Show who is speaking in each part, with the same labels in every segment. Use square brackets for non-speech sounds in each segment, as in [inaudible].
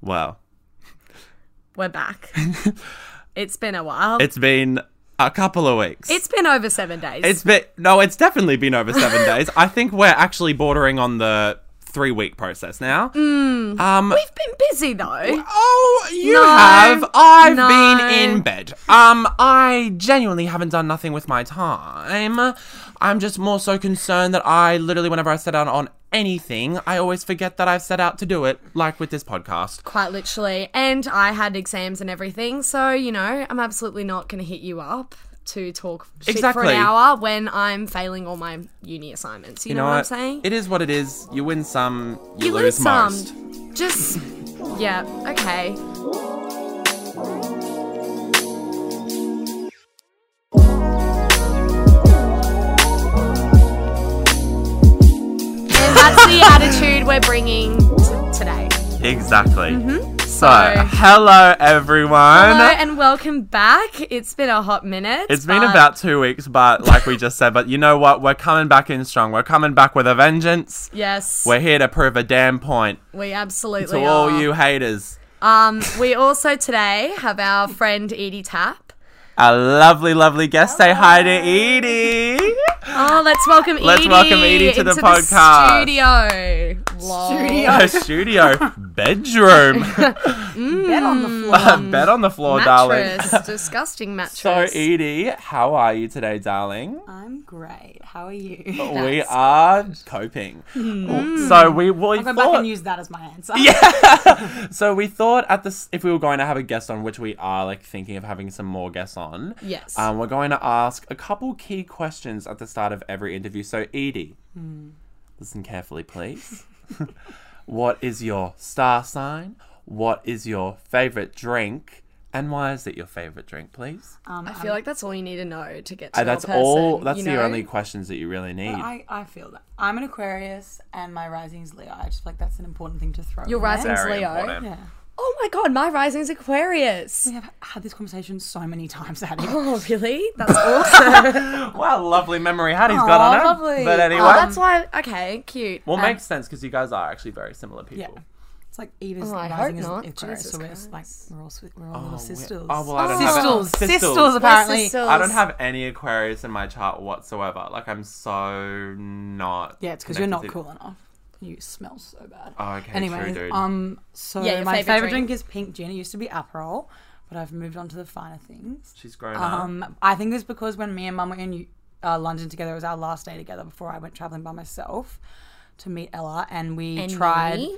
Speaker 1: Wow. [laughs]
Speaker 2: We're back. it's been a while.
Speaker 1: It's been a couple of weeks.
Speaker 2: it's been over seven days.
Speaker 1: It's been no, it's definitely been over
Speaker 2: [laughs]
Speaker 1: seven days. I think we're actually bordering on the three week process now. Um.
Speaker 2: We've been busy though.
Speaker 1: oh, you
Speaker 2: Mm. No.
Speaker 1: have. I've
Speaker 2: No.
Speaker 1: been in bed. Um. I genuinely haven't done nothing with my time. I'm just more so concerned that I literally, whenever I set out on anything, I always forget that I've set out to do it. Like with this podcast.
Speaker 2: Quite literally. And I had exams and everything, so you know, I'm absolutely not gonna hit you up to talk shit for
Speaker 1: Exactly.
Speaker 2: an hour when I'm failing all my uni assignments. You, know, what I'm saying?
Speaker 1: It is what it is. You win some, you,
Speaker 2: you
Speaker 1: lose,
Speaker 2: lose some.
Speaker 1: most.
Speaker 2: Just yeah, okay. And that's the attitude we're bringing t- today.
Speaker 1: Exactly.
Speaker 3: Mm-hmm.
Speaker 1: So,
Speaker 2: So-
Speaker 1: hello everyone.
Speaker 2: Hello and welcome back. It's been a hot minute.
Speaker 1: It's been
Speaker 2: but
Speaker 1: about two weeks, but like we just said, but you know what? We're coming back in strong. We're coming back with a vengeance.
Speaker 2: Yes,
Speaker 1: We're here to prove a damn point
Speaker 2: we absolutely
Speaker 1: to
Speaker 2: are.
Speaker 1: all you haters.
Speaker 2: Um, we also today have our friend Edie Tap.
Speaker 1: A lovely, lovely guest. Say hi to Edie.
Speaker 2: Oh, let's welcome Edie.
Speaker 1: Let's welcome Edie to the
Speaker 2: into
Speaker 1: podcast.
Speaker 2: studio. Lol.
Speaker 3: [laughs]
Speaker 1: Her studio bedroom.
Speaker 3: Bed on the
Speaker 1: [laughs]
Speaker 3: floor.
Speaker 1: Bed on the floor, darling.
Speaker 2: Mattress.
Speaker 1: [laughs]
Speaker 2: Disgusting mattress.
Speaker 1: So, Edie, how are you today, darling?
Speaker 3: I'm great. How are you?
Speaker 1: [laughs] we are coping. So we we
Speaker 3: I'll go Hmm. back
Speaker 1: thought
Speaker 3: and use that as my answer.
Speaker 1: so we thought at this if we were going to have a guest on, which we are like thinking of having some more guests on.
Speaker 2: Yes.
Speaker 1: Um, we're going to ask a couple key questions at the start of every interview. So Edie, listen carefully, please. [laughs] what is your star sign? What is your favorite drink? And why is it your favorite drink, please?
Speaker 3: Um,
Speaker 2: I feel like that's all you need to know to get to
Speaker 1: Uh,
Speaker 2: know a
Speaker 1: that's all.
Speaker 2: person,
Speaker 1: That's
Speaker 2: you
Speaker 1: the
Speaker 2: know?
Speaker 1: only questions that you really need.
Speaker 3: I, I feel that. I'm an Aquarius and my rising is Leo. I just feel like that's an important thing to throw
Speaker 2: Your
Speaker 3: in there.
Speaker 2: rising's
Speaker 1: Very
Speaker 2: Leo.
Speaker 1: important.
Speaker 3: Yeah.
Speaker 2: Oh my god, my rising's Aquarius.
Speaker 3: We have had this conversation so many
Speaker 2: [laughs]
Speaker 3: times, Addie.
Speaker 2: Oh
Speaker 1: [laughs]
Speaker 2: really? That's awesome.
Speaker 1: Wow, lovely memory Hattie's
Speaker 3: Aw,
Speaker 1: got on her.
Speaker 3: lovely.
Speaker 1: But
Speaker 3: Oh,
Speaker 1: anyway,
Speaker 2: oh, that's why. Okay, cute.
Speaker 1: Well,
Speaker 2: Um,
Speaker 1: makes sense because you guys are actually very similar
Speaker 3: Yeah.
Speaker 1: people.
Speaker 3: It's like Eva's
Speaker 2: Oh, I
Speaker 3: rising
Speaker 2: hope
Speaker 3: is
Speaker 2: not.
Speaker 3: Aquarius,
Speaker 2: Jesus
Speaker 3: so we're just like we're all swi- we're all little
Speaker 1: we're-
Speaker 3: sisters.
Speaker 1: oh, well, I don't
Speaker 2: have
Speaker 3: sisters.
Speaker 1: it.
Speaker 3: sisters,
Speaker 1: Sisters.
Speaker 3: apparently.
Speaker 2: sisters.
Speaker 1: I don't have any Aquarius in my chart whatsoever. Like I'm so not.
Speaker 3: Yeah, it's because you're not
Speaker 1: connected
Speaker 3: cool enough. You smell so bad.
Speaker 1: Oh, okay, true,
Speaker 3: Anyway,
Speaker 1: dude.
Speaker 3: um, so
Speaker 2: Yeah, your
Speaker 3: my
Speaker 2: favourite
Speaker 3: favorite,
Speaker 2: drink.
Speaker 3: drink. is pink gin. It used to be Aperol, but I've moved on to the finer things.
Speaker 1: To... She's grown up.
Speaker 3: Um, I think it's because when me and Mum were in uh, London together, it was our last day together before I went traveling by myself to meet Ella, and we
Speaker 2: and
Speaker 3: tried.
Speaker 2: me?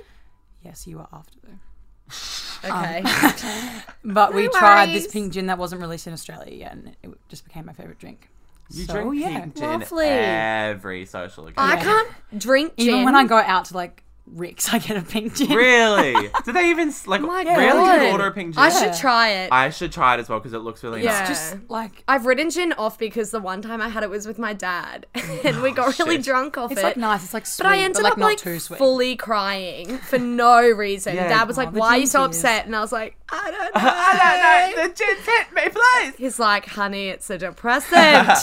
Speaker 3: Yes, you were after though.
Speaker 2: Okay.
Speaker 1: Um,
Speaker 3: But we
Speaker 2: No
Speaker 3: tried this
Speaker 2: worries.
Speaker 3: pink gin that wasn't released in Australia yet, and it just became my favorite drink.
Speaker 1: You
Speaker 3: so,
Speaker 1: drink
Speaker 3: yeah.
Speaker 1: pink gin
Speaker 2: Lovely.
Speaker 1: every social [laughs]
Speaker 2: I
Speaker 1: occasion.
Speaker 2: can't drink gin.
Speaker 3: Even when I go out to like Rick's, [laughs] I get a pink gin.
Speaker 1: Really? Do they even s- like?
Speaker 2: Oh my
Speaker 1: really? You
Speaker 2: God.
Speaker 1: order a pink gin?
Speaker 2: I should try it.
Speaker 1: I should try it as well because it looks really
Speaker 2: Yeah.
Speaker 1: nice.
Speaker 3: Just like
Speaker 2: I've written gin off because the one time I had it was with my dad, [laughs] and we got really
Speaker 1: Oh, shit.
Speaker 2: drunk off
Speaker 3: it's
Speaker 2: it.
Speaker 3: like nice. It's like sweet,
Speaker 2: But I ended
Speaker 3: like
Speaker 2: up
Speaker 3: not
Speaker 2: like
Speaker 3: too sweet. oh,
Speaker 2: fully crying for no reason.
Speaker 1: Yeah.
Speaker 2: Dad was
Speaker 3: Aw,
Speaker 2: like,
Speaker 3: the
Speaker 2: "Why are you
Speaker 3: gin
Speaker 2: so
Speaker 3: tears.
Speaker 2: upset?" And I was like,
Speaker 3: [laughs]
Speaker 2: "I don't know."
Speaker 1: I don't know. The gin hit me,
Speaker 2: [laughs]
Speaker 1: please.
Speaker 2: He's like, "Honey, it's a
Speaker 3: [laughs]
Speaker 2: depressant."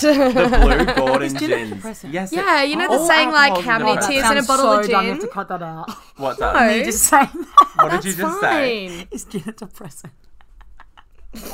Speaker 1: The blue Gordon
Speaker 3: Is gin a
Speaker 1: gins.
Speaker 3: depressant?
Speaker 1: Yes. it-
Speaker 2: yeah, you know the
Speaker 3: Oh,
Speaker 1: All
Speaker 2: saying like,
Speaker 1: alcohol's
Speaker 2: "How many
Speaker 1: not
Speaker 2: tears
Speaker 1: bad.
Speaker 2: in a
Speaker 3: Sounds
Speaker 2: bottle
Speaker 3: so
Speaker 2: of
Speaker 3: dumb,
Speaker 2: gin?"
Speaker 3: You have to cut
Speaker 2: [laughs]
Speaker 3: that out.
Speaker 1: What's
Speaker 2: No,
Speaker 1: that?
Speaker 3: Me just saying that. [laughs]
Speaker 1: What
Speaker 2: That's
Speaker 1: did you just say?
Speaker 2: fine.
Speaker 3: Is gin a depressant?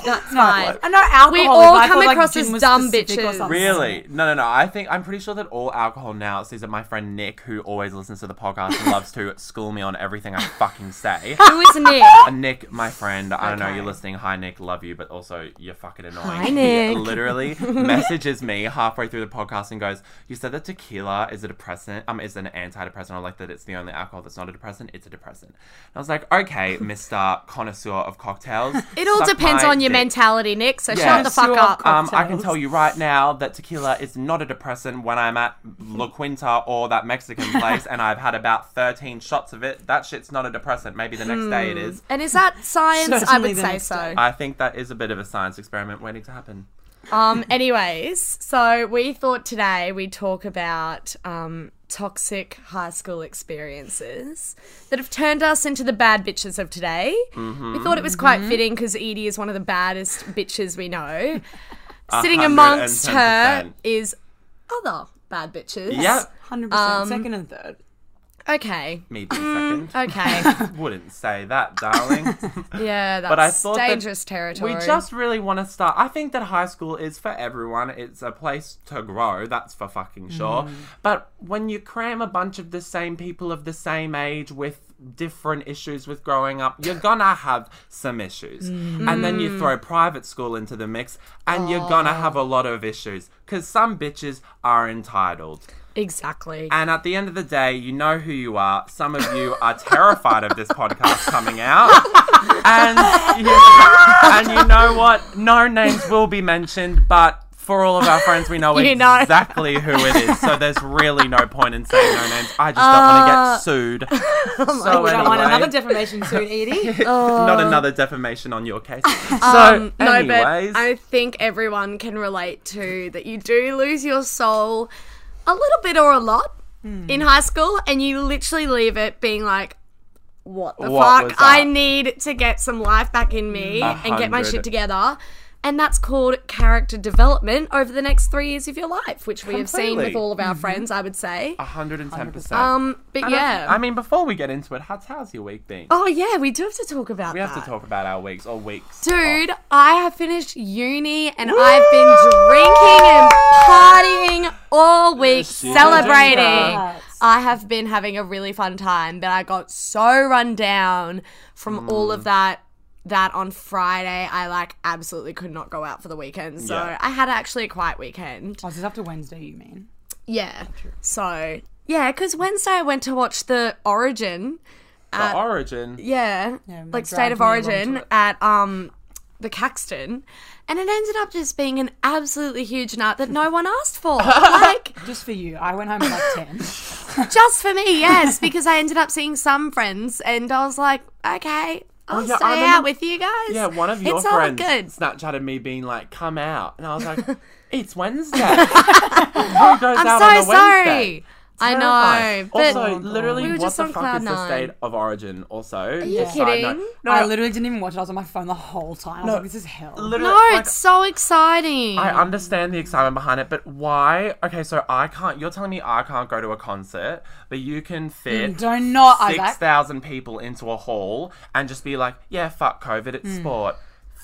Speaker 2: That's fine.
Speaker 3: I know alcohol.
Speaker 2: We
Speaker 3: is,
Speaker 2: all
Speaker 3: I
Speaker 2: come
Speaker 3: thought, like,
Speaker 2: across
Speaker 3: gin
Speaker 2: as
Speaker 3: was
Speaker 2: dumb
Speaker 3: specific or
Speaker 2: bitches.
Speaker 3: something. [laughs]
Speaker 1: Really? No, no, no. I think I'm pretty sure that all alcohol now sees that my friend Nick, who always listens to the podcast and loves to [laughs] school me on everything I fucking
Speaker 2: [laughs]
Speaker 1: say.
Speaker 2: Who is Nick?
Speaker 1: And Nick, my friend, I don't know you're listening. Hi, Nick, love you, but also you're fucking annoying. [laughs]
Speaker 2: Hi,
Speaker 1: He
Speaker 2: Nick.
Speaker 1: literally messages
Speaker 2: [laughs]
Speaker 1: me halfway through the podcast and goes, "You said that tequila is a depressant. Um, is an antidepressant. I like that it's the only alcohol that's not a depressant. It's a depressant." And I was like,
Speaker 2: [laughs]
Speaker 1: "Okay, Mister Connoisseur of Cocktails."
Speaker 2: It all
Speaker 1: suck
Speaker 2: depends
Speaker 1: my
Speaker 2: on your
Speaker 1: dick."
Speaker 2: mentality, Nick. So
Speaker 1: Yeah.
Speaker 2: shut the fuck
Speaker 3: Sure.
Speaker 2: up.
Speaker 1: Um, I can
Speaker 3: cocktails.
Speaker 1: tell you right now that tequila is not a depressant when I'm at La Quinta or that Mexican
Speaker 2: [laughs]
Speaker 1: place and I've had about 13 shots of it. That shit's not a depressant. Maybe the next day it is.
Speaker 2: and is that science? I
Speaker 3: Certainly
Speaker 2: would
Speaker 3: the
Speaker 2: say
Speaker 3: next
Speaker 2: so.
Speaker 3: day.
Speaker 1: I think that is a bit of a science experiment waiting to happen.
Speaker 2: Um, anyways, so we thought today we'd talk about um, toxic high school experiences that have turned us into the bad bitches of today.
Speaker 1: Mm-hmm.
Speaker 2: We thought it was quite fitting because Edie is one of the baddest bitches we know. Sitting amongst her
Speaker 1: 110%.
Speaker 2: is other bad bitches.
Speaker 1: Yep.
Speaker 2: Um,
Speaker 3: Hundred percent. Second and third.
Speaker 2: Okay.
Speaker 1: Maybe a
Speaker 2: Mm,
Speaker 1: second. [laughs]
Speaker 2: Okay.
Speaker 1: Wouldn't say that, darling.
Speaker 2: [laughs] yeah, that's
Speaker 1: But I thought that
Speaker 2: dangerous territory.
Speaker 1: we just really want to start. I think that high school is for everyone. It's a place to grow, that's for fucking sure. But when you cram a bunch of the same people of the same age with different issues with growing up, you're gonna have some issues. And then you throw private school into the mix, and you're gonna have a lot of issues. Because some bitches are entitled.
Speaker 2: Exactly.
Speaker 1: And at the end of the day, you know who you are. Some of you are terrified of this podcast coming out. And you, and you know what? No names will be mentioned, but for all of our friends, we know
Speaker 2: You know.
Speaker 1: exactly who it is. So there's really no point in saying no names. I just
Speaker 2: Uh, [laughs]
Speaker 1: don't want to
Speaker 2: oh
Speaker 1: get sued. so
Speaker 3: We don't want
Speaker 1: anyway,
Speaker 3: another defamation soon, Edie.
Speaker 1: not another defamation on your
Speaker 2: [laughs]
Speaker 1: case. So,
Speaker 2: Uh, Um, no,
Speaker 1: anyways.
Speaker 2: but I think everyone can relate to that you do lose your soul a little bit or a lot
Speaker 1: Hmm.
Speaker 2: in high school, and you literally leave it being like, what the
Speaker 1: What was
Speaker 2: fuck? I
Speaker 1: that?" Hmm.
Speaker 2: need to get some life back in me
Speaker 1: A
Speaker 2: and get my
Speaker 1: hundred.
Speaker 2: shit together. And that's called character development over the next three years of your life, which we have seen with
Speaker 1: Completely.
Speaker 2: all of our friends, I would say.
Speaker 1: 110%.
Speaker 2: Um, but
Speaker 1: And I-
Speaker 2: yeah.
Speaker 1: I, mean, before we get into it, how's, how's your week been?
Speaker 2: oh, yeah, we do have to talk about
Speaker 1: We
Speaker 2: that.
Speaker 1: have to talk about our weeks or weeks.
Speaker 2: Dude, I have finished uni and I've been drinking and partying all week,
Speaker 1: she
Speaker 2: celebrating.
Speaker 3: Congrats.
Speaker 2: I have been having a really fun time, but I got so run down from all of that. That on Friday, I like absolutely could not go out for the weekend. So
Speaker 1: Yeah.
Speaker 2: I had actually a quiet weekend.
Speaker 3: Oh, this is after Wednesday, you mean?
Speaker 2: Yeah. So, yeah, because Wednesday I went to watch the Origin
Speaker 1: The origin.
Speaker 2: yeah,
Speaker 3: and
Speaker 2: like
Speaker 3: they
Speaker 2: state
Speaker 3: dragged
Speaker 2: of
Speaker 3: me along to
Speaker 2: origin
Speaker 3: it.
Speaker 2: at um the Caxton, and it ended up just being an absolutely huge night
Speaker 1: [laughs]
Speaker 2: that no one asked for. like
Speaker 3: Just for you. I went home at like 10.
Speaker 2: just for me, yes, because I ended up seeing some friends, and I was like, okay. I'll
Speaker 1: Oh, yeah, I
Speaker 2: stay out
Speaker 1: remember-
Speaker 2: with you guys.
Speaker 1: Yeah, one of your
Speaker 2: it's
Speaker 1: friends
Speaker 2: all good.
Speaker 1: Snapchatted me being like, "Come out," and I was
Speaker 2: [laughs]
Speaker 1: like, "It's Wednesday. Who goes out on
Speaker 2: I'm
Speaker 1: a
Speaker 2: so sorry.
Speaker 1: Wednesday?"
Speaker 2: I
Speaker 1: Terrifying.
Speaker 2: know, but
Speaker 1: also, literally,
Speaker 2: we were
Speaker 1: what
Speaker 2: just
Speaker 1: the
Speaker 2: on
Speaker 1: fuck
Speaker 2: cloud
Speaker 1: is the state
Speaker 2: nine.
Speaker 1: of origin? Also, are
Speaker 2: you kidding?
Speaker 1: [laughs] No,
Speaker 3: I
Speaker 1: literally,
Speaker 3: literally didn't even watch it. I was on my phone the whole time. I was
Speaker 1: No.
Speaker 3: like, this is hell.
Speaker 2: no,
Speaker 1: like,
Speaker 2: it's so exciting.
Speaker 1: I understand the excitement behind it, but why? Okay, so I can't. You're telling me I can't go to a concert, but you can fit
Speaker 3: Don't not,
Speaker 1: six
Speaker 3: Isaac.
Speaker 1: thousand people into a hall and just be like, "Yeah, fuck COVID, it's sport."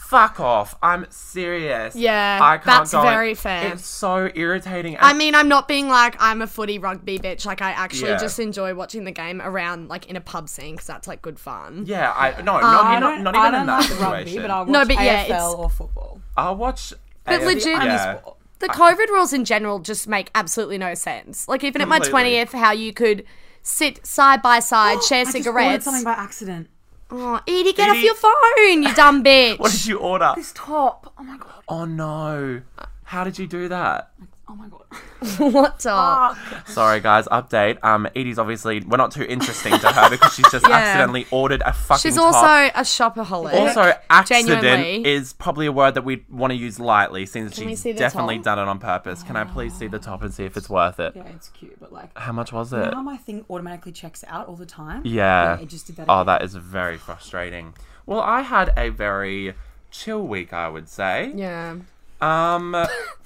Speaker 1: Fuck off! I'm serious.
Speaker 2: Yeah,
Speaker 1: I can't
Speaker 2: that's
Speaker 1: go in."
Speaker 2: very fair.
Speaker 1: It's so irritating. And
Speaker 2: I mean, I'm not being like I'm a footy rugby bitch. Like I actually
Speaker 1: Yeah.
Speaker 2: just enjoy watching the game around, like in a pub scene, because that's like good fun.
Speaker 1: yeah, I no, not,
Speaker 3: I
Speaker 1: in-
Speaker 3: don't,
Speaker 1: not
Speaker 3: I
Speaker 1: even
Speaker 3: don't
Speaker 1: in that
Speaker 3: like
Speaker 1: situation.
Speaker 3: rugby, but I'll
Speaker 1: I'll,
Speaker 3: watch
Speaker 2: No, but yeah,
Speaker 3: AFL
Speaker 2: it's-
Speaker 3: or football.
Speaker 1: watch.
Speaker 2: But
Speaker 1: AFL.
Speaker 2: legit-
Speaker 3: I'm a
Speaker 1: yeah.
Speaker 3: sport.
Speaker 2: The COVID rules in general just make absolutely no sense. Like even at my
Speaker 1: Completely.
Speaker 2: twentieth, how you could sit side
Speaker 1: [gasps]
Speaker 2: by side, share
Speaker 3: Oh, I just ordered
Speaker 2: cigarettes.
Speaker 3: something by accident.
Speaker 2: Oh, Edie, get off
Speaker 1: Edie.
Speaker 2: your phone, you dumb bitch.
Speaker 1: [laughs] What did you order?
Speaker 3: This top. Oh my god.
Speaker 1: Oh no! How did you do that?
Speaker 3: Oh my god.
Speaker 2: what up?
Speaker 1: Sorry, guys. Update. Um, Edie's obviously we're not too interesting to her because she's
Speaker 2: [laughs]
Speaker 1: just accidentally ordered a fucking.
Speaker 2: She's
Speaker 1: top.
Speaker 2: also a shopaholic.
Speaker 1: Also, accident
Speaker 2: Genuinely.
Speaker 1: is probably a word that we want to use lightly since
Speaker 2: we
Speaker 1: she's
Speaker 2: see the
Speaker 1: definitely
Speaker 2: top?
Speaker 1: done it on purpose. Can I please see the top and see if it's worth it?
Speaker 3: Yeah, it's cute, but like
Speaker 1: How much was it?
Speaker 3: now my thing automatically checks out all the time.
Speaker 1: Yeah.
Speaker 3: it just did that.
Speaker 1: Oh,
Speaker 3: again.
Speaker 1: that is very frustrating. Well, I had a very chill week, I would say.
Speaker 2: yeah. [laughs]
Speaker 1: Um,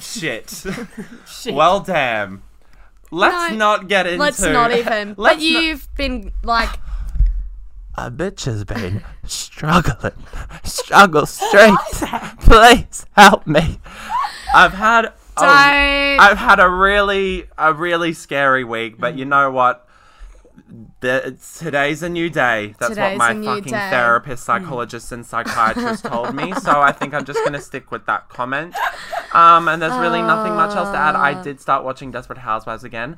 Speaker 1: shit. Well, damn. Let's
Speaker 2: No,
Speaker 1: not get into. [laughs]
Speaker 2: Let's not even. but
Speaker 1: Let's not-
Speaker 2: you've been like,
Speaker 1: A bitch has been struggling. Struggle strength. Please help me. I've had a-
Speaker 2: don't.
Speaker 1: I've had a really a really scary week, but
Speaker 2: Mm.
Speaker 1: you know what? The, today's a new day. That's
Speaker 2: Today's
Speaker 1: what my
Speaker 2: a new
Speaker 1: fucking
Speaker 2: day. Mm.
Speaker 1: therapist, psychologist, and
Speaker 2: [laughs]
Speaker 1: psychiatrist told me. So I think I'm just gonna stick with that comment. Um, and there's really nothing much else to add.
Speaker 2: Uh.
Speaker 1: I did start watching Desperate Housewives again,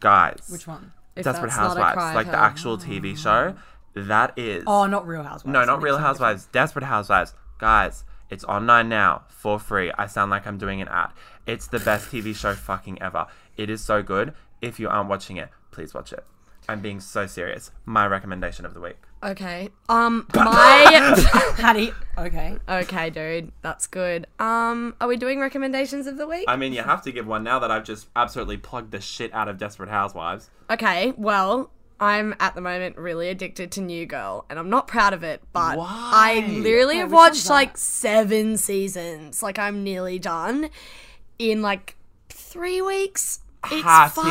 Speaker 1: guys.
Speaker 3: Which one?
Speaker 2: if
Speaker 1: Desperate
Speaker 2: that's not a
Speaker 1: Housewives,
Speaker 2: cry
Speaker 1: like the
Speaker 2: home.
Speaker 1: actual TV show. That is.
Speaker 3: Oh, not Real Housewives.
Speaker 1: No, not
Speaker 3: Sorry,
Speaker 1: Real
Speaker 3: something
Speaker 1: Housewives. Desperate Housewives. Guys, it's online now for free. I sound like I'm doing an ad. It's the best TV show fucking ever. It is so good. If you aren't watching it, please watch it. I'm being so serious. My recommendation of the week.
Speaker 2: Okay. Um,
Speaker 1: [laughs]
Speaker 2: my.
Speaker 3: different. Hattie. Okay.
Speaker 2: Okay, dude, that's good. Um, are we doing recommendations of the week?
Speaker 1: I mean, you have to give one now that I've just absolutely plugged the shit out of Desperate Housewives.
Speaker 2: okay, well, I'm at the moment really addicted to New Girl, and I'm not proud of it, but I
Speaker 1: Why?
Speaker 2: literally have
Speaker 3: which one's
Speaker 2: watched
Speaker 3: that?
Speaker 2: like seven seasons. Like, I'm nearly done in like three weeks. It's
Speaker 1: Hattie
Speaker 2: fucked.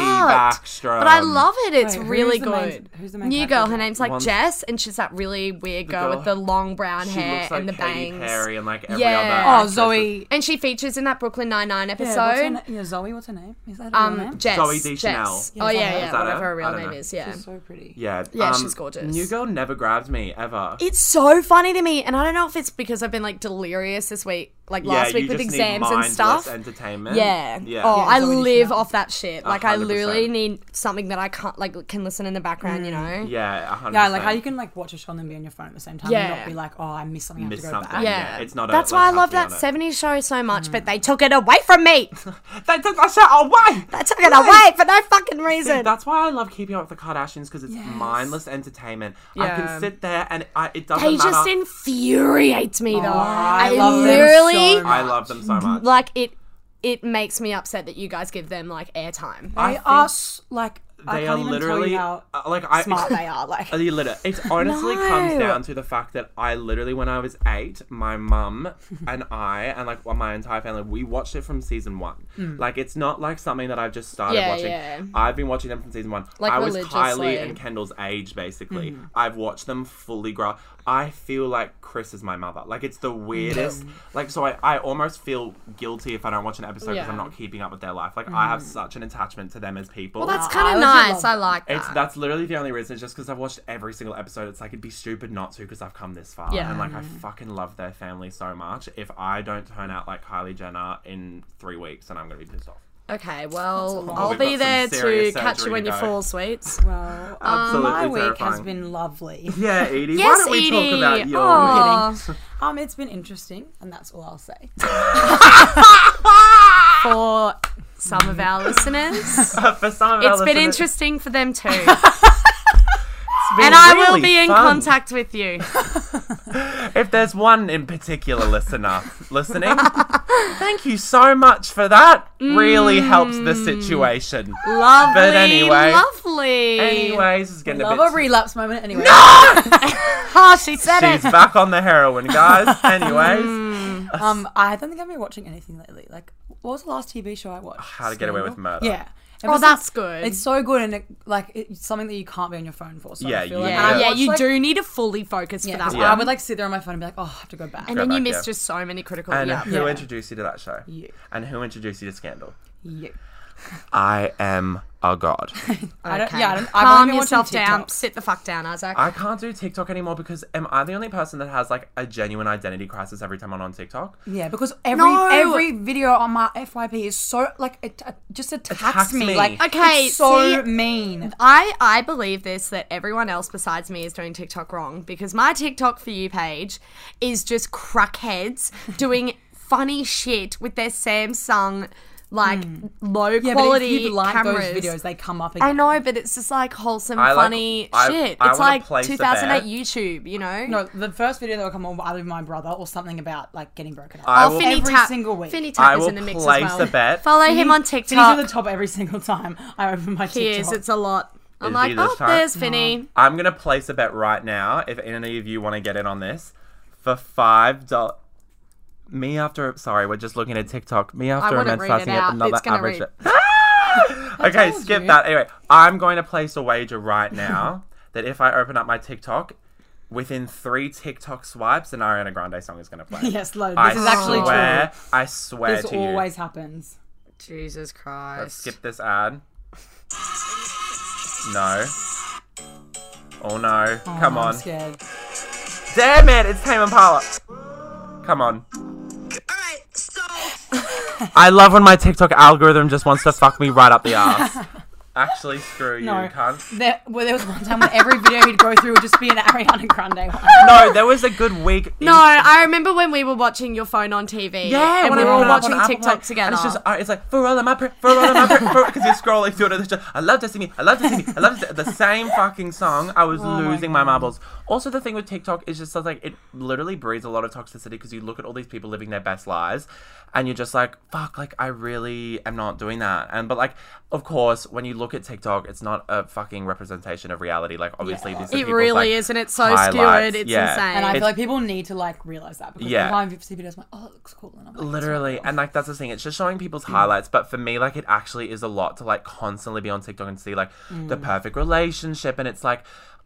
Speaker 1: Backstrom.
Speaker 2: But I love it. It's
Speaker 3: Wait, who's
Speaker 2: really
Speaker 3: the main-
Speaker 2: good.
Speaker 3: who's the main
Speaker 2: New
Speaker 3: character
Speaker 2: girl.
Speaker 3: in
Speaker 2: Her
Speaker 3: that?
Speaker 2: name's like
Speaker 1: One-
Speaker 2: Jess, and she's that really weird girl,
Speaker 1: girl-
Speaker 2: with the long brown
Speaker 1: She
Speaker 2: hair
Speaker 1: looks like
Speaker 2: and the
Speaker 1: Katy
Speaker 2: bangs.
Speaker 1: Perry and like every
Speaker 2: Yeah.
Speaker 1: other.
Speaker 3: Oh,
Speaker 1: actress
Speaker 3: Zoe.
Speaker 2: And she features in that Brooklyn Nine Nine
Speaker 3: Yeah,
Speaker 2: episode.
Speaker 3: what's her na- yeah, Zoe, what's her name? Is that her real name?
Speaker 2: Um, Jess.
Speaker 1: Zoe Deschanel.
Speaker 2: Jess.
Speaker 1: Yeah,
Speaker 2: oh yeah,
Speaker 3: is that her?
Speaker 2: yeah.
Speaker 1: Is that
Speaker 2: Whatever
Speaker 1: her?
Speaker 2: her
Speaker 1: I
Speaker 2: real
Speaker 1: don't
Speaker 2: name
Speaker 1: know.
Speaker 2: is, yeah.
Speaker 3: She's so pretty.
Speaker 1: Yeah,
Speaker 2: Yeah,
Speaker 1: um,
Speaker 2: she's gorgeous.
Speaker 1: New Girl never grabs me ever.
Speaker 2: It's so funny to me, and I don't know if it's because I've been like delirious this week, like last
Speaker 1: yeah,
Speaker 2: week
Speaker 1: you
Speaker 2: with
Speaker 1: just need
Speaker 2: exams and
Speaker 1: mindless
Speaker 2: stuff.
Speaker 1: Entertainment.
Speaker 2: yeah.
Speaker 1: Yeah.
Speaker 2: Oh, I
Speaker 3: Zoe Deschanel.
Speaker 2: live off that shit. Like I
Speaker 1: 100%.
Speaker 2: literally need something that I can't like can listen in the background. You
Speaker 3: Mm.
Speaker 2: know.
Speaker 1: yeah. a hundred
Speaker 3: Yeah, like how
Speaker 1: percent.
Speaker 3: you can like watch a show and then be on your phone at the same time and
Speaker 2: Yeah.
Speaker 3: not be like, oh, I missed something. I have
Speaker 1: Miss
Speaker 3: to go
Speaker 1: something.
Speaker 3: back.
Speaker 1: Yeah. it's not a-
Speaker 2: That's
Speaker 1: like,
Speaker 2: why I
Speaker 1: have
Speaker 2: love
Speaker 1: to be
Speaker 2: that
Speaker 1: on it.
Speaker 2: 70s show so much,
Speaker 3: Mm.
Speaker 2: but they took it away
Speaker 1: [laughs]
Speaker 2: from me.
Speaker 1: They took my shit away.
Speaker 2: They took it away for no fucking
Speaker 1: See,
Speaker 2: reason.
Speaker 1: that's why I love keeping up with the Kardashians because it's
Speaker 3: Yes.
Speaker 1: mindless entertainment. I
Speaker 2: Yeah.
Speaker 1: can sit there and I, it doesn't
Speaker 2: They
Speaker 1: matter.
Speaker 2: just infuriates me though.
Speaker 3: Oh, I love them
Speaker 2: literally
Speaker 3: so
Speaker 1: I love them so much.
Speaker 2: like it it makes me upset that you guys give them like airtime.
Speaker 1: I
Speaker 3: They
Speaker 1: think
Speaker 3: are s- like I
Speaker 1: they
Speaker 3: can't
Speaker 1: are
Speaker 3: even tell
Speaker 1: literally
Speaker 3: you how
Speaker 1: uh, like I [laughs]
Speaker 3: smart they are. Like
Speaker 1: Are you lit- It honestly comes
Speaker 2: [laughs] No.
Speaker 1: down to the fact that I literally, when I was eight, my
Speaker 2: [laughs]
Speaker 1: mum and I, and like well, my entire family, we watched it from season one. Like, it's not like something that I've just started
Speaker 2: Hmm. Yeah,
Speaker 1: watching.
Speaker 2: yeah.
Speaker 1: I've been watching them from season one.
Speaker 2: Like,
Speaker 1: I was
Speaker 2: religiously. Hmm.
Speaker 1: Kylie and Kendall's age, basically. I've watched them fully grow. I feel like Chris is my mother. Like, it's the
Speaker 2: Hmm.
Speaker 1: weirdest. like, so I, I almost feel guilty if I don't watch an episode because
Speaker 2: Yeah. Hmm.
Speaker 1: I'm not keeping up with their life. Like, I have such an attachment to them as people.
Speaker 2: well, that's
Speaker 3: I
Speaker 2: kind of
Speaker 3: would
Speaker 2: nice.
Speaker 3: love
Speaker 2: I like that.
Speaker 1: It's that's literally the only reason. It's just because I've watched every single episode. It's like it'd be stupid not to because I've come this far.
Speaker 2: Yeah.
Speaker 1: And like I fucking love their family so much. If I don't turn out like Kylie Jenner in three weeks, then I'm gonna be pissed off.
Speaker 2: okay, well,
Speaker 3: lot.
Speaker 2: I'll
Speaker 1: We've
Speaker 2: be
Speaker 1: got some
Speaker 2: there to
Speaker 1: serious
Speaker 2: catch
Speaker 1: surgery
Speaker 2: you when
Speaker 1: to
Speaker 2: you
Speaker 1: go.
Speaker 2: fall, sweets.
Speaker 3: [laughs] well,
Speaker 2: Uh,
Speaker 1: Absolutely
Speaker 3: my week
Speaker 2: [laughs]
Speaker 3: has
Speaker 1: terrifying.
Speaker 3: been lovely.
Speaker 1: Yeah, Edie.
Speaker 2: Yes,
Speaker 1: why don't we
Speaker 2: Edie. Oh.
Speaker 1: talk about your
Speaker 2: Aw.
Speaker 3: Um, it's been interesting, and that's all I'll say. For
Speaker 2: Some of our listeners,
Speaker 1: [laughs] for some of our
Speaker 2: it's been
Speaker 1: listeners-
Speaker 2: interesting for them too, and
Speaker 1: It's been
Speaker 2: I will
Speaker 1: really
Speaker 2: be in
Speaker 1: fun.
Speaker 2: contact with you.
Speaker 1: If there's one in particular listener
Speaker 2: [laughs]
Speaker 1: listening, thank you so much for that. Really helps the
Speaker 2: Mm.
Speaker 1: situation.
Speaker 2: Lovely,
Speaker 1: anyway-
Speaker 2: lovely.
Speaker 1: Anyways, it's getting a bit.
Speaker 3: love a relapse moment. Anyway, no!
Speaker 2: oh, she said
Speaker 1: She's
Speaker 2: [laughs] it.
Speaker 1: back on the heroin, guys.
Speaker 2: [laughs] Mm,
Speaker 1: Anyways,
Speaker 3: um, I don't think I've been watching anything lately. Like, what was the last TV show I watched?
Speaker 1: How to Get Away with Murder.
Speaker 3: Yeah.
Speaker 2: Oh,
Speaker 3: Ever
Speaker 2: that's
Speaker 3: since-
Speaker 2: good.
Speaker 3: It's so good, and it, like it's something that you can't be on your phone for. So
Speaker 1: Yeah,
Speaker 3: I feel
Speaker 1: you-
Speaker 3: like
Speaker 1: Yeah.
Speaker 3: I
Speaker 2: yeah,
Speaker 3: watched,
Speaker 2: you
Speaker 3: like,
Speaker 2: do need to fully focus
Speaker 3: Yeah,
Speaker 2: for that
Speaker 3: so
Speaker 2: one.
Speaker 3: I would like sit there on my phone and be like, oh, I have to go back.
Speaker 2: and then
Speaker 1: Go
Speaker 2: you
Speaker 1: back,
Speaker 2: missed
Speaker 1: yeah.
Speaker 2: just so many critical.
Speaker 1: And
Speaker 2: yeah.
Speaker 1: who
Speaker 3: Yeah.
Speaker 1: introduced you to that show?
Speaker 3: You.
Speaker 1: And who introduced you to Scandal?
Speaker 3: You.
Speaker 1: I am a god.
Speaker 3: I don't.
Speaker 2: Okay.
Speaker 3: Yeah, I don't, I've
Speaker 2: Calm
Speaker 3: only been watching
Speaker 2: yourself down.
Speaker 3: TikToks.
Speaker 2: Sit the fuck down, Isaac. [laughs]
Speaker 1: I can't do TikTok anymore because am I the only person that has like a genuine identity crisis every time I'm on TikTok?
Speaker 3: Yeah, because every
Speaker 2: No.
Speaker 3: every video on my FYP is so like it uh, just attacks,
Speaker 1: Attacks
Speaker 3: me.
Speaker 1: me.
Speaker 3: Like
Speaker 2: Okay,
Speaker 3: it's so
Speaker 2: see-
Speaker 3: mean.
Speaker 2: I, I believe this that everyone else besides me is doing TikTok wrong because my TikTok for you page is just
Speaker 3: [laughs]
Speaker 2: crackheads doing funny shit with their Samsung like low
Speaker 3: Hmm. Yeah,
Speaker 2: quality
Speaker 3: but if you like
Speaker 2: cameras.
Speaker 3: those videos, they come up
Speaker 2: I
Speaker 3: again.
Speaker 2: know, but it's just like wholesome,
Speaker 1: I like-
Speaker 2: funny
Speaker 1: I-
Speaker 2: shit.
Speaker 1: I
Speaker 2: it's
Speaker 1: wanna
Speaker 2: like
Speaker 1: place a
Speaker 2: 2008
Speaker 1: bet.
Speaker 2: YouTube, you know.
Speaker 3: No, the first video that will come on will either be my brother or something about like getting broken up.
Speaker 1: I
Speaker 2: Oh,
Speaker 1: will,
Speaker 2: Finny
Speaker 3: Every
Speaker 2: Tap-
Speaker 3: single week.
Speaker 2: Finny Tap
Speaker 1: I
Speaker 2: is
Speaker 1: will
Speaker 2: in the mix as
Speaker 1: place
Speaker 2: well.
Speaker 1: a bet.
Speaker 2: Follow him on
Speaker 3: He's at the
Speaker 2: TikTok.
Speaker 3: top every single time I open my
Speaker 2: He is.
Speaker 3: TikTok.
Speaker 2: It's a lot. I'm
Speaker 1: Is
Speaker 2: like,
Speaker 1: he this
Speaker 2: oh,
Speaker 1: time?
Speaker 2: there's Finny.
Speaker 1: I'm gonna place a bet right now. If any of you want to get in on this, for five dollars. Me after sorry, we're just looking at TikTok. Me after
Speaker 2: wouldn't read it
Speaker 1: immensizing
Speaker 2: out.
Speaker 1: it, another
Speaker 2: It's gonna
Speaker 1: average. Ah!
Speaker 2: read-
Speaker 3: [laughs]
Speaker 1: okay,
Speaker 3: told
Speaker 1: skip
Speaker 3: you.
Speaker 1: that. Anyway, I'm going to place a wager right now [laughs] that if I open up my TikTok, within three TikTok swipes, an Ariana Grande song is
Speaker 3: [laughs]
Speaker 1: going to play.
Speaker 3: [laughs] yes, load. This
Speaker 1: I
Speaker 3: is actually
Speaker 1: swear, I swear
Speaker 3: true. This
Speaker 1: to you.
Speaker 3: always happens.
Speaker 2: Jesus Christ.
Speaker 1: Skip this ad. No. Oh no! Come
Speaker 3: I'm
Speaker 1: on!
Speaker 3: scared.
Speaker 1: Damn it! It's Tame Impala. Come on.
Speaker 4: Alright, so
Speaker 1: I love when my TikTok algorithm just wants to fuck me right up the ass. Actually, screw you,
Speaker 3: No.
Speaker 1: cunt.
Speaker 3: [laughs] There, well, there was one time when every video he'd go through would just be an [laughs] Ariana Grande one.
Speaker 1: No, there was a good week.
Speaker 2: No, I remember when we were watching your phone on TV.
Speaker 1: Yeah,
Speaker 2: and
Speaker 1: when
Speaker 2: we
Speaker 1: I open
Speaker 2: were all
Speaker 1: it up on
Speaker 2: watching
Speaker 1: Apple
Speaker 2: TikTok
Speaker 1: Play,
Speaker 2: together.
Speaker 1: And it's just, uh, it's like for all of my, pr- for all of my, because you're scrolling through it. And it's just, I love to see me, I love to see me, I love to see the same fucking song. I
Speaker 2: [laughs] Oh
Speaker 1: was
Speaker 3: my
Speaker 1: losing my, marbles. Also, the thing with TikTok is just like it literally breeds a lot of toxicity because you look at all these people living their best lives, and you're just like, fuck, like I really am not doing that. And but like, of course, when you look at TikTok, it's not a fucking representation of reality. Like obviously,
Speaker 3: Yeah.
Speaker 1: these are
Speaker 2: It
Speaker 1: people's,
Speaker 2: really
Speaker 1: like,
Speaker 2: is, and it's so
Speaker 1: highlights.
Speaker 2: skewed. It's
Speaker 1: Yeah.
Speaker 2: insane.
Speaker 3: And I
Speaker 1: It's-
Speaker 3: feel like people need to like realize that because
Speaker 1: Yeah.
Speaker 3: yeah. every time you see videos, I'm like, oh, it looks cool. And I'm like,
Speaker 1: Literally, and like that's the thing. It's just showing people's highlights, but for me, like it actually is a lot to like constantly be on TikTok and see like the
Speaker 2: Mm.
Speaker 1: perfect relationship, and it's like.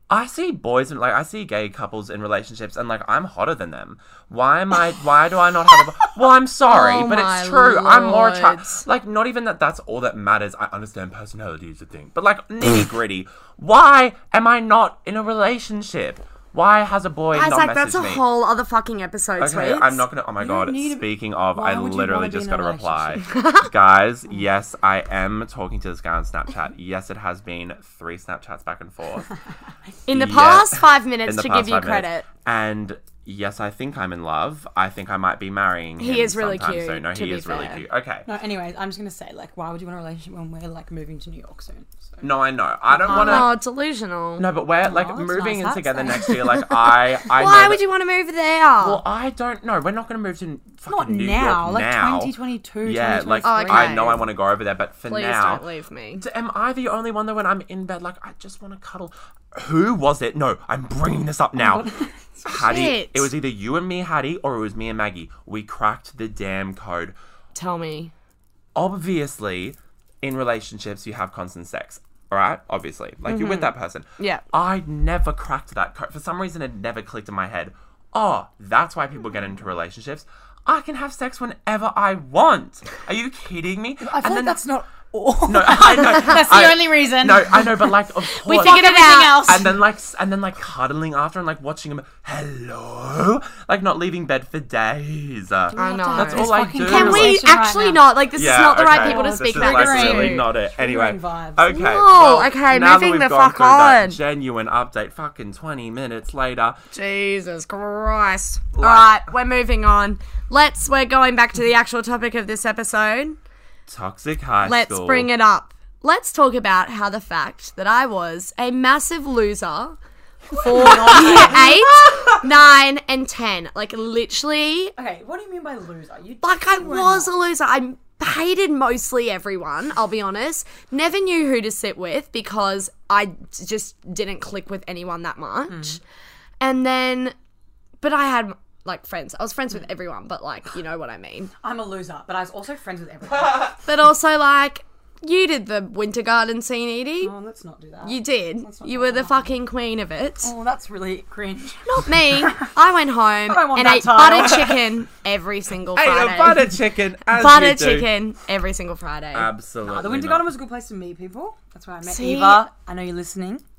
Speaker 1: I see boys and like I see gay couples in relationships and like I'm hotter than them. Why am
Speaker 2: [laughs]
Speaker 1: I why do I not have a Well, I'm sorry,
Speaker 2: Oh
Speaker 1: but
Speaker 2: my
Speaker 1: it's true. I'm more
Speaker 2: lord.
Speaker 1: attractive. Like not even that that's all that matters. I understand personality is a thing. But like
Speaker 2: [laughs]
Speaker 1: nitty-gritty, why am I not in a relationship? Why has a boy not
Speaker 2: Isaac, that's a
Speaker 1: messaged me?
Speaker 2: whole other fucking episode,
Speaker 1: Okay,
Speaker 2: sweets.
Speaker 1: I'm not gonna. Oh my god!
Speaker 3: need to-
Speaker 1: Speaking of,
Speaker 3: Why
Speaker 1: I
Speaker 3: would you
Speaker 1: literally
Speaker 3: wanna be
Speaker 1: just
Speaker 3: in a
Speaker 1: got a reply,
Speaker 2: [laughs]
Speaker 1: guys. Yes, I am talking to this guy on
Speaker 2: [laughs]
Speaker 1: Snapchat. Yes, it has been three Snapchats back and forth
Speaker 2: In the
Speaker 1: Yeah.
Speaker 2: past five
Speaker 1: in
Speaker 2: minutes,
Speaker 1: the
Speaker 2: to
Speaker 1: past
Speaker 2: give you
Speaker 1: five minutes.
Speaker 2: credit.
Speaker 1: And yes, I think I'm in love. I think I might be marrying.
Speaker 2: He
Speaker 1: him
Speaker 2: is really
Speaker 1: sometime
Speaker 2: cute,
Speaker 1: soon. No,
Speaker 2: to
Speaker 1: he
Speaker 2: be
Speaker 1: is really
Speaker 2: fair.
Speaker 1: cute. Okay.
Speaker 3: No, anyways, I'm just gonna say like, why would you want a relationship when we're like moving to New York soon? So.
Speaker 1: No, I know. I don't want to.
Speaker 2: Oh, delusional.
Speaker 1: No, but we're like
Speaker 3: that's
Speaker 1: moving
Speaker 3: nice,
Speaker 1: in
Speaker 3: that's
Speaker 1: together
Speaker 3: nice.
Speaker 2: [laughs]
Speaker 1: next year. Like I, I. know
Speaker 2: Why
Speaker 1: that-
Speaker 2: would you want to move there?
Speaker 1: Well, I don't know. We're not going to move to fucking
Speaker 3: Not
Speaker 1: New
Speaker 3: now,
Speaker 1: York
Speaker 3: like
Speaker 1: now.
Speaker 3: 2022,
Speaker 1: Yeah, like
Speaker 3: 2023.
Speaker 1: I
Speaker 2: Oh, Okay.
Speaker 1: know I want to go over there, but for
Speaker 2: Please
Speaker 1: now,
Speaker 2: don't leave me.
Speaker 1: D- Am I the only one though when I'm in bed, like I just want to cuddle? Who was it? No, I'm bringing this
Speaker 3: Oh
Speaker 1: up now.
Speaker 3: [laughs]
Speaker 1: Hattie,
Speaker 2: Shit.
Speaker 1: it was either you and me, Hattie, or it was me and Maggie. We cracked the damn code.
Speaker 2: Tell me.
Speaker 1: Obviously, in relationships, you have constant sex. All right, obviously, like you're
Speaker 3: Mm-hmm.
Speaker 1: with that person.
Speaker 2: Yeah.
Speaker 1: I never cracked that code. For some reason, it never clicked in my head. Oh, that's why people get into relationships. I can have sex whenever I want. Are you kidding me?
Speaker 3: I feel like that's not
Speaker 1: [laughs]
Speaker 3: all.
Speaker 2: [laughs]
Speaker 1: no, I know.
Speaker 3: that's the
Speaker 1: I-
Speaker 3: only reason.
Speaker 1: No, I know, but like, of course.
Speaker 2: We figured it
Speaker 3: everything
Speaker 2: out.
Speaker 3: else.
Speaker 1: and then like, s- and then like cuddling after, and like watching him. Hello, like not leaving bed for days. Uh,
Speaker 2: I know.
Speaker 1: That's all I do.
Speaker 2: Can we
Speaker 3: Conversation right
Speaker 2: actually
Speaker 3: now.
Speaker 2: not? Like, this is not the right
Speaker 1: okay.
Speaker 2: people to
Speaker 1: This
Speaker 2: speak
Speaker 1: is,
Speaker 2: about.
Speaker 1: Like,
Speaker 2: this
Speaker 1: really
Speaker 2: too.
Speaker 1: not it. Anyway,
Speaker 3: vibes.
Speaker 1: okay.
Speaker 2: No,
Speaker 1: well,
Speaker 2: okay,
Speaker 1: now that
Speaker 2: moving
Speaker 1: we've
Speaker 2: the
Speaker 1: gone
Speaker 2: fuck
Speaker 1: through that
Speaker 2: on.
Speaker 1: Genuine update. Fucking twenty minutes later.
Speaker 2: Jesus Christ. All right, we're moving on. Let's, we're going back to the actual topic of this episode.
Speaker 1: Toxic high
Speaker 2: Let's
Speaker 1: school.
Speaker 2: bring it up. Let's talk about how the fact that I was a massive loser for [laughs]
Speaker 3: [laughs]
Speaker 2: year eight, nine, and ten. Like, literally,
Speaker 3: Okay, what do you mean by loser? You
Speaker 2: like I
Speaker 3: definitely were
Speaker 2: was a
Speaker 3: not.
Speaker 2: loser. I hated mostly everyone, I'll be honest. Never knew who to sit with because I just didn't click with anyone that much.
Speaker 3: Hmm.
Speaker 2: And then, but I had like friends. I was friends with everyone, but like, you know what I mean.
Speaker 3: I'm a loser, but I was also friends
Speaker 1: [laughs]
Speaker 3: with everyone. Oh,
Speaker 2: But also, like, you did the Winter Garden scene, Edie.
Speaker 3: oh, let's not do that.
Speaker 2: You did. You were the fucking queen of it.
Speaker 3: [laughs] Oh, that's really
Speaker 1: [laughs]
Speaker 3: cringe.
Speaker 2: Not
Speaker 3: [laughs]
Speaker 2: me. I went home
Speaker 3: don't want
Speaker 2: and
Speaker 3: that
Speaker 2: ate
Speaker 3: title.
Speaker 2: butter chicken every single
Speaker 1: Hey,
Speaker 2: Friday.
Speaker 1: a butter chicken. As
Speaker 2: Butter
Speaker 1: you do. Uh,
Speaker 2: chicken every single Friday.
Speaker 1: Absolutely.
Speaker 3: the Winter
Speaker 1: not.
Speaker 3: Garden was a good place to meet people. That's where I met
Speaker 2: See?
Speaker 3: Eva. I know you're listening. [laughs]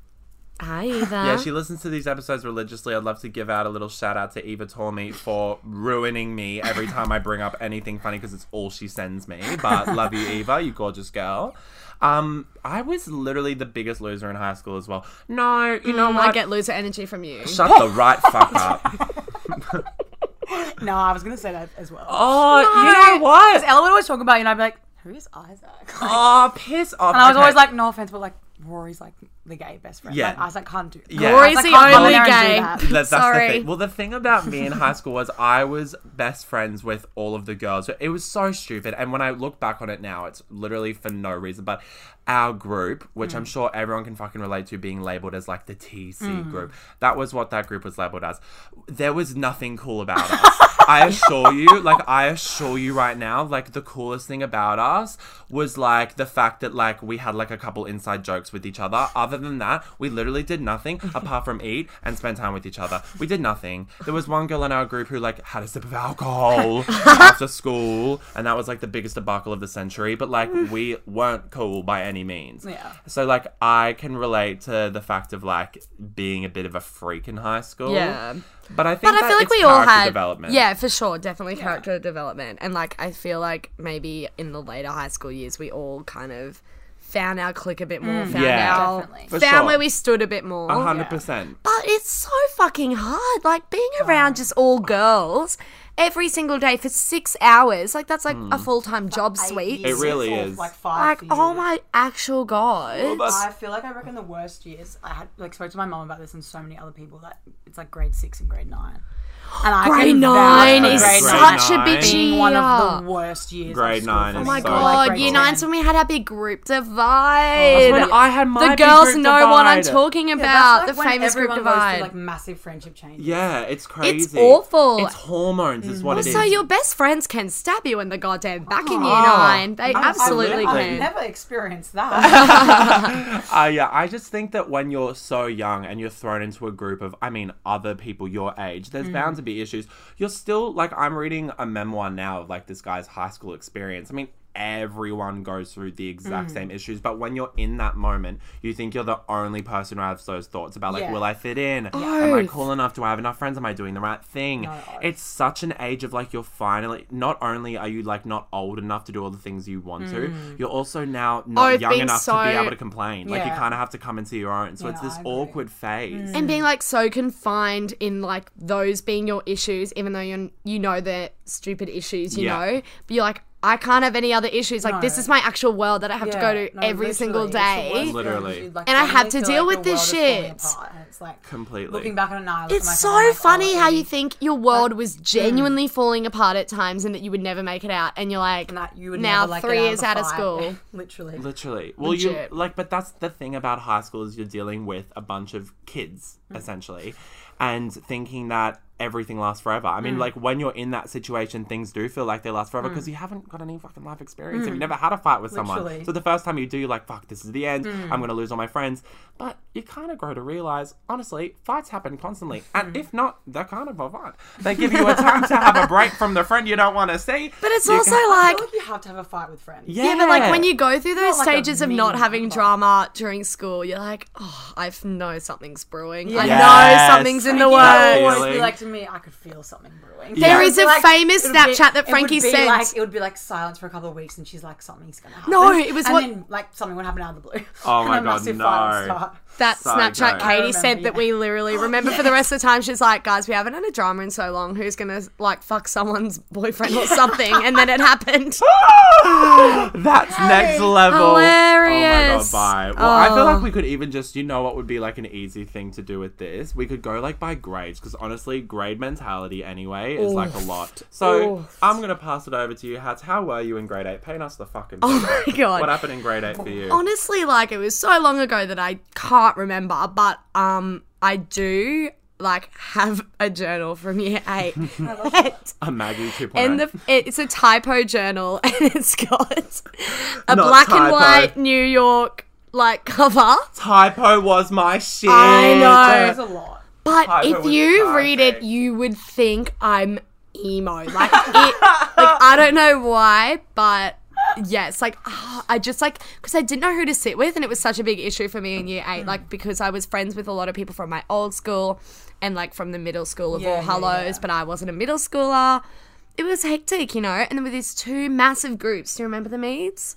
Speaker 2: I either.
Speaker 1: Yeah, she listens to these episodes religiously. I'd love to give out a little shout out to Eva Tormey for ruining me every time I bring up anything funny because it's all she sends me. But love you, Eva, you gorgeous girl. Um, I was literally the biggest loser in high school as well. No, you know
Speaker 3: Mm,
Speaker 2: I
Speaker 1: what?
Speaker 2: get loser energy from you.
Speaker 1: Shut the right fuck
Speaker 3: [laughs]
Speaker 1: up.
Speaker 3: No, I was gonna say that as well.
Speaker 1: Oh, you know
Speaker 3: [laughs] Because
Speaker 1: what?
Speaker 3: Ella would always talk about you, and I'd be like, "Who is Isaac?" [laughs] and
Speaker 1: Oh, piss off.
Speaker 3: I was
Speaker 1: Okay.
Speaker 3: always like, "No offense, but like Rory's like the gay best friend.
Speaker 1: Yeah.
Speaker 3: Like, Isaac can't do.
Speaker 1: Yeah.
Speaker 2: Rory's
Speaker 3: Isaac
Speaker 2: the
Speaker 3: can't go
Speaker 2: only
Speaker 3: there and do
Speaker 2: gay.
Speaker 1: [laughs]
Speaker 3: that.
Speaker 1: That- that's
Speaker 2: Sorry.
Speaker 1: the thing. Well, the thing about me in high school was I was best friends with all of the girls. It was so stupid. And when I look back on it now, it's literally for no reason. But our group, which I'm sure everyone can fucking relate to being labeled as like the TC group, that was what that group was labeled as. There was nothing cool about us. I assure you, like I assure you right now, like the coolest thing about us was like the fact that like we had like a couple inside jokes with each other. Other than that, we literally did
Speaker 2: [laughs]
Speaker 1: nothing apart from eat and spend time with each other. We did nothing. There was one girl in our group who like had a sip of
Speaker 2: [laughs]
Speaker 1: alcohol after school, and that was like the biggest debacle of the century. But like
Speaker 2: Mm.
Speaker 1: we weren't cool by any means.
Speaker 3: Yeah.
Speaker 1: So like I can relate to the fact of like being a bit of a freak in high school.
Speaker 2: Yeah.
Speaker 1: But I think
Speaker 2: But I
Speaker 1: that
Speaker 2: feel like
Speaker 1: it's
Speaker 2: we all
Speaker 1: character
Speaker 2: had.
Speaker 1: development.
Speaker 2: Yeah, for sure. Definitely character development. And like, I feel like maybe in the later high school years, we all kind of found our click a bit more, found
Speaker 1: Yeah.
Speaker 2: our.
Speaker 3: Mm. Definitely.
Speaker 1: For
Speaker 2: Found
Speaker 1: sure.
Speaker 2: where we stood a bit more.
Speaker 1: A hundred percent.
Speaker 2: But it's so fucking hard. Like being around just all girls every single day for six hours. Like that's like a full time job suite.
Speaker 1: Hmm. It really is.
Speaker 3: Like five.
Speaker 2: Like
Speaker 3: for you.
Speaker 2: oh my actual god.
Speaker 3: I feel like I reckon the worst years I had like spoke to my mom about this and so many other people that it's like grade six and grade nine. And I
Speaker 2: Grade
Speaker 3: can vouch
Speaker 2: nine
Speaker 3: for
Speaker 2: is
Speaker 3: grade
Speaker 1: such
Speaker 2: such
Speaker 1: a
Speaker 2: a
Speaker 1: nine.
Speaker 2: bitchy.
Speaker 3: being one of the worst years. of
Speaker 1: Grade
Speaker 3: school
Speaker 1: nine
Speaker 3: for
Speaker 1: is
Speaker 2: Oh
Speaker 3: me.
Speaker 2: my
Speaker 1: So
Speaker 2: god,
Speaker 1: grade
Speaker 2: year
Speaker 1: ten.
Speaker 2: nine's when we had our big group
Speaker 1: That's
Speaker 3: Oh,
Speaker 2: divide.
Speaker 1: when I had my
Speaker 2: the
Speaker 1: big
Speaker 2: girls
Speaker 1: group
Speaker 2: know what I'm
Speaker 1: divide.
Speaker 2: talking about.
Speaker 3: Yeah, that's like
Speaker 2: the
Speaker 3: when
Speaker 2: famous group
Speaker 3: everyone goes through,
Speaker 2: divide.
Speaker 3: like massive friendship changes.
Speaker 1: Yeah, it's crazy.
Speaker 2: awful. Mm.
Speaker 1: It's hormones, is what it
Speaker 2: also,
Speaker 1: is.
Speaker 2: your best friends can stab you in the goddamn back in year
Speaker 1: Oh.
Speaker 2: nine. They absolutely
Speaker 1: absolutely.
Speaker 3: I've
Speaker 2: can.
Speaker 3: never
Speaker 1: [laughs]
Speaker 3: experienced that.
Speaker 1: Uh, yeah, I just think that when you're so young and you're thrown into a group of, I mean, other people your age,
Speaker 2: Mm.
Speaker 1: there's bound to be issues. You're still, like, I'm reading a memoir now of, like, this guy's high school experience. I mean, everyone goes through the
Speaker 2: Mm.
Speaker 1: exact same issues, but when you're in that moment, you think you're the only person who has those thoughts about, like,
Speaker 3: Yeah.
Speaker 1: will I fit in? Am I
Speaker 2: Oath.
Speaker 1: cool enough? Do I have enough friends? Am I doing the right thing?
Speaker 3: oath.
Speaker 1: It's such an age of, like, you're finally, not only are you, like, not old enough to do all the things you want to, you're also now not
Speaker 2: Oath
Speaker 1: young
Speaker 2: Mm. being
Speaker 1: enough to be
Speaker 2: so-
Speaker 1: able to complain. Like you
Speaker 3: Yeah.
Speaker 1: kind of have to come into your own. So it's
Speaker 3: Yeah,
Speaker 1: this
Speaker 3: I agree.
Speaker 1: awkward phase.
Speaker 2: and being like so confined in like those being your issues, even though you you know they're stupid issues, you
Speaker 1: Yeah.
Speaker 2: know, but you're like, I can't have any other issues. Like this
Speaker 3: No.
Speaker 2: is my actual world that I have to go to
Speaker 3: Yeah, no,
Speaker 2: every single
Speaker 3: literally, it's
Speaker 2: day.
Speaker 3: the worst feeling, 'cause
Speaker 1: Literally.
Speaker 3: you'd, like,
Speaker 2: And I
Speaker 3: suddenly
Speaker 2: have to
Speaker 3: feel
Speaker 2: deal
Speaker 3: like
Speaker 2: with
Speaker 3: your
Speaker 2: this
Speaker 3: world is falling
Speaker 2: shit.
Speaker 3: apart, and It's like
Speaker 1: Completely.
Speaker 3: looking back on it now. I look at
Speaker 2: It's
Speaker 3: myself and I'm
Speaker 2: so
Speaker 3: like, oh,
Speaker 2: funny how you
Speaker 3: and
Speaker 2: think your world was
Speaker 3: mm.
Speaker 2: genuinely falling apart at times and that you would never make it out, and you're like,
Speaker 3: that you would
Speaker 2: now
Speaker 3: never, like, get
Speaker 2: three
Speaker 3: out
Speaker 2: years
Speaker 3: the
Speaker 2: out of
Speaker 3: fight. [laughs]
Speaker 2: school.
Speaker 3: Literally,
Speaker 1: Literally. Well,
Speaker 2: Legit.
Speaker 1: you like, but that's the thing about high school is you're dealing with a bunch of kids
Speaker 2: Mm.
Speaker 1: essentially, and thinking that everything lasts forever. I
Speaker 2: Mm.
Speaker 1: mean, like when you're in that situation, things do feel like they last forever because you haven't got any fucking life experience.
Speaker 2: Mm.
Speaker 1: You've never had a fight with someone,
Speaker 3: Literally.
Speaker 1: so the first time you do, you're like, "Fuck, this is the end.
Speaker 2: Mm.
Speaker 1: I'm gonna lose all my friends." But you kind of grow to realize, honestly, fights happen constantly, and
Speaker 2: Mm.
Speaker 1: if not, they're kind of a fight. They give you a time to have a break from the friend you don't want to see.
Speaker 2: But it's
Speaker 1: You
Speaker 2: also
Speaker 1: can-
Speaker 3: I
Speaker 2: like,
Speaker 3: feel like you have to have a fight with friends.
Speaker 2: Yeah, but like when
Speaker 1: Yeah.
Speaker 2: you go through those
Speaker 3: like a
Speaker 2: stages of not
Speaker 3: mean
Speaker 2: having
Speaker 3: number.
Speaker 2: drama during school, you're like, oh, I f- know something's brewing. I
Speaker 1: Yes.
Speaker 2: know something's in the
Speaker 1: Thank you.
Speaker 3: That
Speaker 2: works.
Speaker 3: would
Speaker 1: Yes.
Speaker 3: always be
Speaker 1: Feeling.
Speaker 3: like to me, I could feel something brewing.
Speaker 1: Yeah.
Speaker 2: There
Speaker 1: It
Speaker 2: is
Speaker 3: It'd
Speaker 2: a
Speaker 3: be like-
Speaker 2: famous
Speaker 3: it would be-
Speaker 2: Snapchat that
Speaker 3: it
Speaker 2: Frankie
Speaker 3: would be
Speaker 2: sent.
Speaker 3: Like, it would be like silence for a couple of weeks, and she's like, "Something's gonna happen."
Speaker 2: No, it was
Speaker 3: and
Speaker 2: what-
Speaker 3: then like something would happen out of the blue.
Speaker 1: Oh
Speaker 3: [laughs] and
Speaker 1: my
Speaker 3: a
Speaker 1: God,
Speaker 3: massive fight would
Speaker 1: no.
Speaker 3: start.
Speaker 2: that
Speaker 1: So
Speaker 2: Snapchat
Speaker 1: good.
Speaker 3: I
Speaker 2: Katie
Speaker 3: remember, Oh,
Speaker 2: sent that
Speaker 3: yeah.
Speaker 2: we
Speaker 3: [laughs]
Speaker 2: literally remember for the rest of the time. She's like, guys, we haven't had a drama in so long. Who's gonna like fuck someone's boyfriend
Speaker 3: [laughs]
Speaker 2: or something? And then it happened. [laughs]
Speaker 1: That's next level.
Speaker 2: Hilarious.
Speaker 1: Oh my god, Oh bye. Well, I feel
Speaker 2: Oh.
Speaker 1: like we could even just, you know what would be like an easy thing to do with this? We could go like by grades, because honestly, grade mentality anyway is like a lot. So I'm gonna pass it over to you, Hats. How were you in grade eight? Paint us the fucking
Speaker 2: oh my god.
Speaker 1: What happened in grade eight for you?
Speaker 2: honestly like it was so long ago that I can't remember, but um I do like have a journal from year
Speaker 3: [laughs]
Speaker 2: eight.
Speaker 1: A Maggie oh. 2.0.
Speaker 2: and the it's a typo journal [laughs] and it's got a
Speaker 1: Not
Speaker 2: black and
Speaker 1: typo.
Speaker 2: white New York like cover.
Speaker 1: typo was my shit.
Speaker 2: I know.
Speaker 3: There's a lot.
Speaker 2: But
Speaker 1: Typo
Speaker 2: if
Speaker 1: was
Speaker 2: you read it,
Speaker 1: perfect.
Speaker 2: you would think I'm
Speaker 3: [laughs]
Speaker 2: emo. Like it like I don't know why, but Yes, like ah, I just like because I didn't know who to sit with, and it was such a big issue for me in year
Speaker 3: Hmm.
Speaker 2: eight. Like because I was friends with a lot of people from my old school and like from the middle school of
Speaker 3: Yeah,
Speaker 2: all
Speaker 3: yeah,
Speaker 2: hellos, but I wasn't a middle schooler. It was hectic, you know. And there were these two massive groups. Do you remember the meets?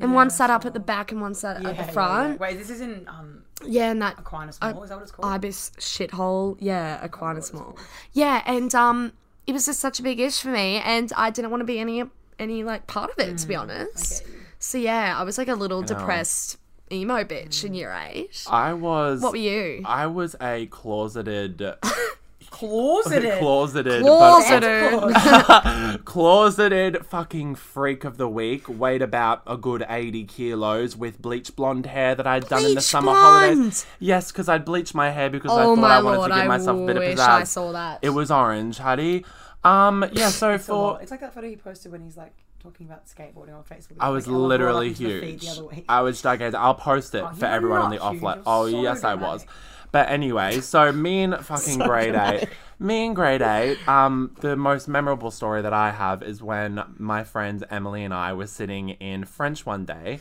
Speaker 2: And one sat up at the back, and one sat at
Speaker 3: Yeah, yeah,
Speaker 2: the
Speaker 3: yeah.
Speaker 2: front.
Speaker 3: Wait, this is in um,
Speaker 2: Yeah, and that
Speaker 3: Aquinas Mall. Is that what it's called?
Speaker 2: ibis shithole yeah aquinas mall yeah and um it was just such a big ish for me and i didn't want to be any any like part of it to be honest so yeah i was like a little depressed emo bitch in year eight
Speaker 1: I was.
Speaker 2: what were you
Speaker 1: I was a closeted, [laughs]
Speaker 3: Closeted. [laughs]
Speaker 1: closeted, but
Speaker 2: Closeted.
Speaker 1: closeted fucking freak of the week. Weighed about a good 80 kilos with bleach blonde hair that I'd done in the
Speaker 2: Bleach
Speaker 1: summer
Speaker 2: blonde!
Speaker 1: holidays. Yes, because I'd bleached my hair because I
Speaker 2: Oh
Speaker 1: thought
Speaker 2: my
Speaker 1: I wanted
Speaker 2: lord,
Speaker 1: to give
Speaker 2: I
Speaker 1: myself a bit of
Speaker 2: wish
Speaker 1: pizzazz.
Speaker 2: I saw that.
Speaker 1: It was orange, honey. Um, yeah,
Speaker 2: [laughs]
Speaker 1: so
Speaker 3: It's a lot.
Speaker 1: for.
Speaker 3: It's like that photo he posted when he's like talking about skateboarding on Facebook.
Speaker 1: I was
Speaker 3: Like, Ella brought
Speaker 1: literally
Speaker 3: up to the feed
Speaker 1: huge.
Speaker 3: the other week.
Speaker 1: I was gigantic. I'll post it for
Speaker 3: you were
Speaker 1: everyone on the
Speaker 3: not
Speaker 1: off
Speaker 3: huge.
Speaker 1: light.
Speaker 3: You're
Speaker 1: Oh
Speaker 3: so
Speaker 1: yes, I was.
Speaker 3: dramatic.
Speaker 1: But
Speaker 3: [laughs]
Speaker 1: anyway, so me and fucking grade eight, me and grade eight. Um, the most memorable story that I have is when my friend Emily and I were sitting in French one day.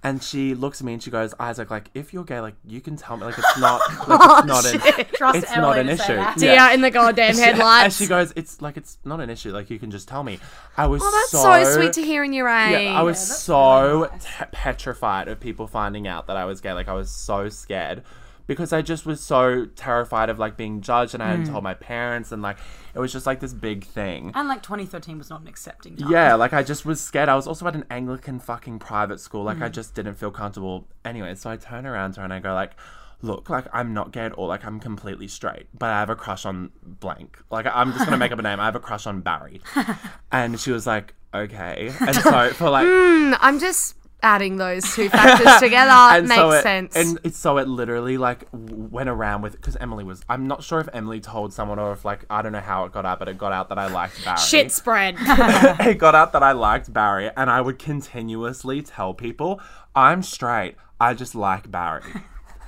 Speaker 1: And she looks at me and she goes, Isaac, like if you're gay, like you can tell me, like it's
Speaker 3: [laughs]
Speaker 1: not, like it's not an,
Speaker 3: Oh, Trust
Speaker 1: it's
Speaker 3: Emily
Speaker 1: not an
Speaker 3: to say
Speaker 1: issue.
Speaker 3: that.
Speaker 2: deer
Speaker 1: [laughs]
Speaker 2: in the goddamn
Speaker 1: And
Speaker 2: headlights
Speaker 1: she goes, it's like it's not an issue, like you can just tell me. I was
Speaker 2: oh that's so, sweet to hear in year eight
Speaker 1: yeah, I was so te- petrified of people finding out that I was gay. Like I was so scared because I just was so terrified of like being judged, and I hadn't told my parents, and like it was just like this big thing.
Speaker 3: [laughs] And like 2013 was not an accepting time.
Speaker 1: Yeah, like I just was scared. I was also at an Anglican fucking private school. Like I just didn't feel comfortable. Anyway, so I turn around to her and I go like, look, like I'm not gay at all, like I'm completely straight, but I have a crush on blank. Like I'm just gonna make up a name. I have a crush on Barry, and she was like, okay. And so for like
Speaker 2: I'm just adding those
Speaker 1: [laughs]
Speaker 2: two factors together. Makes
Speaker 1: so it,
Speaker 2: sense.
Speaker 1: And it's so it literally like w- went around with because Emily was. I'm not sure if Emily told someone or if like I don't know how it got out, but it got out that I liked Barry.
Speaker 2: Shit [laughs] spread.
Speaker 1: [laughs] it got out that I liked Barry, and I would continuously tell people I'm straight. I just like
Speaker 2: [laughs]
Speaker 1: Barry.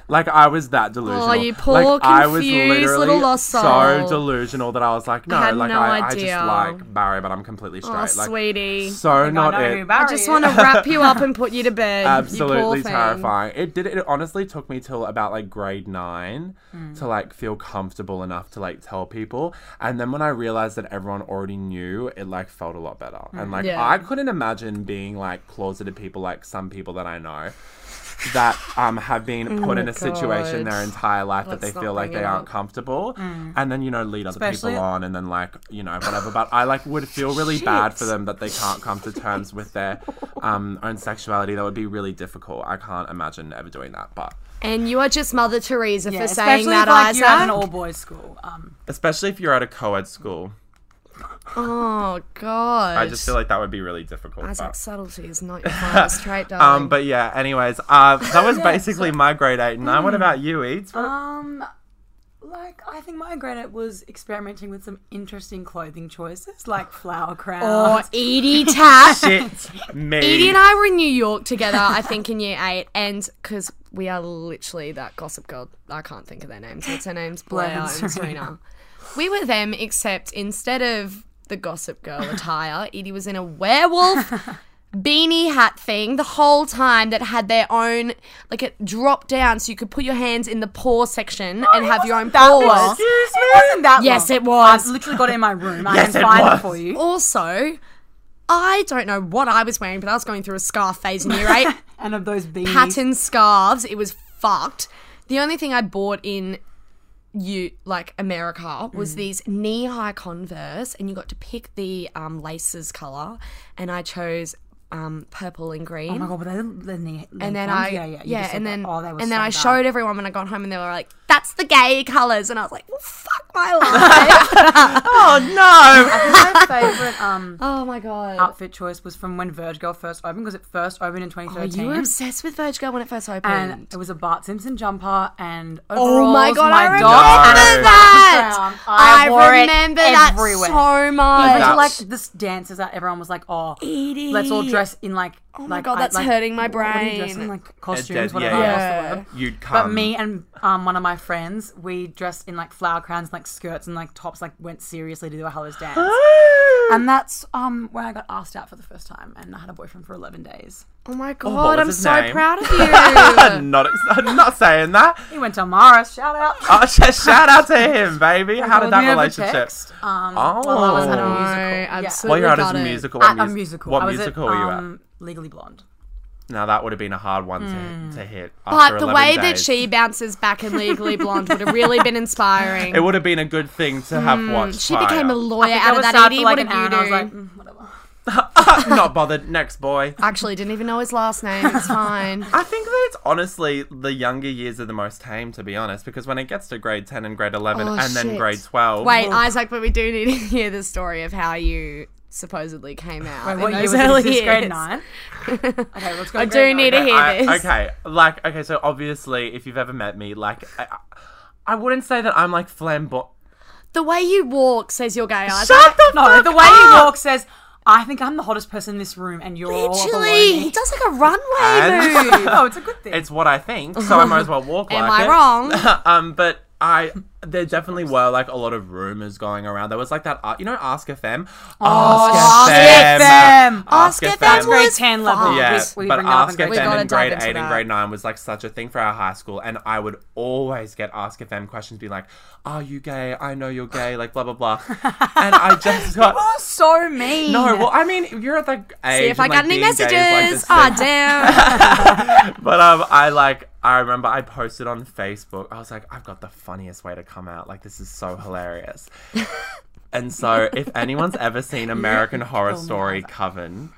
Speaker 1: Like I was that delusional.
Speaker 2: Oh, you poor,
Speaker 1: like, I was
Speaker 2: confused
Speaker 1: literally
Speaker 2: little lost soul.
Speaker 1: so delusional that I was like, no,
Speaker 2: had
Speaker 1: like
Speaker 2: no
Speaker 1: I, I
Speaker 2: idea.
Speaker 1: just like Barry, but I'm completely straight.
Speaker 2: oh,
Speaker 1: like,
Speaker 2: sweetie.
Speaker 1: so not
Speaker 3: I know
Speaker 1: it.
Speaker 3: who Barry
Speaker 2: I just
Speaker 3: is.
Speaker 2: want to wrap you
Speaker 1: [laughs]
Speaker 2: up and put you to bed. you poor
Speaker 1: absolutely
Speaker 2: thing.
Speaker 1: terrifying. It did. It honestly took me till about like grade nine
Speaker 2: Hmm.
Speaker 1: to like feel comfortable enough to like tell people. And then when I realized that everyone already knew, it like felt a lot better. And like
Speaker 2: Yeah.
Speaker 1: I couldn't imagine being like closeted people like some people that I know. That um have been put in a situation
Speaker 2: Oh God.
Speaker 1: their entire life
Speaker 2: Let's
Speaker 1: that they
Speaker 2: not
Speaker 1: feel like
Speaker 2: bring
Speaker 1: they
Speaker 2: it
Speaker 1: aren't
Speaker 2: up. Hmm.
Speaker 1: comfortable, and then you know lead other
Speaker 3: Especially-
Speaker 1: people on, and then like you know whatever. But I like would feel really bad for them that they can't come to terms with their um, own sexuality. That would be really difficult. I can't imagine ever doing that. But
Speaker 2: And you are just Mother Teresa
Speaker 3: Yeah,
Speaker 2: for saying
Speaker 3: especially
Speaker 2: that,
Speaker 3: if, like,
Speaker 2: Isaac.
Speaker 3: you have an all boys school. Um,
Speaker 1: especially if you're at a co-ed school,
Speaker 2: oh God.
Speaker 1: I just feel like that would be really difficult.
Speaker 2: Isaac
Speaker 1: but-
Speaker 2: subtlety is
Speaker 1: [laughs]
Speaker 2: not your finest trait, darling.
Speaker 1: um, but yeah. Anyways, uh, that
Speaker 3: [laughs]
Speaker 1: was basically my grade eight and nine.
Speaker 3: Mm.
Speaker 1: What about you, Eads?
Speaker 3: um, like I think my grade eight was experimenting with some interesting clothing choices, like flower
Speaker 2: or
Speaker 3: crowns.
Speaker 2: [laughs] Edie Tap.
Speaker 3: [laughs]
Speaker 1: Shit, me.
Speaker 2: Edie and I were in New York together, I think, in year eight, and because we are literally that gossip girl. I can't think of their names. What's her names? Blair and Serena. We were them, except instead of the gossip girl attire, Edie was in a werewolf [laughs] beanie hat thing the whole time that had their own like it dropped down so you could put your hands in the paw section and have your own paws.
Speaker 3: Excuse me. It wasn't that
Speaker 2: Yes,
Speaker 3: long.
Speaker 2: it was.
Speaker 3: I literally got it in my room. I
Speaker 1: Yes,
Speaker 3: can
Speaker 1: it
Speaker 3: find
Speaker 1: was.
Speaker 3: it for you.
Speaker 2: Also, I don't know what I was wearing, but I was going through a scarf phase in year eight.
Speaker 3: And of those beanies.
Speaker 2: pattern scarves. It was fucked. The only thing I bought in you like America was these knee high Converse, and you got to pick the um, laces color, and I chose um, purple and green.
Speaker 3: Oh my god, but they're the knee.
Speaker 2: and then I
Speaker 3: yeah, yeah,
Speaker 2: yeah,
Speaker 3: you just
Speaker 2: and
Speaker 3: said
Speaker 2: then
Speaker 3: that. oh, they were
Speaker 2: and then
Speaker 3: so
Speaker 2: I
Speaker 3: bad.
Speaker 2: showed everyone when I got home, and they were like, "That's the gay colors," and I was like, well, "Fuck [laughs] my life!"
Speaker 1: oh
Speaker 3: My [laughs] favorite um
Speaker 2: oh my god.
Speaker 3: outfit choice was from when Verge Girl first opened because it first opened in
Speaker 2: Oh,
Speaker 3: 2013.
Speaker 2: you were obsessed with Verge Girl when it first opened.
Speaker 3: and it was a Bart Simpson jumper and overalls,
Speaker 2: Oh my god, I remember
Speaker 3: dog, and a
Speaker 2: that!
Speaker 3: crown.
Speaker 2: I,
Speaker 3: I, wore it
Speaker 2: remember that
Speaker 3: everywhere.
Speaker 2: so much.
Speaker 3: Even to
Speaker 1: That's-
Speaker 3: like this dances that everyone was like, oh,
Speaker 2: Edie.
Speaker 3: let's all dress in like. Oh
Speaker 2: my God, that's hurting my
Speaker 3: What are you dressing
Speaker 2: brain.
Speaker 3: like
Speaker 1: Yeah,
Speaker 3: costumes?
Speaker 1: yeah,
Speaker 3: Whatever.
Speaker 1: yeah.
Speaker 3: else the
Speaker 2: Yeah.
Speaker 3: word.
Speaker 1: no! You'd come.
Speaker 3: But me and um, one of my friends, we dressed in like flower crowns, like skirts, and like tops. Like went seriously to do a Hellas dance, and that's um where I got asked out for the first time, and I had a boyfriend for eleven days.
Speaker 2: Oh my
Speaker 1: was
Speaker 2: god, I'm
Speaker 1: his
Speaker 2: so
Speaker 1: name? [laughs]
Speaker 2: proud of
Speaker 1: [laughs]
Speaker 2: you.
Speaker 1: not, [laughs] I'm not saying that.
Speaker 3: He went to Mara. Shout out.
Speaker 1: Oh, sh- [laughs] shout out to him, baby. How did that
Speaker 3: Called me over
Speaker 1: relationship?
Speaker 3: text, Um,
Speaker 1: Oh.
Speaker 3: while I was at a
Speaker 1: No,
Speaker 3: musical. Yeah.
Speaker 2: absolutely.
Speaker 1: Well, you're out
Speaker 2: got
Speaker 1: as a
Speaker 2: it.
Speaker 1: musical.
Speaker 3: At
Speaker 1: what
Speaker 3: a
Speaker 1: mus-
Speaker 3: musical.
Speaker 1: What
Speaker 3: I was
Speaker 1: musical
Speaker 3: at,
Speaker 1: were you at?
Speaker 3: um, Legally Blonde.
Speaker 1: Now that would have been a hard one to, to hit. after
Speaker 2: But the
Speaker 1: 11
Speaker 2: way that
Speaker 1: days.
Speaker 2: she bounces back in Legally Blonde would have really been
Speaker 1: [laughs]
Speaker 2: inspiring.
Speaker 1: it would have been a good thing to have watched.
Speaker 2: she became
Speaker 1: prior.
Speaker 2: a lawyer
Speaker 3: I
Speaker 2: out of
Speaker 3: was
Speaker 2: that
Speaker 3: sad for,
Speaker 2: Edie.
Speaker 3: like
Speaker 2: what
Speaker 3: an hour
Speaker 2: did
Speaker 3: and I was
Speaker 2: you
Speaker 3: like,
Speaker 2: do?
Speaker 3: mm,
Speaker 1: [laughs]
Speaker 3: whatever.
Speaker 1: not bothered. Next boy.
Speaker 2: [laughs] Actually, didn't even know his last name. It's
Speaker 3: [laughs]
Speaker 2: fine. [laughs]
Speaker 1: I think that it's honestly the younger years are the most tame, to be honest, because when it gets to grade ten and grade eleven,
Speaker 2: Oh,
Speaker 1: and
Speaker 2: shit.
Speaker 1: then grade twelve.
Speaker 2: Wait, Isaac, but we do need to hear the story of how you supposedly came out. in
Speaker 3: What year
Speaker 2: those
Speaker 3: was it?
Speaker 2: early
Speaker 3: Is this grade
Speaker 2: years. [laughs]
Speaker 3: nine? Okay, let's go.
Speaker 2: I
Speaker 3: grade
Speaker 2: do
Speaker 3: nine.
Speaker 2: need to hear
Speaker 1: I-
Speaker 2: this.
Speaker 1: Okay, like okay, so obviously, if you've ever met me, like I, I wouldn't say that I'm like flamboyant.
Speaker 2: The way you walk says you're gay, Isaac.
Speaker 1: Shut the
Speaker 3: No,
Speaker 1: fuck
Speaker 3: the way he
Speaker 1: up!
Speaker 3: walks says, "I think I'm the hottest person in this room, and you're
Speaker 1: Oh,
Speaker 3: all below
Speaker 2: Literally, he
Speaker 3: me."
Speaker 2: does like a runway
Speaker 1: And- [laughs]
Speaker 2: move.
Speaker 3: No, it's a good thing.
Speaker 1: It's what I think, so I might as well [laughs] walk
Speaker 2: Am
Speaker 1: like
Speaker 2: I
Speaker 1: it.
Speaker 2: wrong?
Speaker 1: um, but I there definitely were like a lot of rumors going around. There was like that, uh, you know, Ask a Femme.
Speaker 2: Oh,
Speaker 3: Ask a Femme.
Speaker 1: Ask a
Speaker 2: Ask a Femme
Speaker 1: Femme.
Speaker 2: was-
Speaker 3: grade ten level.
Speaker 2: fucked.
Speaker 1: Yeah,
Speaker 3: we, we
Speaker 1: but
Speaker 3: bring that up in
Speaker 1: Ask a
Speaker 3: grade
Speaker 2: We
Speaker 1: Femme
Speaker 2: gotta
Speaker 1: in grade
Speaker 2: dive into
Speaker 1: eight and
Speaker 2: that.
Speaker 1: grade nine was like such a thing for our high school, and I would always get Ask a Femme questions, being like, "Are you gay? I know you're gay." Like blah blah blah, and I
Speaker 2: [laughs]
Speaker 1: just got.
Speaker 3: Oh, so mean.
Speaker 1: No, well, I mean, you're at the age.
Speaker 2: See if I
Speaker 1: and, like,
Speaker 2: got any
Speaker 1: being gay is, like,
Speaker 2: messages.
Speaker 1: this
Speaker 2: Ah,
Speaker 1: thing. [laughs]
Speaker 2: damn.
Speaker 1: But um, I like I remember I posted on Facebook. I was like, I've got the funniest way to come out. Like this is so hilarious.
Speaker 2: [laughs] Oh
Speaker 1: and so, if anyone's ever seen American Horror Story Coven,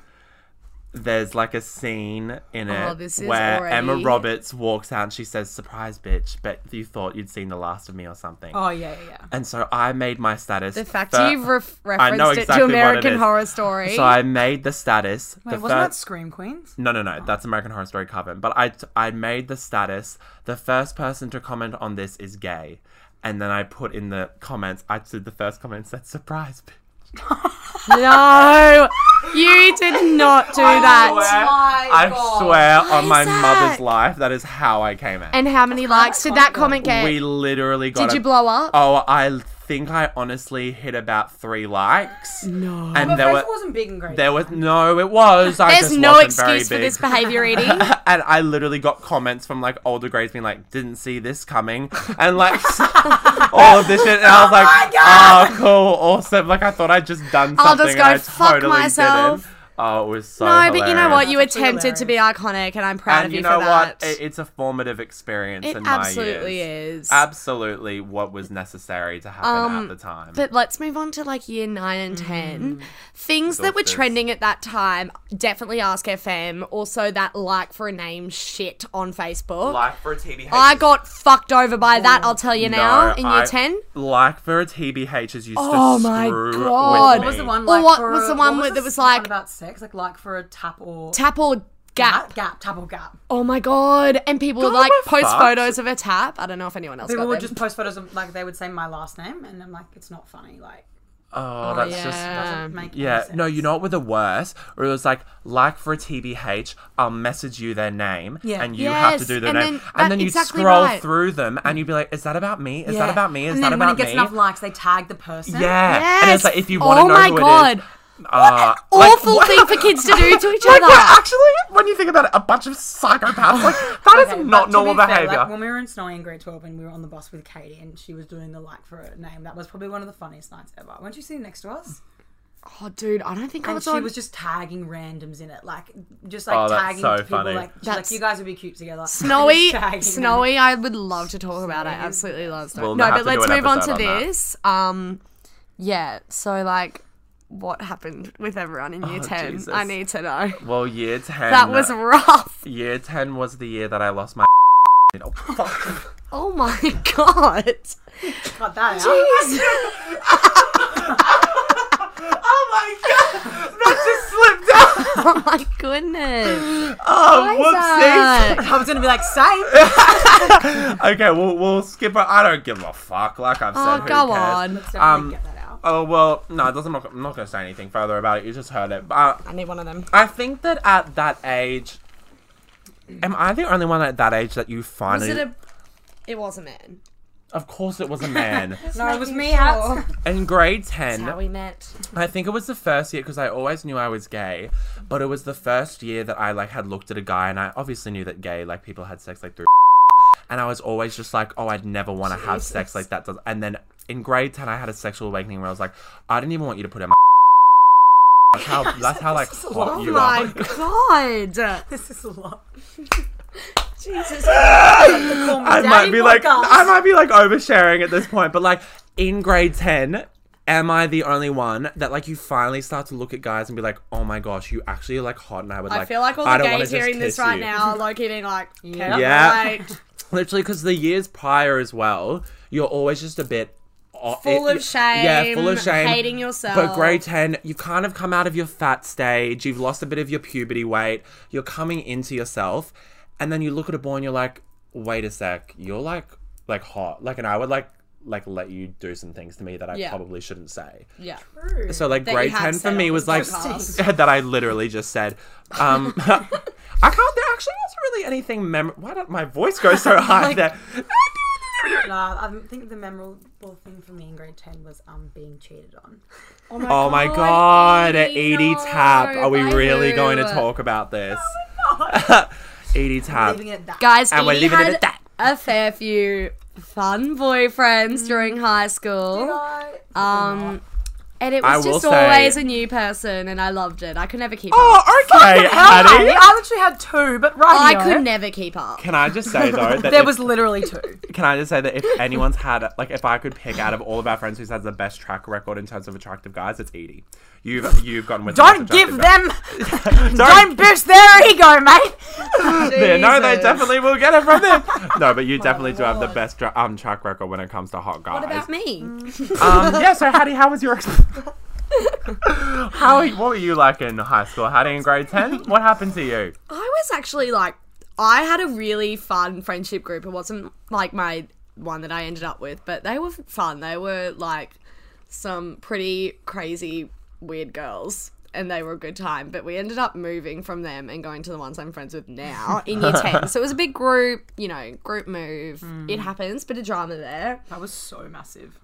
Speaker 1: there's like a scene in it
Speaker 2: Oh, this is
Speaker 1: where Emma
Speaker 2: already-
Speaker 1: Roberts walks out and she says, "Surprise, bitch! Bet you thought you'd seen the last of me or something."
Speaker 3: Oh yeah, yeah, yeah.
Speaker 1: And so I made my status.
Speaker 2: The fact
Speaker 1: fir-
Speaker 2: you've ref-
Speaker 1: I know
Speaker 2: referenced
Speaker 1: exactly
Speaker 2: it
Speaker 1: what
Speaker 2: to
Speaker 1: it
Speaker 2: American
Speaker 1: is.
Speaker 2: Horror Story.
Speaker 1: So I made the status.
Speaker 3: Wait,
Speaker 1: the
Speaker 3: wasn't
Speaker 1: fir-
Speaker 3: that Scream Queens?
Speaker 1: No, no, no. That's American Horror Story Coven. But I, I made the status. The first person to comment on this is gay. And then I put in the comments. I did the first comment said surprise. bitch." [laughs]
Speaker 2: no, you did not do that.
Speaker 1: swear,
Speaker 3: Oh my
Speaker 1: I
Speaker 3: God.
Speaker 1: swear on my
Speaker 2: Isaac!
Speaker 1: mother's life, that is how I came out.
Speaker 2: And how many likes did that comment get?
Speaker 1: we literally got.
Speaker 2: did
Speaker 1: a-
Speaker 2: you blow up?
Speaker 1: Oh, I think I honestly hit about three likes. No, and
Speaker 3: But
Speaker 1: there
Speaker 3: Facebook
Speaker 1: were
Speaker 3: wasn't big and great.
Speaker 1: there was no, it was. I
Speaker 2: There's
Speaker 1: just
Speaker 2: no
Speaker 1: wasn't very
Speaker 2: excuse for
Speaker 1: big. [laughs]
Speaker 2: this behavior, Edie.
Speaker 1: and I literally got comments from like older grades being like, "Didn't see this coming," and like [laughs] all of this shit. And I was like, "Oh, cool, awesome!" Like I thought I'd just done something.
Speaker 2: I'll just go
Speaker 1: and I
Speaker 2: fuck
Speaker 1: totally
Speaker 2: myself.
Speaker 1: Didn't. Oh, it was so.
Speaker 2: no, but you know
Speaker 1: hilarious.
Speaker 2: what? You
Speaker 3: That's
Speaker 2: attempted to be iconic, and I'm proud
Speaker 1: and
Speaker 2: of
Speaker 1: you
Speaker 2: you,
Speaker 1: know
Speaker 2: for
Speaker 1: what? It,
Speaker 2: that.
Speaker 1: it's a formative experience
Speaker 2: It
Speaker 1: in my
Speaker 2: absolutely
Speaker 1: years.
Speaker 2: is.
Speaker 1: Absolutely, what was necessary to happen
Speaker 2: Um,
Speaker 1: at the time.
Speaker 2: But let's move on to like year nine and ten.
Speaker 3: Mm.
Speaker 2: Things that were
Speaker 1: Daughters.
Speaker 2: trending at that time definitely Ask FM. Also, that like for a name shit on Facebook.
Speaker 1: Life for a TBH.
Speaker 2: I got fucked over by
Speaker 3: Oh,
Speaker 2: that, I'll tell you now, in year
Speaker 1: I-
Speaker 2: 10.
Speaker 1: Like for a TBH is used
Speaker 2: Oh
Speaker 1: to
Speaker 2: my
Speaker 1: screw with
Speaker 2: God.
Speaker 3: What was the
Speaker 1: me.
Speaker 3: one?
Speaker 2: Or
Speaker 3: Like
Speaker 2: what
Speaker 3: for
Speaker 2: was the
Speaker 3: a-
Speaker 2: one
Speaker 3: what
Speaker 2: with-
Speaker 3: the
Speaker 2: that was
Speaker 3: one
Speaker 2: like-
Speaker 3: about sex? Like like for a tap or
Speaker 2: Tap or gap.
Speaker 3: gap, tap or gap.
Speaker 2: Oh my god. And people would
Speaker 1: God,
Speaker 2: like
Speaker 1: we're
Speaker 2: post
Speaker 1: fucked.
Speaker 2: photos of a tap. I don't know if anyone else
Speaker 3: People
Speaker 2: got
Speaker 3: would
Speaker 2: them.
Speaker 3: just post photos of like they would say my last name, and I'm like, it's not funny. Like,
Speaker 1: Oh, that's just
Speaker 2: yeah.
Speaker 3: doesn't make
Speaker 1: Yeah,
Speaker 3: Any sense.
Speaker 1: no, you know what were the worst? Or it was like, like for a TBH, I'll message you their name,
Speaker 3: Yeah.
Speaker 1: and you have to
Speaker 2: Yes,
Speaker 1: do their
Speaker 2: and
Speaker 1: name,
Speaker 2: then- that-
Speaker 1: and then you
Speaker 2: exactly
Speaker 1: scroll
Speaker 2: right.
Speaker 1: through them, and you'd be like, "Is that about me? Is that
Speaker 3: Yeah.
Speaker 1: about me? Is
Speaker 3: and
Speaker 1: that
Speaker 3: then when
Speaker 1: about
Speaker 3: it gets
Speaker 1: me?"
Speaker 3: enough likes, they tag the person.
Speaker 1: yeah, and it's
Speaker 2: Yes.
Speaker 1: like if you want to
Speaker 2: Oh
Speaker 1: know
Speaker 2: my
Speaker 1: who it
Speaker 2: God.
Speaker 1: is, uh, like,
Speaker 2: Awful
Speaker 1: what-
Speaker 2: thing for kids
Speaker 1: [laughs]
Speaker 2: to do to each
Speaker 1: Like, we're
Speaker 2: other.
Speaker 1: actually, when you think about it, a bunch of psychopaths.
Speaker 2: [laughs]
Speaker 1: Like that is
Speaker 3: Okay,
Speaker 1: not
Speaker 3: but to
Speaker 1: normal
Speaker 3: be fair, like,
Speaker 1: behavior.
Speaker 3: when we were in Snowy in grade 12 and we were on the bus with Katie and she was doing the like for a name, that was probably one of the funniest nights ever. Weren't you sitting next to us?
Speaker 2: Oh, dude, I don't think I
Speaker 3: And
Speaker 2: was
Speaker 3: she
Speaker 2: on.
Speaker 3: was just tagging randoms in it, like just like
Speaker 1: Oh, that's
Speaker 3: tagging
Speaker 1: so
Speaker 3: people.
Speaker 1: funny.
Speaker 3: Like, she's
Speaker 2: That's-
Speaker 3: like, you guys would be cute together. [laughs]
Speaker 2: Snowy,
Speaker 3: Just tagging them.
Speaker 2: Snowy, I would love to talk about. it. I absolutely love Snowy.
Speaker 1: We'll
Speaker 2: no,
Speaker 1: have
Speaker 2: but
Speaker 1: to do
Speaker 2: let's
Speaker 1: an
Speaker 2: move on to
Speaker 1: episode on that.
Speaker 2: this. Um, yeah. So like, what happened with everyone in year
Speaker 1: Oh,
Speaker 2: ten?
Speaker 1: Jesus. uh,
Speaker 2: I need to know.
Speaker 1: [laughs] Well, year ten.
Speaker 2: That was rough.
Speaker 1: year ten was the year that I lost
Speaker 2: [laughs]
Speaker 1: my. [laughs] oh, fuck.
Speaker 2: Oh my [laughs] god.
Speaker 3: Cut that out.
Speaker 2: Jeez.
Speaker 1: oh my god! That just slipped out.
Speaker 2: Oh my [laughs] goodness.
Speaker 1: [laughs] Oh,
Speaker 2: Isaac.
Speaker 3: I was gonna be
Speaker 1: [laughs]
Speaker 3: like, same.
Speaker 1: whoopsies. Okay, we'll, we'll skip it. I don't give a fuck. Like I've
Speaker 2: Oh,
Speaker 1: said,
Speaker 2: go
Speaker 1: who cares?
Speaker 2: on.
Speaker 3: Let's definitely
Speaker 1: Um,
Speaker 3: get that out.
Speaker 1: Oh well, no, it doesn't. I'm not, I'm not gonna say anything further about it. You just heard it. But uh,
Speaker 2: I need one of them.
Speaker 1: I think that at that age, am I the only one at that age that you
Speaker 2: Was
Speaker 1: finally?
Speaker 2: it a? It was a man.
Speaker 1: Of course, it was
Speaker 2: [laughs]
Speaker 1: a man.
Speaker 3: No, it was me.
Speaker 2: That's
Speaker 3: Alex. [laughs]
Speaker 1: In grade
Speaker 2: how
Speaker 1: ten,
Speaker 2: we met.
Speaker 1: I think it was the first year because I always knew I was gay, but it was the first year that I like had looked at a guy and I obviously knew that gay like people had sex like through, [laughs] and I was always just like, oh, I'd never want to have sex like that. does- And then in grade ten, I had a sexual awakening where I was like, I didn't even want you to put in my. That's how that's how like hot
Speaker 2: Oh
Speaker 1: you
Speaker 2: my
Speaker 1: are.
Speaker 2: god.
Speaker 3: This is a lot.
Speaker 2: [laughs] Jesus.
Speaker 1: I might
Speaker 3: Daddy
Speaker 1: be like
Speaker 3: podcast.
Speaker 1: I might be like oversharing at this point, but like in grade ten. Am I the only one that like you finally start to look at guys and be like, oh my gosh, you actually are, like hot, and I would like.
Speaker 2: I feel like all
Speaker 1: I
Speaker 2: the
Speaker 1: don't wanna
Speaker 2: gays
Speaker 1: just
Speaker 2: hearing this
Speaker 1: kiss
Speaker 2: right
Speaker 1: you.
Speaker 2: now are low-key being like, yeah,
Speaker 1: Yeah.
Speaker 2: right.
Speaker 1: Literally, because the years prior as well, you're always just a bit oh,
Speaker 2: Full
Speaker 1: it-
Speaker 2: of shame,
Speaker 1: Yeah, full of shame,
Speaker 2: hating yourself.
Speaker 1: But grade ten, you've kind of come out of your fat stage. You've lost a bit of your puberty weight. You're coming into yourself, and then you look at a boy and you're like, "Wait a sec, you're like like hot." Like, and I would like like let you do some things to me that I
Speaker 2: Yeah.
Speaker 1: probably shouldn't say.
Speaker 2: yeah.
Speaker 1: So like
Speaker 2: you
Speaker 1: grade
Speaker 2: had
Speaker 1: ten for
Speaker 2: said
Speaker 1: me
Speaker 2: on
Speaker 1: was
Speaker 2: the
Speaker 1: like [laughs]
Speaker 2: podcast.
Speaker 1: that I literally just said. Um, [laughs] I can't. There actually wasn't really anything. Mem- Why did my voice go
Speaker 3: [laughs]
Speaker 1: so high there?
Speaker 3: oh No, I think the memorable thing for me in grade ten was um being cheated on. [laughs]
Speaker 1: Oh my god,
Speaker 2: Edie,
Speaker 1: Edie,
Speaker 2: no,
Speaker 1: Tap. Are we
Speaker 2: by
Speaker 1: really
Speaker 2: who?
Speaker 1: going to talk about this?
Speaker 3: Oh,
Speaker 1: [laughs] Edie Tap.
Speaker 3: Leaving it at that.
Speaker 2: Guys,
Speaker 1: And we're
Speaker 2: Edie
Speaker 1: leaving it
Speaker 2: had
Speaker 1: at that.
Speaker 2: a fair few fun boyfriends during high school.
Speaker 3: Bye.
Speaker 2: Um, And it
Speaker 1: I
Speaker 2: was
Speaker 1: will
Speaker 2: just
Speaker 1: say-
Speaker 2: always a new person, and I loved it. I could never keep up.
Speaker 1: Oh, okay,
Speaker 3: Honey,
Speaker 1: Addie.
Speaker 3: I literally had two, but right
Speaker 2: I could never keep up.
Speaker 1: Can I just say
Speaker 3: [laughs]
Speaker 1: though that
Speaker 3: There
Speaker 1: if-
Speaker 3: was literally two.
Speaker 1: Can I just say that if anyone's had, like, if I could pick out of all of our friends who's had the best track record in terms of attractive guys, it's Edie. You've you've gotten with the
Speaker 3: Don't
Speaker 1: most
Speaker 3: give
Speaker 1: attractive
Speaker 3: them.
Speaker 1: guy.
Speaker 3: Don't boost their ego, mate.
Speaker 1: there. No, they
Speaker 2: Jesus.
Speaker 1: definitely will get it from
Speaker 2: [laughs]
Speaker 1: them. No, but you definitely do have the best dra- um track record when it comes to hot guys.
Speaker 2: What about me?
Speaker 1: Um, yeah. So, Hattie, how was your?
Speaker 2: [laughs]
Speaker 1: ex- how what were you like in high school? Hattie in grade ten? What happened to you?
Speaker 2: I was actually like, I had a really fun friendship group. It wasn't like my one that I ended up with, but they were fun. They were like some pretty crazy, weird girls. And they were a good time, but we ended up moving from them and going to the ones I'm friends with
Speaker 3: [laughs]
Speaker 2: now in year 10. So it was a big group, you know, group move.
Speaker 3: Hmm.
Speaker 2: It happens, bit of drama there.
Speaker 3: That was so massive.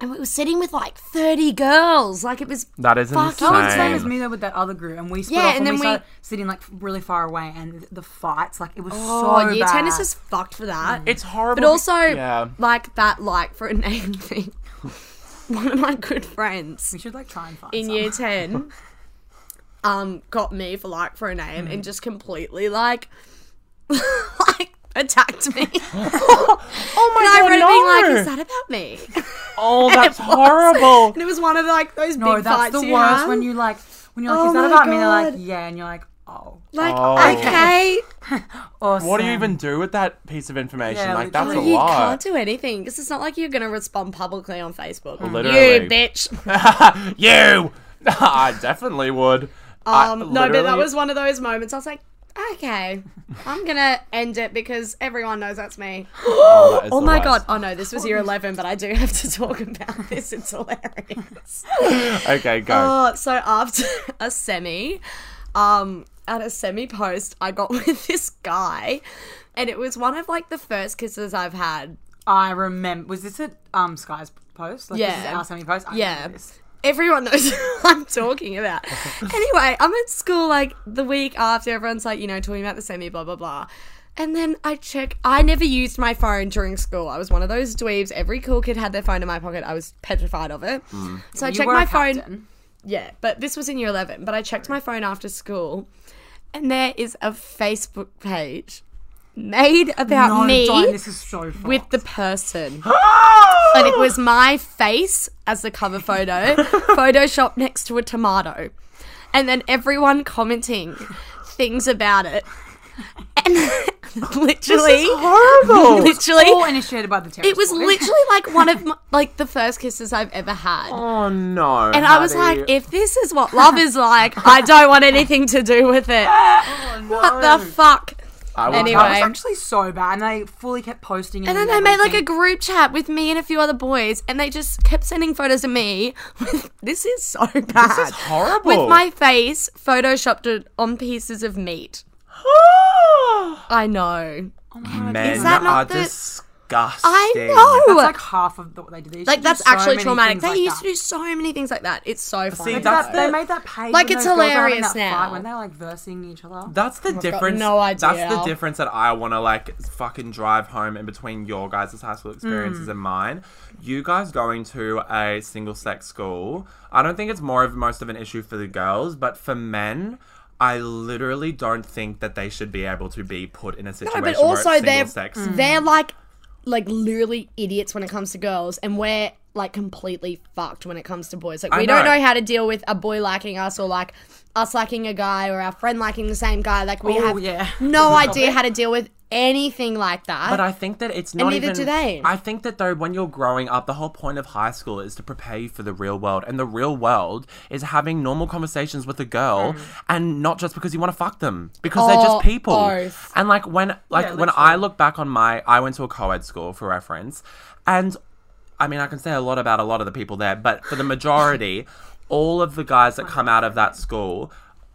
Speaker 2: And we were sitting with like 30 girls. Like it was
Speaker 1: That is
Speaker 2: Fuck,
Speaker 1: insane.
Speaker 2: no
Speaker 3: That was the same as me though Oh, with that other group, and we split
Speaker 2: Yeah,
Speaker 3: off
Speaker 2: and
Speaker 3: and
Speaker 2: then
Speaker 3: we
Speaker 2: we-
Speaker 3: started sitting like really far away, and the fights like it was
Speaker 2: Oh,
Speaker 3: so
Speaker 2: year
Speaker 3: bad.
Speaker 2: ten is just fucked for that.
Speaker 1: It's horrible.
Speaker 2: but also
Speaker 1: yeah.
Speaker 2: like that like for a name [laughs] thing. One of my good friends
Speaker 3: we should like try and find
Speaker 2: in
Speaker 3: some.
Speaker 2: year ten um got me for like for a name and just completely like [laughs] like attacked me. [laughs]
Speaker 1: Oh my
Speaker 2: and I
Speaker 1: god,
Speaker 2: read it being like,
Speaker 1: no.
Speaker 2: is that about me?
Speaker 1: oh, that's
Speaker 2: [laughs] It was.
Speaker 1: horrible.
Speaker 2: And it was one of like those
Speaker 3: No,
Speaker 2: big
Speaker 3: that's
Speaker 2: fights
Speaker 3: the
Speaker 2: you
Speaker 3: worst
Speaker 2: have.
Speaker 3: when you like when you're like,
Speaker 2: Oh
Speaker 3: is that
Speaker 2: my
Speaker 3: about me? And they're like,
Speaker 2: God.
Speaker 3: yeah, and you're like, oh,
Speaker 2: like
Speaker 1: Oh.
Speaker 2: okay,
Speaker 3: awesome.
Speaker 1: What do you even do with that piece of information?
Speaker 3: Yeah,
Speaker 1: like that's a
Speaker 3: literally.
Speaker 2: you can't
Speaker 1: lot.
Speaker 2: do anything because it's not like you're gonna respond publicly on Facebook.
Speaker 1: Literally.
Speaker 2: You bitch.
Speaker 1: [laughs] you. I definitely would.
Speaker 2: Um, no, but that was one of those moments. I was like, okay, I'm gonna end it because everyone knows that's me. [gasps]
Speaker 1: Oh,
Speaker 2: Oh my god! Oh no, this was year 11, but I do have to talk about [laughs] this. It's hilarious.
Speaker 1: Okay, go.
Speaker 2: Oh, so after [laughs] a semi, um, at a semi post, I got [laughs] with this guy, and it was one of like the first kisses I've had.
Speaker 3: I remember. Was this at um Sky's post? Like, This is
Speaker 2: Yeah.
Speaker 3: our semi post. I
Speaker 2: Yeah.
Speaker 3: remember This.
Speaker 2: Everyone knows [laughs] who I'm talking
Speaker 3: [laughs]
Speaker 2: about. anyway, I'm at school like the week after everyone's like, you know, talking about the semi, blah, blah, blah. And then I check. I never used my phone during school. I was one of those dweebs. Every cool kid had their phone in my pocket. I was petrified of it. So I
Speaker 3: Hmm. You
Speaker 2: checked
Speaker 3: were a
Speaker 2: my phone.
Speaker 3: captain.
Speaker 2: Yeah, but this was in year 11. But I checked my phone after school, and there is a Facebook page made about
Speaker 3: No,
Speaker 2: me
Speaker 3: John, this is so fun.
Speaker 2: with the
Speaker 1: [gasps]
Speaker 2: person. and it
Speaker 1: Oh.
Speaker 2: was my face as the
Speaker 1: [laughs]
Speaker 2: cover photo, Photoshop next to a tomato. And then everyone commenting things about it. And [laughs] literally,
Speaker 1: horrible.
Speaker 2: [laughs]
Speaker 1: Oh,
Speaker 2: literally,
Speaker 3: all initiated by the terrorist.
Speaker 2: it was
Speaker 3: boys.
Speaker 2: literally like
Speaker 1: [laughs]
Speaker 2: one of my, like the first kisses I've ever had.
Speaker 1: oh no.
Speaker 2: And I was like, if this is what love is like, I don't want anything to do
Speaker 1: [laughs]
Speaker 2: with it.
Speaker 1: Oh,
Speaker 2: What the fuck?
Speaker 1: I will-
Speaker 2: anyway. [gasps]
Speaker 3: That was actually so bad, and they fully kept posting. it
Speaker 2: And then they
Speaker 3: and
Speaker 2: made like a
Speaker 3: everything.
Speaker 2: group chat with me and a few other boys, and they just kept sending photos of me. with- [laughs] this is so bad.
Speaker 1: This is horrible.
Speaker 2: With my face photoshopped on pieces of meat.
Speaker 1: "Ah!"
Speaker 2: I know.
Speaker 1: men
Speaker 2: Is that not
Speaker 1: are
Speaker 2: the-
Speaker 1: disgusting.
Speaker 2: I know.
Speaker 3: That's like half of the, what they did. They used to
Speaker 2: like
Speaker 3: do
Speaker 2: that's
Speaker 3: so
Speaker 2: actually
Speaker 3: many
Speaker 2: traumatic.
Speaker 3: things
Speaker 2: They
Speaker 3: like
Speaker 2: used
Speaker 3: that.
Speaker 2: to do so many things like that. It's so funny.
Speaker 1: See,
Speaker 3: But
Speaker 1: that's
Speaker 3: that- they
Speaker 1: the-
Speaker 3: made that page.
Speaker 2: Like,
Speaker 3: when
Speaker 2: it's
Speaker 3: those girls were having
Speaker 2: hilarious
Speaker 3: that
Speaker 2: now.
Speaker 3: Fight when they're like versing each other.
Speaker 1: That's the difference.
Speaker 2: Oh no
Speaker 1: That's the
Speaker 2: idea.
Speaker 1: difference that I want to like fucking drive home in between your guys' high school experiences
Speaker 2: Mm.
Speaker 1: and mine. You guys going to a single sex school, I don't think it's more of most of an issue for the girls, but for men, I literally don't think that they should be able to be put in a situation
Speaker 2: but also
Speaker 1: where it's
Speaker 2: they're Mm.
Speaker 1: single sex.
Speaker 2: they're like like literally idiots when it comes to girls, and we're like completely fucked when it comes to boys. Like we don't
Speaker 1: know.
Speaker 2: know how to deal with a boy liking us or like us liking a guy or our friend liking the same guy. Like we
Speaker 3: Oh,
Speaker 2: have
Speaker 3: yeah.
Speaker 1: [laughs]
Speaker 2: no idea how to deal with anything like that.
Speaker 1: But I think that it's not
Speaker 2: neither
Speaker 1: even.
Speaker 2: do they.
Speaker 1: I think that though, when you're growing up, the whole point of high school is to prepare you for the real world, and the real world is having normal conversations with a girl,
Speaker 2: Hmm.
Speaker 1: and not just because you want to fuck them, because they're
Speaker 2: Or
Speaker 1: just people.
Speaker 2: Oh, both.
Speaker 1: And like when, like
Speaker 3: Yeah,
Speaker 1: when
Speaker 3: literally.
Speaker 1: I look back on my, I went to a co-ed school for reference, and I mean, I can say a lot about a lot of the people there, but for the
Speaker 3: [laughs]
Speaker 1: majority, all of the guys that come out of that school.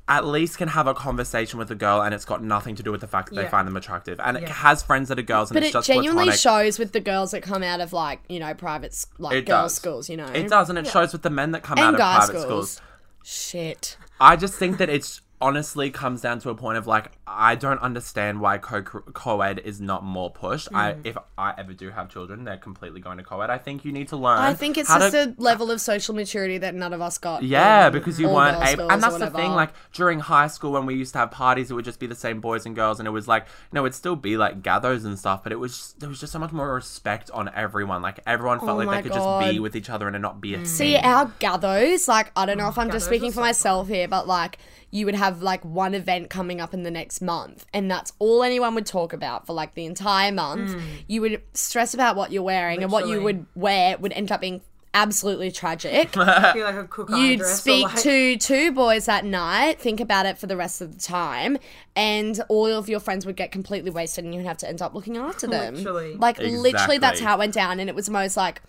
Speaker 1: At least can have a conversation with a girl, and it's got nothing to do with the fact that they
Speaker 3: Yeah.
Speaker 1: find them attractive. And it has friends that are girls, and
Speaker 2: but
Speaker 1: it's
Speaker 2: it
Speaker 1: just
Speaker 2: genuinely
Speaker 1: platonic.
Speaker 2: shows with the girls that come out of like you know private s- like
Speaker 1: It
Speaker 2: girls
Speaker 1: does.
Speaker 2: schools. You know,
Speaker 1: It does, and it shows with the men that come
Speaker 2: And
Speaker 1: out of
Speaker 2: guy
Speaker 1: private
Speaker 2: schools.
Speaker 1: schools.
Speaker 2: shit.
Speaker 1: I just think that it's honestly comes down to a point of like I don't understand why co co-ed is not more pushed. I
Speaker 2: Mm.
Speaker 1: if I ever do have children, they're completely going to co-ed. I think you need to learn.
Speaker 2: I think it's
Speaker 1: how to-
Speaker 2: just a level of social maturity that none of us got.
Speaker 1: yeah, because you
Speaker 2: all
Speaker 1: weren't
Speaker 2: girls'
Speaker 1: able,
Speaker 2: schools or
Speaker 1: and that's the thing.
Speaker 2: whatever.
Speaker 1: Like during high school, when we used to have parties, it would just be the same boys and girls, and it was like, no, it'd still be like gathers and stuff, but it was there was just so much more respect on everyone. Like everyone felt
Speaker 2: Oh
Speaker 1: like
Speaker 2: my
Speaker 1: they could just be
Speaker 2: God. Mm.
Speaker 1: with each other and it not be a
Speaker 2: See
Speaker 1: thing.
Speaker 2: our gathos, like I don't know if I'm just
Speaker 3: gathos
Speaker 2: speaking
Speaker 3: are
Speaker 2: for
Speaker 3: so
Speaker 2: myself here, but like you would have like one event coming up in the next month, and that's all anyone would talk about for like the entire month. You would stress about what you're wearing, and what you
Speaker 3: Hmm. Literally.
Speaker 2: would wear would end up being absolutely tragic.
Speaker 3: [laughs] Be like a cook eye
Speaker 2: You'd
Speaker 3: dress or,
Speaker 2: speak
Speaker 3: like-
Speaker 2: to two boys that night, think about it for the rest of the time, and all of your friends would get completely wasted, and you'd have to end up looking after them.
Speaker 3: Literally.
Speaker 2: Like literally, that's
Speaker 1: Exactly.
Speaker 2: how it went down, and it was the most like.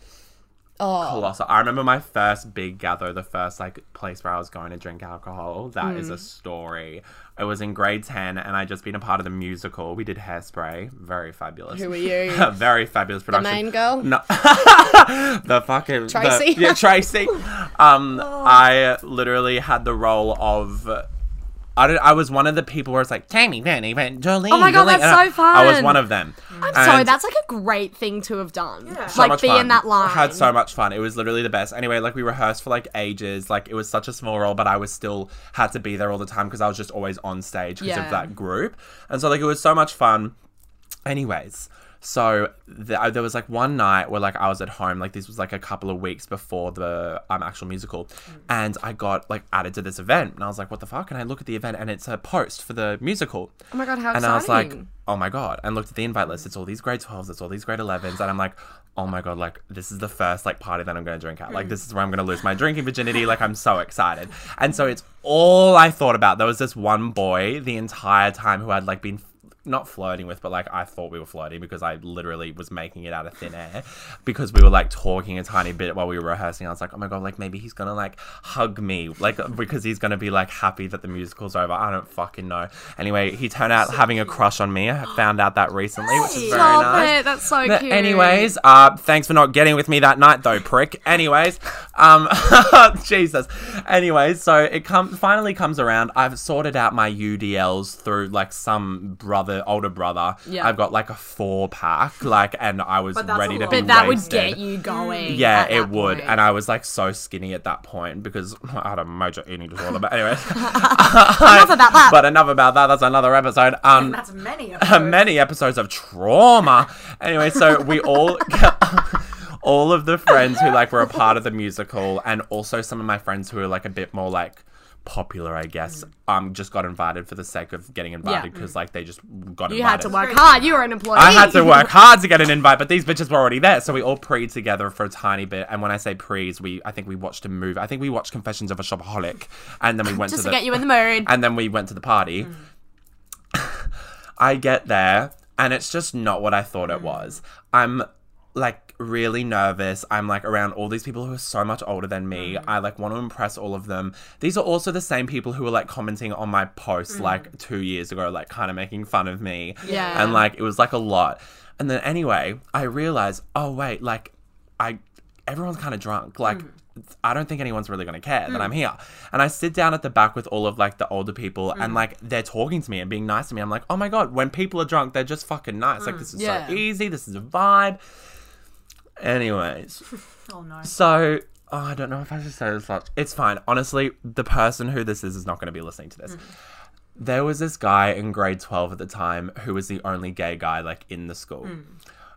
Speaker 1: colossal. I remember my first big gather, the first like place where I was going to drink alcohol. That
Speaker 2: Mm.
Speaker 1: is a story. I was in grade ten, and I'd just been a part of the musical. We did Hairspray, very fabulous.
Speaker 2: Who are you?
Speaker 1: [laughs] very fabulous production.
Speaker 2: main girl?
Speaker 1: No, [laughs] the fucking the-
Speaker 2: Tracy? Oh.
Speaker 1: yeah, Tracy.
Speaker 2: [laughs]
Speaker 1: Um, I literally had the role of. I, don't, I was one of the people where it's like Tammy, Vanny, Van, Jolene.
Speaker 2: Oh my God,
Speaker 1: Jolene,"
Speaker 2: that's
Speaker 1: and I-
Speaker 2: so
Speaker 1: I was
Speaker 2: fun.
Speaker 1: one of them. I'm
Speaker 2: Sorry, that's like a great thing to have done.
Speaker 3: So
Speaker 2: Like
Speaker 1: much
Speaker 2: be
Speaker 1: fun.
Speaker 2: in that line.
Speaker 1: I had so much fun. It was literally the best. Anyway, like we rehearsed for like ages. Like it was such a small role, but I was still had to be there all the time because I was just always on stage because
Speaker 2: Yeah.
Speaker 1: of that group. And so like it was so much fun. Anyways, so th- I- there was like one night where like I was at home, like this was like a couple of weeks before the um, actual musical,
Speaker 2: Mm.
Speaker 1: and I got like added to this event, and I was like, what the fuck? And I look at the event, and it's a post for the musical.
Speaker 2: Oh my God, how
Speaker 1: And I was like,
Speaker 2: exciting.
Speaker 1: oh my god, and looked at the invite list. It's all these grade twelves. It's all these grade elevens, and I'm like, oh my god, like this is the first like party that I'm gonna drink at.
Speaker 2: Mm.
Speaker 1: Like this is where I'm gonna lose my drinking virginity. Like I'm so excited, and so it's all I thought about. There was this one boy the entire time who had like been not flirting with, but like I thought we were flirting because I literally was making it out of thin air because we were like talking a tiny bit while we were rehearsing. I was like, oh my god, like maybe he's gonna like hug me, like [laughs] because he's gonna be like happy that the musical's over. I don't fucking know. Anyway, he turned out having a crush on me. I found out that recently, which is
Speaker 2: [gasps]
Speaker 1: very
Speaker 2: Stop
Speaker 1: nice.
Speaker 2: it. That's so
Speaker 1: But
Speaker 2: cute.
Speaker 1: anyways, uh, thanks for not getting with me that night, though, prick. Anyways, um, [laughs] Jesus. Anyways, so it comes finally comes around. I've sorted out my UDLs through like some brother, older brother.
Speaker 2: Yeah.
Speaker 1: I've got like a four pack, like, and I was
Speaker 3: that's
Speaker 1: ready
Speaker 3: a
Speaker 1: to
Speaker 3: lot.
Speaker 1: be.
Speaker 2: but that would
Speaker 1: wasted.
Speaker 2: get you going.
Speaker 1: Yeah,
Speaker 2: at
Speaker 1: it
Speaker 2: that
Speaker 1: would.
Speaker 2: point.
Speaker 1: And I was like so skinny at that point because [laughs] I had a major eating disorder. But anyways,
Speaker 2: [laughs] Enough about that.
Speaker 1: [laughs] but enough about that. That's another episode. Um,
Speaker 3: That's
Speaker 1: [laughs]
Speaker 3: many. Of
Speaker 1: uh,
Speaker 3: those.
Speaker 1: many episodes of trauma. Anyway, so we all. [laughs] All of the friends who like were a part of the musical, and also some of my friends who are like a bit more like popular, I guess, um, just got invited for the sake of getting invited because like they just got invited.
Speaker 2: you had to work hard. You were an employee.
Speaker 1: I had to work hard to get an invite, but these bitches were already there. So we all pre together for a tiny bit. And when I say pre's, we I think we watched a movie. I think we watched Confessions of a Shopaholic, and
Speaker 2: [laughs]
Speaker 1: then we went
Speaker 2: just
Speaker 1: to the
Speaker 2: to get you in the mood.
Speaker 1: and then we went to the party. [laughs] I get there and it's just not what I thought it was. I'm like really nervous. I'm like around all these people who are so much older than me. I like want to impress all of them. These are also the same people who were like commenting on my post like 2 years ago like kind of making fun of me.
Speaker 2: Yeah.
Speaker 1: And like it was like a lot. And then anyway, I realized, oh wait, like I everyone's kind of drunk. Like I don't think anyone's really going to care that I'm here. And I sit down at the back with all of like the older people and like they're talking to me and being nice to me. I'm like, "Oh my god, when people are drunk, they're just fucking nice. Like this is
Speaker 2: Yeah.
Speaker 1: so easy. This is a vibe." Anyways,
Speaker 3: Oh no.
Speaker 1: so oh, I don't know if I should say this much. It's fine. Honestly, the person who this is is not going to be listening to this.
Speaker 3: Mm-hmm.
Speaker 1: There was this guy in grade 12 at the time who was the only gay guy like in the school.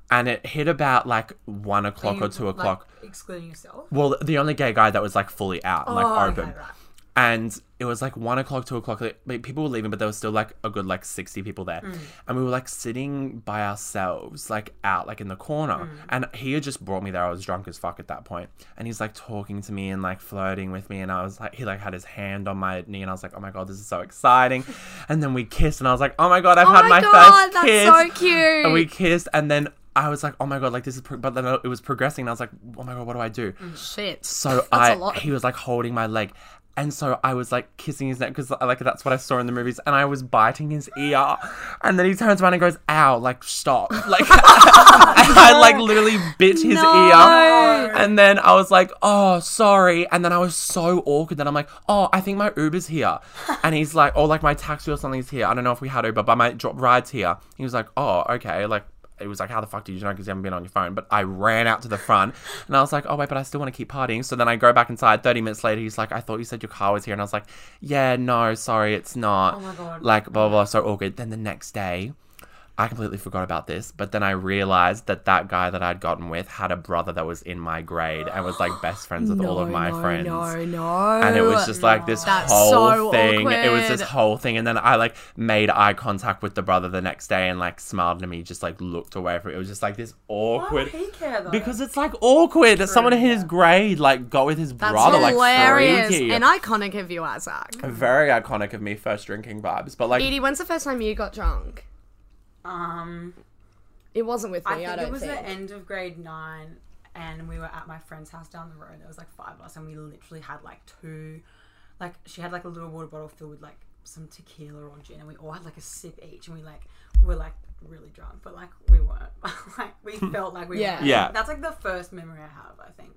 Speaker 1: And it hit about like one o'clock or
Speaker 3: Mm. You,
Speaker 1: two
Speaker 3: like,
Speaker 1: o'clock.
Speaker 3: excluding yourself.
Speaker 1: Well, the only gay guy that was like fully out, and, like
Speaker 3: Oh, okay,
Speaker 1: open.
Speaker 3: right.
Speaker 1: And it was like one o'clock, two o'clock. Like, like, people were leaving, but there was still like a good like sixty people there,
Speaker 2: Mm.
Speaker 1: and we were like sitting by ourselves, like out, like in the corner.
Speaker 2: Mm.
Speaker 1: And he had just brought me there. I was drunk as fuck at that point, and he's like talking to me and like flirting with me, and I was like, he like had his hand on my knee, and I was like, oh my god, this is so
Speaker 2: [laughs]
Speaker 1: exciting. and then we kissed, and I was like, oh my god, I've
Speaker 2: Oh
Speaker 1: had my,
Speaker 2: my God,
Speaker 1: first
Speaker 2: that's
Speaker 1: kiss.
Speaker 2: so cute.
Speaker 1: And we kissed, and then. I was like, oh my god, like this is, pro-, but then
Speaker 2: Mm.
Speaker 1: it was progressing, and I was like, oh my god, what do I do?
Speaker 2: Shit.
Speaker 1: So
Speaker 2: That's
Speaker 1: I
Speaker 2: a lot.
Speaker 1: he was like holding my leg And so I was like kissing his neck because like that's what I saw in the movies, and I was biting his ear, and then he turns around and goes, "Ow!" Like stop, like [laughs] and I like literally bit his ear, and then I was like, "Oh, sorry," and then I was so awkward that I'm like, "Oh, I think my Uber's [laughs] here," and he's like, "Oh, like my taxi or something's here. I don't know if we had Uber, but my drop ride's here." He was like, "Oh, okay," like it was like, how the fuck did you know? Because you haven't been on your phone. But I ran out to the front and I was like, oh, wait, but I still want to keep partying. So then I go back inside. 30 minutes later, he's like, I thought you said your car was here. And I was like, yeah, no, sorry, it's not. Oh my God. Like, blah, blah, blah. So all good. Then the next day, I completely forgot about this. But then I realized that that guy that I'd gotten with had a brother that was in my grade and was like best friends with all of my friends
Speaker 2: [gasps] No, no.
Speaker 1: and it was just like this
Speaker 2: That's
Speaker 1: whole
Speaker 2: so
Speaker 1: thing. It was this
Speaker 2: awkward.
Speaker 1: whole thing, and then I like made eye contact with the brother the next day and like smiled at me, just like looked away from it. It was just like this awkward.
Speaker 3: he care though?
Speaker 1: Because it's like awkward that someone in his grade like got with his
Speaker 2: That's
Speaker 1: brother, like
Speaker 2: hilarious
Speaker 1: freaky.
Speaker 2: and iconic of you, Isaac.
Speaker 1: Very iconic of me first drinking vibes, but like
Speaker 2: Edie, when's the first time you got drunk?
Speaker 3: um,
Speaker 2: It wasn't with me. I,
Speaker 3: I think
Speaker 2: don't
Speaker 3: it was
Speaker 2: think.
Speaker 3: the end of grade nine, and we were at my friend's house down the road. There was like five of us, and we literally had like two, like she had like a little water bottle filled with like some tequila or gin, and we all had like a sip each, and we like were like really drunk, but like we weren't. [laughs] like we felt like we
Speaker 2: Hmm. Yeah.
Speaker 3: were.
Speaker 1: Yeah.
Speaker 3: That's like the first memory I have. I think.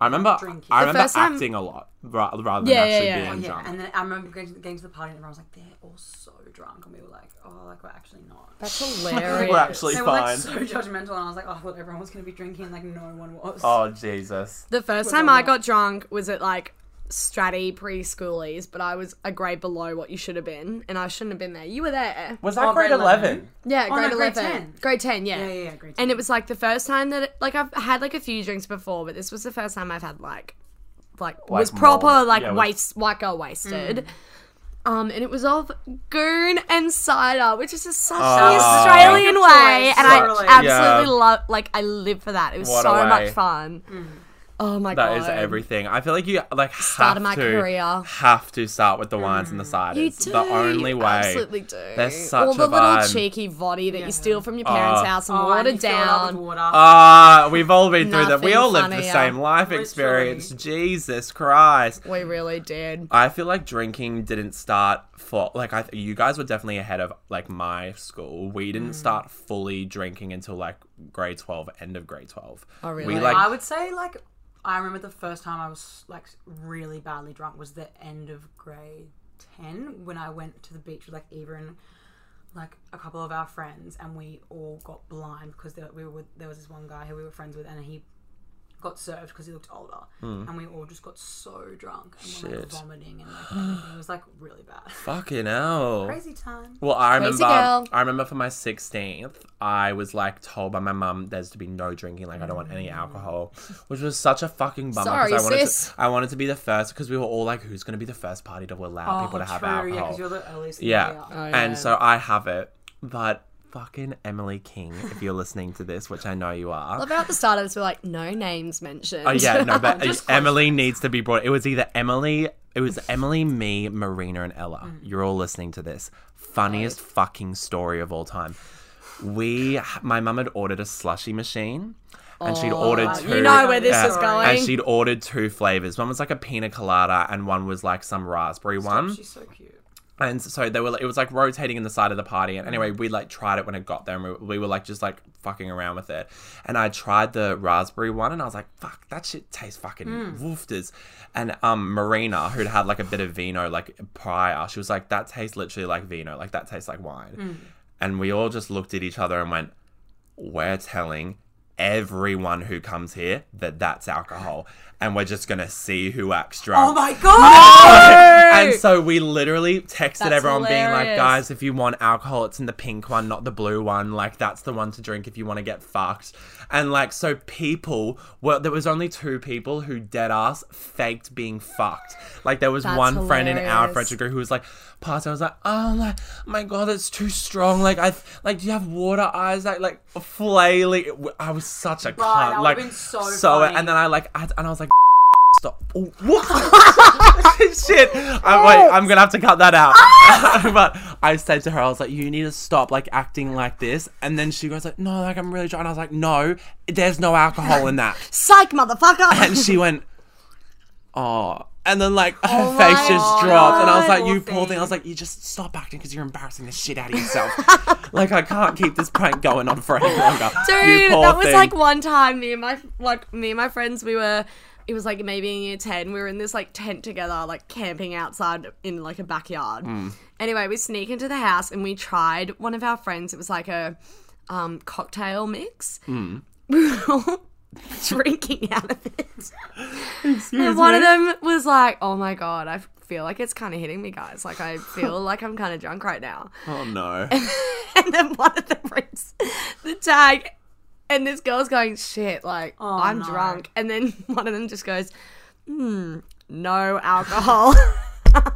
Speaker 1: I remember,
Speaker 3: Drinking.
Speaker 1: I remember
Speaker 2: first time-
Speaker 1: acting a lot ra- rather than
Speaker 2: Yeah, yeah, Oh,
Speaker 1: actually
Speaker 2: yeah.
Speaker 1: being
Speaker 3: Yeah,
Speaker 1: drunk.
Speaker 3: and then I remember getting, getting to the party, and everyone was like, "They're all so drunk," and we were like, "Oh, like we're actually not."
Speaker 1: [laughs]
Speaker 2: That's hilarious.
Speaker 1: We're actually
Speaker 3: they were
Speaker 1: fine.
Speaker 3: like so judgmental, and I was like, "Oh, I thought everyone was gonna be drinking, and like no one was."
Speaker 1: oh Jesus!
Speaker 2: The first time I got drunk was at like Stratty preschoolies, but I was a grade below what you should have been, and I shouldn't have been there. You were there.
Speaker 1: Was that
Speaker 3: Oh,
Speaker 1: grade
Speaker 3: grade 11?
Speaker 1: eleven?
Speaker 2: Yeah,
Speaker 3: Oh,
Speaker 2: grade
Speaker 3: no, grade
Speaker 2: 11.
Speaker 3: 10.
Speaker 2: Grade 10, yeah.
Speaker 3: Yeah, yeah, yeah, grade
Speaker 2: And
Speaker 3: 10.
Speaker 2: it was like the first time that, like, I've had like a few drinks before, but this was the first time I've had like, like, was
Speaker 1: more-
Speaker 2: proper, like,
Speaker 1: yeah, was-
Speaker 2: waste, white girl wasted.
Speaker 3: Mm.
Speaker 2: Um, and it was of goon and cider, which is just such the
Speaker 1: Oh.
Speaker 2: Australian
Speaker 3: Your
Speaker 2: way,
Speaker 3: choice.
Speaker 2: and I
Speaker 3: Totally.
Speaker 2: absolutely
Speaker 1: Yeah.
Speaker 2: love. Like I live for that. It was
Speaker 1: What a
Speaker 2: so much
Speaker 1: way.
Speaker 2: fun.
Speaker 3: Mm.
Speaker 2: Oh my
Speaker 1: That
Speaker 2: god,
Speaker 1: is everything. I feel like you like
Speaker 2: Start
Speaker 1: have
Speaker 2: of my
Speaker 1: to
Speaker 2: career. Mm.
Speaker 1: have to start with the wines and the ciders.
Speaker 2: You do.
Speaker 1: The only way.
Speaker 2: Absolutely do.
Speaker 1: They're such
Speaker 2: All the
Speaker 1: a
Speaker 2: little
Speaker 1: vibe.
Speaker 2: cheeky voddy that you steal from your parents'
Speaker 1: Oh.
Speaker 2: house and
Speaker 3: Oh,
Speaker 2: water
Speaker 3: and you fill it up with
Speaker 2: down.
Speaker 3: water.
Speaker 1: Ah, we've all been through that. We
Speaker 2: Nothing
Speaker 1: all lived the
Speaker 2: funnier.
Speaker 1: same life
Speaker 3: Literally.
Speaker 1: experience. Jesus Christ.
Speaker 2: We really did.
Speaker 1: I feel like drinking didn't start for like I you guys were definitely ahead of like my school. We
Speaker 2: Mm.
Speaker 1: didn't start fully drinking until like grade 12, end of grade 12. Oh
Speaker 2: really?
Speaker 1: We like
Speaker 3: I would say like I remember the first time I was like really badly drunk was the end of grade ten when I went to the beach with like Eva and like a couple of our friends and we all got blind because there, we were with, there was this one guy who we were friends with and he got served because he looked older and we all just got so drunk and were like
Speaker 1: Hmm. Shit. Oh.
Speaker 3: vomiting and like everything. it was like really bad.
Speaker 1: fucking hell.
Speaker 3: Crazy time.
Speaker 1: Well, I remember.
Speaker 2: girl.
Speaker 1: I remember for my sixteenth, I was like told by my mum there's to be no drinking. Like I don't want any alcohol, which was such a fucking bummer. 'cause
Speaker 2: Sorry,
Speaker 1: I wanted
Speaker 2: sis.
Speaker 1: To, I wanted to be the first because we were all like, who's gonna be the first party to allow people to have
Speaker 3: Oh, yeah,
Speaker 1: alcohol?
Speaker 3: because you're the earliest.
Speaker 1: Yeah.
Speaker 2: yeah.
Speaker 1: And so I have it. But fucking Emily King, if you're listening to this, which I know you are.
Speaker 2: About the start, startups were like no names mentioned.
Speaker 1: Oh yeah, no,
Speaker 2: [laughs]
Speaker 1: but
Speaker 3: Just close
Speaker 1: Emily needs to be brought. It was either Emily, it was Emily, me, Marina, and Ella.
Speaker 2: Mm.
Speaker 1: You're all listening to this funniest fucking story of all time. We, my mum had ordered a slushy machine, and she'd ordered two.
Speaker 2: Oh, [laughs] you know where this
Speaker 1: yeah,
Speaker 2: is going.
Speaker 1: And she'd ordered two flavors. One was like a pina colada, and one was like some raspberry one.
Speaker 3: She's so cute.
Speaker 1: And so they were, it was like rotating in the side of the party.
Speaker 3: Mm.
Speaker 1: And anyway, we like tried it when it got there and we, we were like just like fucking around with it. And I tried the raspberry one and I was like, fuck, that shit tastes fucking
Speaker 3: Mm.
Speaker 1: woofters. And um, Marina, who'd had like a bit of vino like prior, she was like, that tastes literally like vino. Like that tastes like wine.
Speaker 3: Mm.
Speaker 1: And we all just looked at each other and went, we're telling everyone who comes here that that's alcohol. And we're just going to see who acts drunk.
Speaker 3: Oh my god!
Speaker 1: and so we literally texted
Speaker 2: That's
Speaker 1: everyone being like,
Speaker 2: hilarious.
Speaker 1: guys, if you want alcohol, it's in the pink one, not the blue one. Like, that's the one to drink if you want to get fucked. And like, so people were, there was only two people who dead ass faked being fucked. Like, there was
Speaker 2: That's
Speaker 1: one friend in our
Speaker 2: hilarious.
Speaker 1: friendship group who was like, passed. I was like, oh my, my God, it's too strong. Like, I, like, do you have water eyes? Like, like, flailing. It w- I was such a
Speaker 3: that
Speaker 1: cunt.
Speaker 3: would've
Speaker 1: like,
Speaker 3: been so funny.
Speaker 1: and then I like, I, and I was like, [laughs] stop. Oh, what? [laughs] Shit. I, wait, I'm gonna have to cut that out. [laughs] but I said to her, I was like, you need to stop like acting like this. And then she goes like, no, like I'm really drunk. And I was like, no,
Speaker 2: [laughs]
Speaker 1: there's no alcohol in that. [laughs]
Speaker 2: Psych, motherfucker.
Speaker 1: And she went, oh. And then like her
Speaker 2: my
Speaker 1: face just dropped, and I was
Speaker 3: God.
Speaker 1: like, "You poor thing." I was like, "You just stop acting because you're embarrassing the shit out of yourself." like I can't keep this prank going on for any longer. you
Speaker 2: Dude,
Speaker 1: poor
Speaker 2: that was
Speaker 1: thing.
Speaker 2: like one time me and my like me and my friends we were it was like maybe in year 10 we were in this like tent together like camping outside in like a backyard.
Speaker 1: Hmm.
Speaker 2: Anyway, we sneak into the house and we tried one of our friends it was like a um cocktail mix.
Speaker 1: Hmm.
Speaker 2: We were all [laughs] drinking out of it.
Speaker 1: Excuse
Speaker 2: And one
Speaker 1: me.
Speaker 2: of them was like, "Oh my god, I feel like it's kind of hitting me, guys. Like I feel like I'm kind of drunk right now."
Speaker 1: Oh no.
Speaker 2: [laughs] and then one of them reads the tag, and this girl's going, "Shit, like
Speaker 1: Oh,
Speaker 2: I'm
Speaker 3: no.
Speaker 2: drunk," and then [laughs] one of them just goes, "Hmm, no alcohol." [laughs]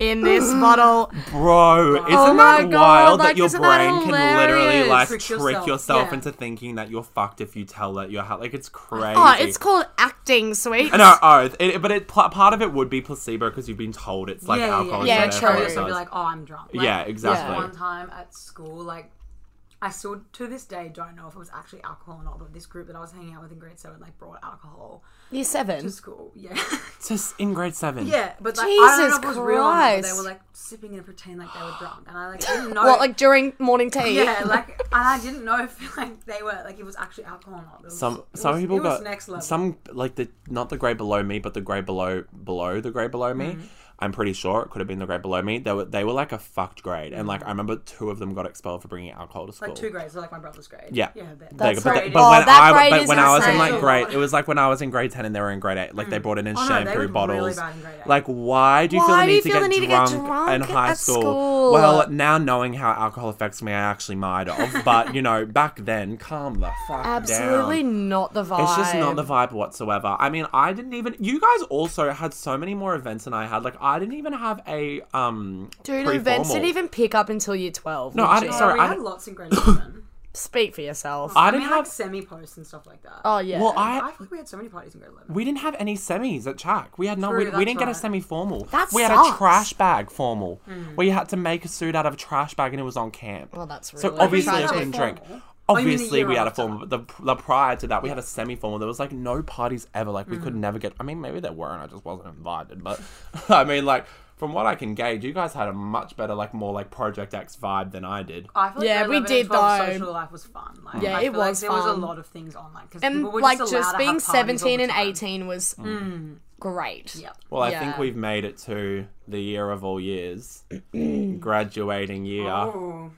Speaker 2: In
Speaker 1: [sighs]
Speaker 2: this bottle,
Speaker 1: Bro, isn't
Speaker 3: Oh
Speaker 2: my
Speaker 1: that
Speaker 2: God,
Speaker 1: wild
Speaker 2: like,
Speaker 1: that your
Speaker 2: isn't that
Speaker 1: brain can literally
Speaker 2: hilarious?
Speaker 1: like trick
Speaker 3: Trick
Speaker 1: yourself,
Speaker 3: yourself, yeah.
Speaker 1: into thinking that you're fucked if you tell that you're ha- like it's crazy.
Speaker 2: oh, it's called acting, sweet.
Speaker 1: No, oh, it- it, but it pl- part of it would be placebo because you've been told it's like
Speaker 3: yeah,
Speaker 1: alcohol.
Speaker 2: yeah.
Speaker 3: yeah,
Speaker 1: and
Speaker 2: Yeah,
Speaker 1: so
Speaker 2: true.
Speaker 1: therefore it
Speaker 3: So you'd be
Speaker 1: does.
Speaker 3: like, oh, I'm drunk. Like,
Speaker 1: yeah, exactly.
Speaker 3: One time at school, like, I still to this day don't know if it was actually alcohol or not, but this group that I was hanging out with in grade seven like brought alcohol
Speaker 2: Year seven.
Speaker 3: to school. [laughs] Yeah,
Speaker 1: It's just in grade seven.
Speaker 3: yeah, but like, I don't know
Speaker 2: Jesus
Speaker 3: if it was real. Or not, but they
Speaker 2: Christ.
Speaker 3: were like sipping and pretend like they were drunk, and
Speaker 2: [gasps]
Speaker 3: I like didn't know.
Speaker 2: What, like during morning tea?
Speaker 3: yeah, like, and I didn't know [laughs] if like they were like it was actually alcohol or not. It was-
Speaker 1: Some
Speaker 3: it
Speaker 1: some
Speaker 3: was-
Speaker 1: people
Speaker 3: it was
Speaker 1: got
Speaker 3: next level.
Speaker 1: some like the not the grade below me, but the grade below below the grade below me.
Speaker 3: Mm.
Speaker 1: I'm pretty sure it could have been the grade below me. They were they were like a fucked grade, and like I remember two of them got expelled for bringing alcohol to school.
Speaker 3: Mm. like two grades, so, like my brother's grade.
Speaker 1: Yeah.
Speaker 3: yeah, but-
Speaker 1: They- but,
Speaker 2: crazy.
Speaker 1: but
Speaker 2: Oh,
Speaker 1: when
Speaker 2: that
Speaker 1: I
Speaker 2: grade
Speaker 1: but
Speaker 2: is
Speaker 1: when I was in like
Speaker 2: insane.
Speaker 1: grade, it was like when I was in grade ten and they were in grade eight. Like they brought it in
Speaker 3: Oh, no, they
Speaker 1: shampoo
Speaker 3: were really
Speaker 1: bottles.
Speaker 3: bad in grade eight.
Speaker 1: like why do you feel
Speaker 2: Why
Speaker 1: the
Speaker 2: do
Speaker 1: need,
Speaker 2: you
Speaker 1: to,
Speaker 2: feel
Speaker 1: get
Speaker 2: the need to get
Speaker 1: drunk
Speaker 2: drunk
Speaker 1: in high
Speaker 2: at
Speaker 1: school?
Speaker 2: school?
Speaker 1: Well, now knowing how alcohol affects me, I actually might
Speaker 2: [laughs]
Speaker 1: have. but you know, back then, calm the fuck down.
Speaker 2: Absolutely not the vibe.
Speaker 1: It's just not the vibe whatsoever. I mean, I didn't even. You guys also had so many more events than I had. Like, I didn't even have a um.
Speaker 2: Dude, events
Speaker 1: pre-formal.
Speaker 2: didn't even pick up until year 12.
Speaker 1: No, I didn't.
Speaker 3: Oh,
Speaker 1: Sorry,
Speaker 3: we
Speaker 1: I
Speaker 3: had
Speaker 1: didn't-
Speaker 3: lots
Speaker 1: [coughs]
Speaker 3: in grade seven.
Speaker 2: Speak for yourself.
Speaker 1: I
Speaker 3: I
Speaker 1: didn't
Speaker 3: mean, like
Speaker 1: have.
Speaker 3: semi posts and stuff like that.
Speaker 2: oh, yeah.
Speaker 1: Well,
Speaker 3: I
Speaker 1: I
Speaker 3: feel like we had so many parties in grade eleven.
Speaker 1: we didn't have any semis at Chuck. We had no. we,
Speaker 3: True,
Speaker 1: we
Speaker 3: that's
Speaker 1: didn't get a
Speaker 3: right. Hmm.
Speaker 1: semi formal.
Speaker 2: That
Speaker 1: we had a
Speaker 2: sucks.
Speaker 1: trash bag formal. We had to make a suit out of a trash bag, and it was on camp.
Speaker 2: Well, that's
Speaker 1: so
Speaker 2: really
Speaker 1: obviously I
Speaker 2: tragic.
Speaker 1: couldn't drink.
Speaker 3: Formal? Oh, you mean the
Speaker 1: Obviously,
Speaker 3: year
Speaker 1: we had a
Speaker 3: after.
Speaker 1: formal, but the, the prior to that, we had a semi formal. There was like no parties ever. Like, we
Speaker 3: Hmm.
Speaker 1: could never get. I mean, maybe there were, and I just wasn't invited. But [laughs] I mean, like, from what I can gauge, you guys had a much better, like, more like Project X vibe than I did.
Speaker 3: I feel like
Speaker 2: Yeah,
Speaker 3: grade
Speaker 2: we
Speaker 3: 11 and
Speaker 2: did
Speaker 3: 12
Speaker 2: though.
Speaker 3: Social life was fun. Like,
Speaker 2: Yeah,
Speaker 3: I
Speaker 2: it
Speaker 3: feel like
Speaker 2: was
Speaker 3: There was a
Speaker 2: fun.
Speaker 3: lot of things on, like, because
Speaker 2: And
Speaker 3: people were
Speaker 2: like
Speaker 3: just,
Speaker 2: just,
Speaker 3: allowed to
Speaker 2: being
Speaker 3: have parties all the
Speaker 2: 17 and
Speaker 3: time.
Speaker 2: 18 was Mm. great.
Speaker 3: Yep.
Speaker 1: Well, I
Speaker 2: Yeah.
Speaker 1: think we've made it to the year of all years, [clears throat] graduating year.
Speaker 3: Ooh.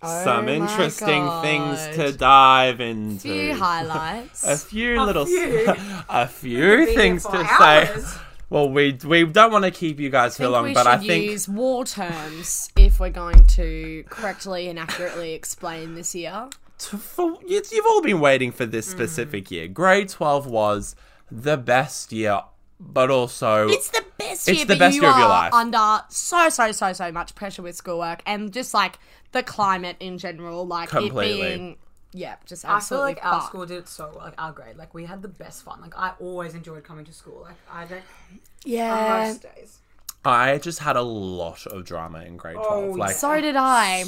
Speaker 1: Some
Speaker 2: Oh my
Speaker 1: interesting things
Speaker 2: God.
Speaker 1: to dive into.
Speaker 2: Few
Speaker 1: a
Speaker 2: highlights.
Speaker 1: few little,
Speaker 3: few.
Speaker 1: [laughs] a few
Speaker 3: here
Speaker 1: things
Speaker 3: for
Speaker 1: to
Speaker 3: hours.
Speaker 1: say. Well, we we don't want to keep you guys too
Speaker 2: I think
Speaker 1: long,
Speaker 2: we
Speaker 1: but
Speaker 2: should
Speaker 1: I think
Speaker 2: use war terms if we're going to correctly and accurately explain this year.
Speaker 1: t- for, you, you've all been waiting for
Speaker 2: Mm.
Speaker 1: this specific year. Grade 12 was the best year, but also
Speaker 2: It's the best
Speaker 1: It's
Speaker 2: year,
Speaker 1: the
Speaker 2: but
Speaker 1: best
Speaker 2: you
Speaker 1: year of
Speaker 2: are
Speaker 1: your life.
Speaker 2: under so so so so much pressure with schoolwork and just like the climate in general, like
Speaker 1: Completely.
Speaker 2: it being yeah, just
Speaker 3: I feel
Speaker 2: absolutely
Speaker 3: like our
Speaker 2: fucked.
Speaker 3: school did it so well, like our grade. Like we had the best fun. Like I always enjoyed coming to school. Like I don't
Speaker 2: Yeah,
Speaker 3: most days.
Speaker 1: I just had a lot of drama in grade 12. like so,
Speaker 2: Oh, so did I.
Speaker 1: much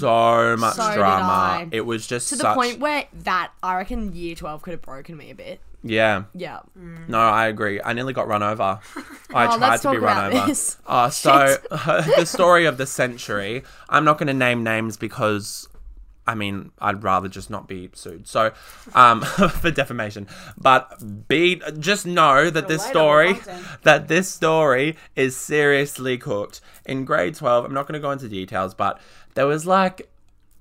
Speaker 2: So did
Speaker 1: drama.
Speaker 2: I.
Speaker 1: It was just
Speaker 2: to the
Speaker 1: such,
Speaker 2: point where that I reckon year twelve could have broken me a bit.
Speaker 1: yeah.
Speaker 2: Yeah.
Speaker 1: No, I agree. I nearly got run
Speaker 2: [laughs]
Speaker 1: over. I tried
Speaker 2: Mm. Oh, let's
Speaker 1: to be
Speaker 2: talk
Speaker 1: run
Speaker 2: about
Speaker 1: over.
Speaker 2: this. [laughs]
Speaker 1: Uh, so [laughs] the story of the century. I'm not going to name names because, I mean, I'd rather just not be sued. So, um, [laughs] for defamation. But be just know that this
Speaker 3: Relatable
Speaker 1: story,
Speaker 3: content.
Speaker 1: that this story is seriously cooked. In grade 12, I'm not going to go into details, but there was like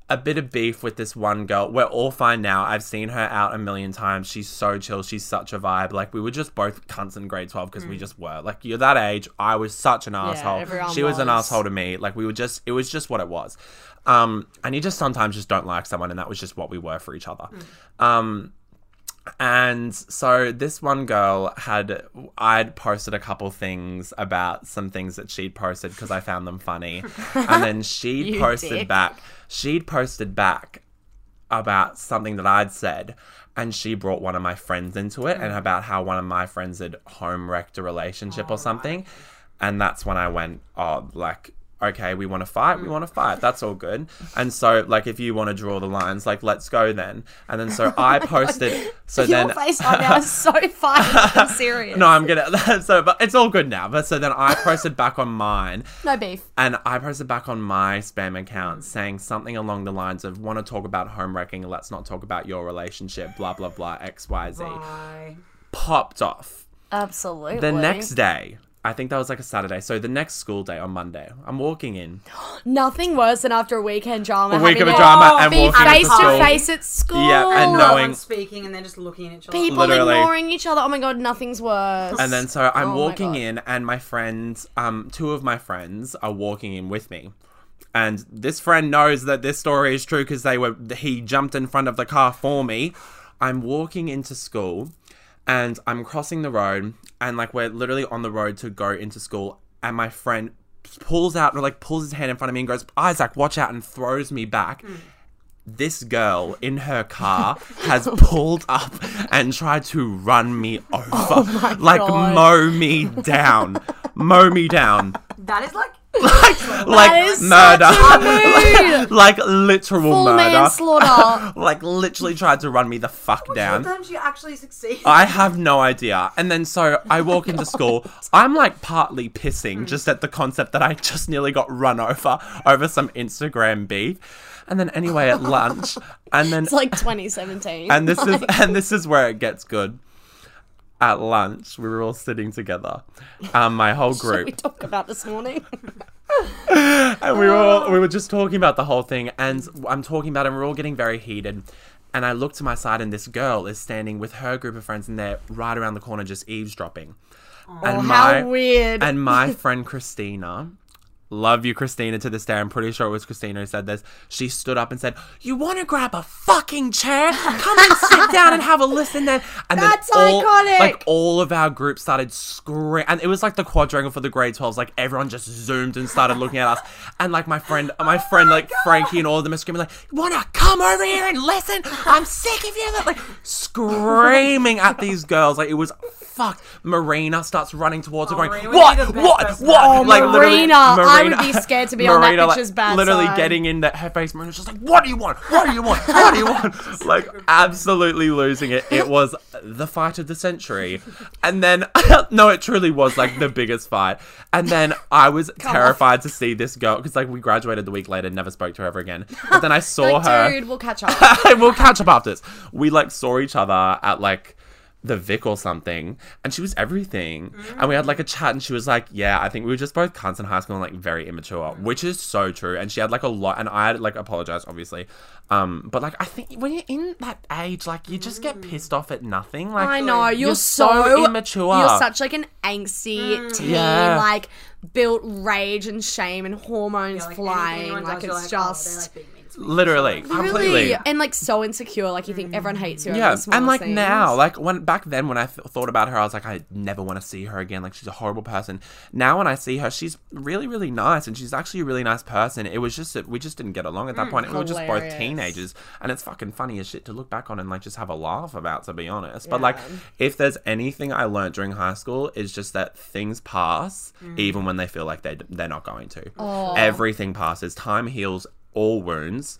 Speaker 1: a bit of beef with this one girl. We're all fine now. I've seen her out a million times. She's so chill. She's such a vibe. Like we were just both cunts in grade twelve because we just were. Like you're that age. I was such an asshole.
Speaker 2: Mm. everyone
Speaker 1: She was an
Speaker 2: was.
Speaker 1: asshole to me. Like we were just. It was just what it was. Um, and you just sometimes just don't like someone, and that was just what we were for each
Speaker 2: Mm.
Speaker 1: other. Um, and so this one girl had I'd posted a couple things about some things that she'd posted because I found them
Speaker 2: [laughs]
Speaker 1: funny, and then she
Speaker 2: You
Speaker 1: posted
Speaker 2: dick.
Speaker 1: back. She'd posted back about something that I'd said, and she brought one of my friends into it,
Speaker 2: Mm.
Speaker 1: and about how one of my friends had home wrecked a relationship or something, and that's when I went, oh, like okay, we want to fight,
Speaker 2: Mm.
Speaker 1: we want to fight. That's all good. And so, like, if you want to draw the lines, like, let's go then. And then
Speaker 2: [laughs]
Speaker 1: so I posted. So
Speaker 2: Oh Your
Speaker 1: then
Speaker 2: face right now
Speaker 1: [laughs]
Speaker 2: is so funny. I'm serious.
Speaker 1: no, I'm gonna. [laughs] So, but it's all good now. But so then I posted back on mine,
Speaker 2: No beef.
Speaker 1: and I posted back on my spam account saying something along the lines of "Want to talk about home wrecking? Let's not talk about your relationship." Blah blah blah. X Y Z
Speaker 3: Bye.
Speaker 1: popped off.
Speaker 2: Absolutely.
Speaker 1: The next day, I think that was like a Saturday. So the next school day on Monday, I'm walking
Speaker 2: [gasps]
Speaker 1: in.
Speaker 2: Nothing worse than after a weekend drama.
Speaker 1: A week of
Speaker 2: having
Speaker 1: a
Speaker 2: to
Speaker 1: drama and
Speaker 2: Be
Speaker 1: walking
Speaker 2: face
Speaker 1: into
Speaker 2: to
Speaker 1: school.
Speaker 2: face at school.
Speaker 1: Yeah, and
Speaker 3: No
Speaker 1: Knowing-
Speaker 3: one's speaking and they're just looking at each other.
Speaker 2: People
Speaker 1: Literally.
Speaker 2: ignoring each other. Oh my god, nothing's worse.
Speaker 1: And
Speaker 2: [laughs]
Speaker 1: then so I'm
Speaker 2: Oh my
Speaker 1: walking
Speaker 2: God.
Speaker 1: in, and my friends, um, two of my friends are walking in with me. And this friend knows that this story is true because they were he jumped in front of the car for me. I'm walking into school, and I'm crossing the road, and like we're literally on the road to go into school, and my friend pulls out or like pulls his hand in front of me and goes, Isaac, watch out, and throws me back
Speaker 2: Mm.
Speaker 1: this girl in her
Speaker 2: [laughs]
Speaker 1: car has pulled up and tried to run me over. like
Speaker 2: Oh God.
Speaker 1: mow me down. mow me down.
Speaker 3: That is like
Speaker 1: like
Speaker 2: is such
Speaker 1: murder.
Speaker 2: a
Speaker 1: [laughs] like literal
Speaker 2: full
Speaker 1: murder. [laughs]
Speaker 2: manslaughter.
Speaker 1: like literally tried to run me the
Speaker 2: Oh
Speaker 1: fuck down.
Speaker 3: sometimes you actually succeed. [laughs]
Speaker 1: I have no idea. And then
Speaker 2: [laughs]
Speaker 1: so I walk into school. I'm like partly
Speaker 2: Hmm.
Speaker 1: pissing just at the concept that I just nearly got run over over some Instagram beef. And then anyway
Speaker 2: [laughs]
Speaker 1: at lunch, and then
Speaker 2: it's like 2017.
Speaker 1: and this is and this is where it gets good. At lunch, we were all sitting together, um, my
Speaker 2: [laughs]
Speaker 1: whole
Speaker 2: we
Speaker 1: group,
Speaker 2: talked about this morning.
Speaker 1: [laughs] and we were all, we were just talking about the whole thing, and I'm talking about it, and we're all getting very heated. And I look to my side, and this girl is standing with her group of friends, and they're right around the corner, just eavesdropping. and
Speaker 2: Oh, How weird.
Speaker 1: And my
Speaker 2: [laughs]
Speaker 1: friend Christina, love you, Christina, to this day. I'm pretty sure it was Christina who said this. She stood up and said, You want to grab a fucking chair? Come and
Speaker 2: [laughs]
Speaker 1: sit down and have a listen then. And
Speaker 2: That's
Speaker 1: then all,
Speaker 2: iconic.
Speaker 1: Like all of our group started screaming. And it was like the quadrangle for the grade 12s. Like everyone just zoomed and started looking at us. And like my
Speaker 2: [laughs]
Speaker 1: friend,
Speaker 2: Oh
Speaker 1: my friend, like Frankie and all of them are screaming, like, Want to come over here and listen? I'm sick of you.
Speaker 2: [laughs]
Speaker 1: Like screaming at these girls. Like it was fucked. Marina starts running towards her, going,
Speaker 3: Marina would
Speaker 1: "What?
Speaker 3: be the best
Speaker 1: What?
Speaker 3: person.
Speaker 1: What?"
Speaker 3: Oh,
Speaker 1: literally-
Speaker 2: Marina. I would be scared to be on that
Speaker 1: like,
Speaker 2: bitch's bad
Speaker 1: Literally
Speaker 2: side.
Speaker 1: getting in that her face. Marina's just like, "What do you want? What do you want? What do you
Speaker 3: [laughs]
Speaker 1: want?" like absolutely losing it. It was the fight of the century, and then [laughs] no, it truly was like the biggest fight. And then I was terrified to see this girl because like we graduated the week later, never spoke to her ever again. But then I saw
Speaker 2: [laughs] like,
Speaker 1: her.
Speaker 2: dude, we'll
Speaker 1: [laughs]
Speaker 2: catch up.
Speaker 1: we'll catch up after this. We like saw each other at like the Vic or something, and she was everything. And we had like a chat, and she was like, "Yeah, I think we were just both cunts in high school and like very immature,"
Speaker 2: Mm.
Speaker 1: which is so true. And she had like a lot, and I had like apologized, obviously. Um, but like I think when you're in that age, like you just get pissed off at nothing. Like
Speaker 2: Mm. I know. You're,
Speaker 1: you're so immature. Mm.
Speaker 2: You're such like an angsty teen,
Speaker 1: Yeah.
Speaker 2: like built rage and shame and hormones
Speaker 3: Like, anything
Speaker 2: flying.
Speaker 3: anyone
Speaker 2: Like
Speaker 3: does,
Speaker 2: it's
Speaker 3: you're like, oh, they're,
Speaker 2: just.
Speaker 3: like, being mean to me.
Speaker 1: literally,
Speaker 2: Really,
Speaker 1: completely.
Speaker 2: and like so insecure, like you think everyone hates you. over
Speaker 1: Yeah,
Speaker 2: the smallest
Speaker 1: and like
Speaker 2: things.
Speaker 1: now, like when back then when I th- thought about her, I was like, I never want to see her again. Like she's a horrible person. Now when I see her, she's really, really nice, and she's actually a really nice person. It was just that we just didn't get along at that point. and We were just both
Speaker 2: hilarious.
Speaker 1: teenagers, and it's fucking funny as shit to look back on and like just have a laugh about, to be honest. But like, if there's anything I learned during high school, is just that things pass, even when they feel like they d- they're not going to. Everything passes. Time heals all wounds.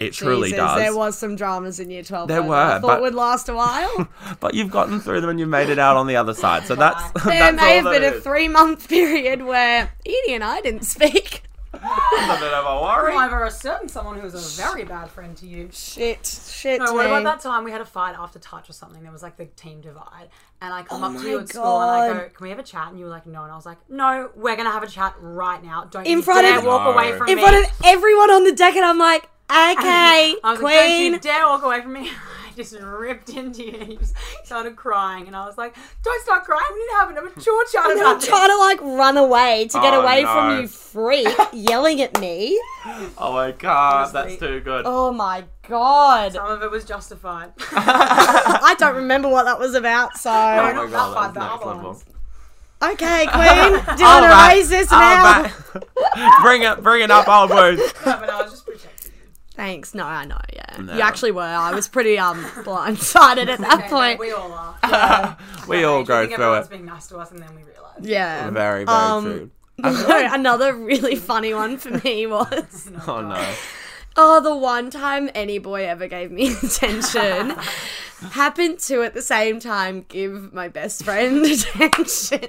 Speaker 1: It truly
Speaker 2: Jesus,
Speaker 1: does.
Speaker 2: There was some dramas in year twelve.
Speaker 1: There
Speaker 2: though, that I
Speaker 1: were,
Speaker 2: thought
Speaker 1: but-
Speaker 2: would last
Speaker 1: [laughs]
Speaker 2: a while.
Speaker 1: But you've gotten through them and you made it out on the other side. So that's [laughs]
Speaker 2: there
Speaker 1: that's
Speaker 2: may
Speaker 1: all
Speaker 2: have
Speaker 1: that
Speaker 2: been
Speaker 1: it
Speaker 2: a
Speaker 1: is.
Speaker 2: three month period where Edie and I didn't speak.
Speaker 1: Not that I'm a worry.
Speaker 3: I've ever certain someone who was a very bad friend to you.
Speaker 2: Shit, shit.
Speaker 3: No, what
Speaker 2: me.
Speaker 3: about that time we had a fight after touch or something? There was like the team divide, and I come up to you
Speaker 2: Oh my
Speaker 3: at school and I
Speaker 2: God.
Speaker 3: go, "Can we have a chat?" And you were like, "No," and I was like, "No, we're gonna have a chat right now. Don't
Speaker 2: In
Speaker 3: you
Speaker 2: front
Speaker 3: dare
Speaker 2: of-
Speaker 3: walk
Speaker 1: No.
Speaker 3: away from
Speaker 2: in
Speaker 3: me."
Speaker 2: front of everyone on the deck, and I'm [laughs] like, okay,
Speaker 3: I was like, "Don't
Speaker 2: queen.
Speaker 3: you dare walk away from me!" [laughs] I just ripped into you and you just [laughs] started crying, and I was like, "Don't start crying. We need to have a mature chat
Speaker 2: I'm
Speaker 3: about this."
Speaker 2: trying to like run away to get
Speaker 1: Oh,
Speaker 2: away
Speaker 1: no.
Speaker 2: from you [laughs] freak yelling at me.
Speaker 1: Oh my god, that's
Speaker 3: Honestly.
Speaker 1: too good. [laughs]
Speaker 2: Oh my god.
Speaker 3: Some of it was justified. [laughs]
Speaker 2: I don't remember what that was about,
Speaker 1: Oh [laughs]
Speaker 2: so
Speaker 1: my
Speaker 3: not that
Speaker 1: god, that's next
Speaker 3: fun, that
Speaker 1: level.
Speaker 3: one's-
Speaker 2: Okay,
Speaker 1: [laughs]
Speaker 2: Queen, do you
Speaker 1: All
Speaker 2: wanna
Speaker 1: right,
Speaker 2: raise this
Speaker 1: all
Speaker 2: now?
Speaker 1: right. Ah, [laughs] bring it, bring it up, old
Speaker 2: [laughs]
Speaker 1: wounds.
Speaker 3: Yeah, but I was just protecting. you.
Speaker 2: Thanks. No, I know, yeah.
Speaker 1: No.
Speaker 2: You actually were. I was pretty [laughs] um blindsided at that
Speaker 3: Okay,
Speaker 2: point.
Speaker 3: uh, we all are.
Speaker 1: [laughs] [laughs] We all
Speaker 3: We
Speaker 1: go
Speaker 3: think
Speaker 1: through
Speaker 3: everyone's
Speaker 1: it.
Speaker 3: being nice to us, and then we realize.
Speaker 2: Yeah.
Speaker 1: Very, very
Speaker 2: Um,
Speaker 1: true.
Speaker 2: No, [laughs] another really funny one for me was
Speaker 1: Oh no.
Speaker 2: oh, the one time any boy ever gave me [laughs] attention happened to at the same time give my best friend [laughs] attention.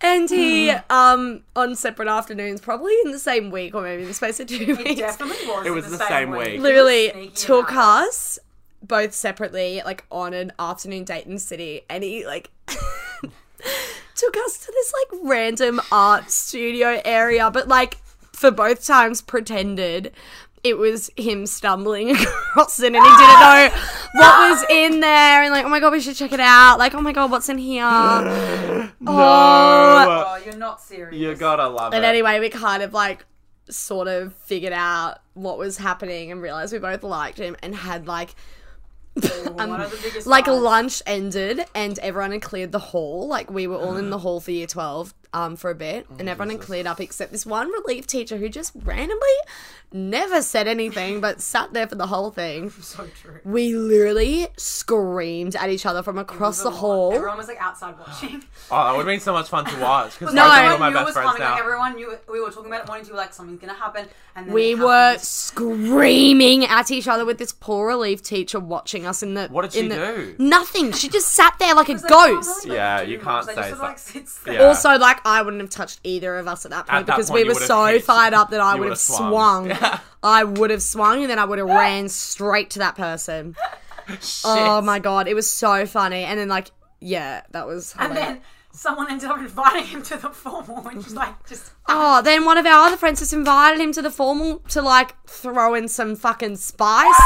Speaker 2: and he, um, on separate afternoons, probably in the same week or maybe in the space of two
Speaker 3: It
Speaker 2: weeks,
Speaker 3: definitely was.
Speaker 1: It was the same week.
Speaker 2: [laughs] literally
Speaker 3: Sneaky
Speaker 2: took
Speaker 3: out.
Speaker 2: us both separately, like on an afternoon date in the city, and he like [laughs] took us to this like random art studio area, but like for both times pretended it was him stumbling [laughs] across it and he didn't know what was in there and like, oh my god, we should check it out. Like, oh my god, what's in here? oh
Speaker 1: no.
Speaker 3: Oh, you're not serious.
Speaker 1: You gotta love
Speaker 2: and
Speaker 1: it.
Speaker 2: anyway, we kind of like sort of figured out what was happening and realized we both liked him and had like
Speaker 3: One of the biggest
Speaker 2: like
Speaker 3: lies.
Speaker 2: lunch ended and everyone had cleared the hall. Like we were all in the hall for year twelve um for a bit, and everyone had cleared up except this one relief teacher who just randomly never said anything but sat there for the whole thing.
Speaker 3: [laughs] So true.
Speaker 2: We literally screamed at each other from across the hall.
Speaker 3: Everyone was like
Speaker 2: [gasps]
Speaker 3: outside watching. [laughs]
Speaker 1: Oh, that would have been so much fun
Speaker 2: [laughs]
Speaker 1: to watch. Because
Speaker 2: No.
Speaker 1: I
Speaker 2: Everyone
Speaker 1: all my
Speaker 3: knew it
Speaker 1: best
Speaker 3: was
Speaker 1: friends
Speaker 3: coming.
Speaker 1: now.
Speaker 3: Like, everyone knew it- we were talking about it, wanting to like something's gonna happen, and then
Speaker 2: We
Speaker 3: it
Speaker 2: were
Speaker 3: happened.
Speaker 2: screaming at each other with this poor relief teacher watching us in the.
Speaker 1: What did she
Speaker 2: in the-
Speaker 1: do?
Speaker 2: Nothing. She just sat there like a
Speaker 3: It's like, "Oh, I can't
Speaker 2: ghost.
Speaker 3: really, like,
Speaker 1: Yeah,
Speaker 3: do
Speaker 1: you
Speaker 3: much.
Speaker 1: can't
Speaker 3: Like, just
Speaker 1: say
Speaker 3: sort of, like,
Speaker 1: so-
Speaker 3: sits there.
Speaker 1: Yeah.
Speaker 2: Also, like I wouldn't have touched either of us at that point
Speaker 1: that
Speaker 2: because
Speaker 1: point,
Speaker 2: we
Speaker 1: you
Speaker 2: were
Speaker 1: would have
Speaker 2: so
Speaker 1: hit.
Speaker 2: fired up that I
Speaker 1: You
Speaker 2: would
Speaker 1: would
Speaker 2: have
Speaker 1: have swung.
Speaker 2: swung. I would have swung and then I would have ran straight to
Speaker 1: [laughs]
Speaker 2: that person. [laughs] Oh my god, it was so funny. And then like, yeah, that was.
Speaker 3: And
Speaker 2: hilarious.
Speaker 3: then someone ended up inviting him to the formal, and she's like,
Speaker 2: [laughs]
Speaker 3: just
Speaker 2: oh, then one of our other friends just invited him to the formal to like throw in some fucking
Speaker 3: [laughs]
Speaker 2: spice.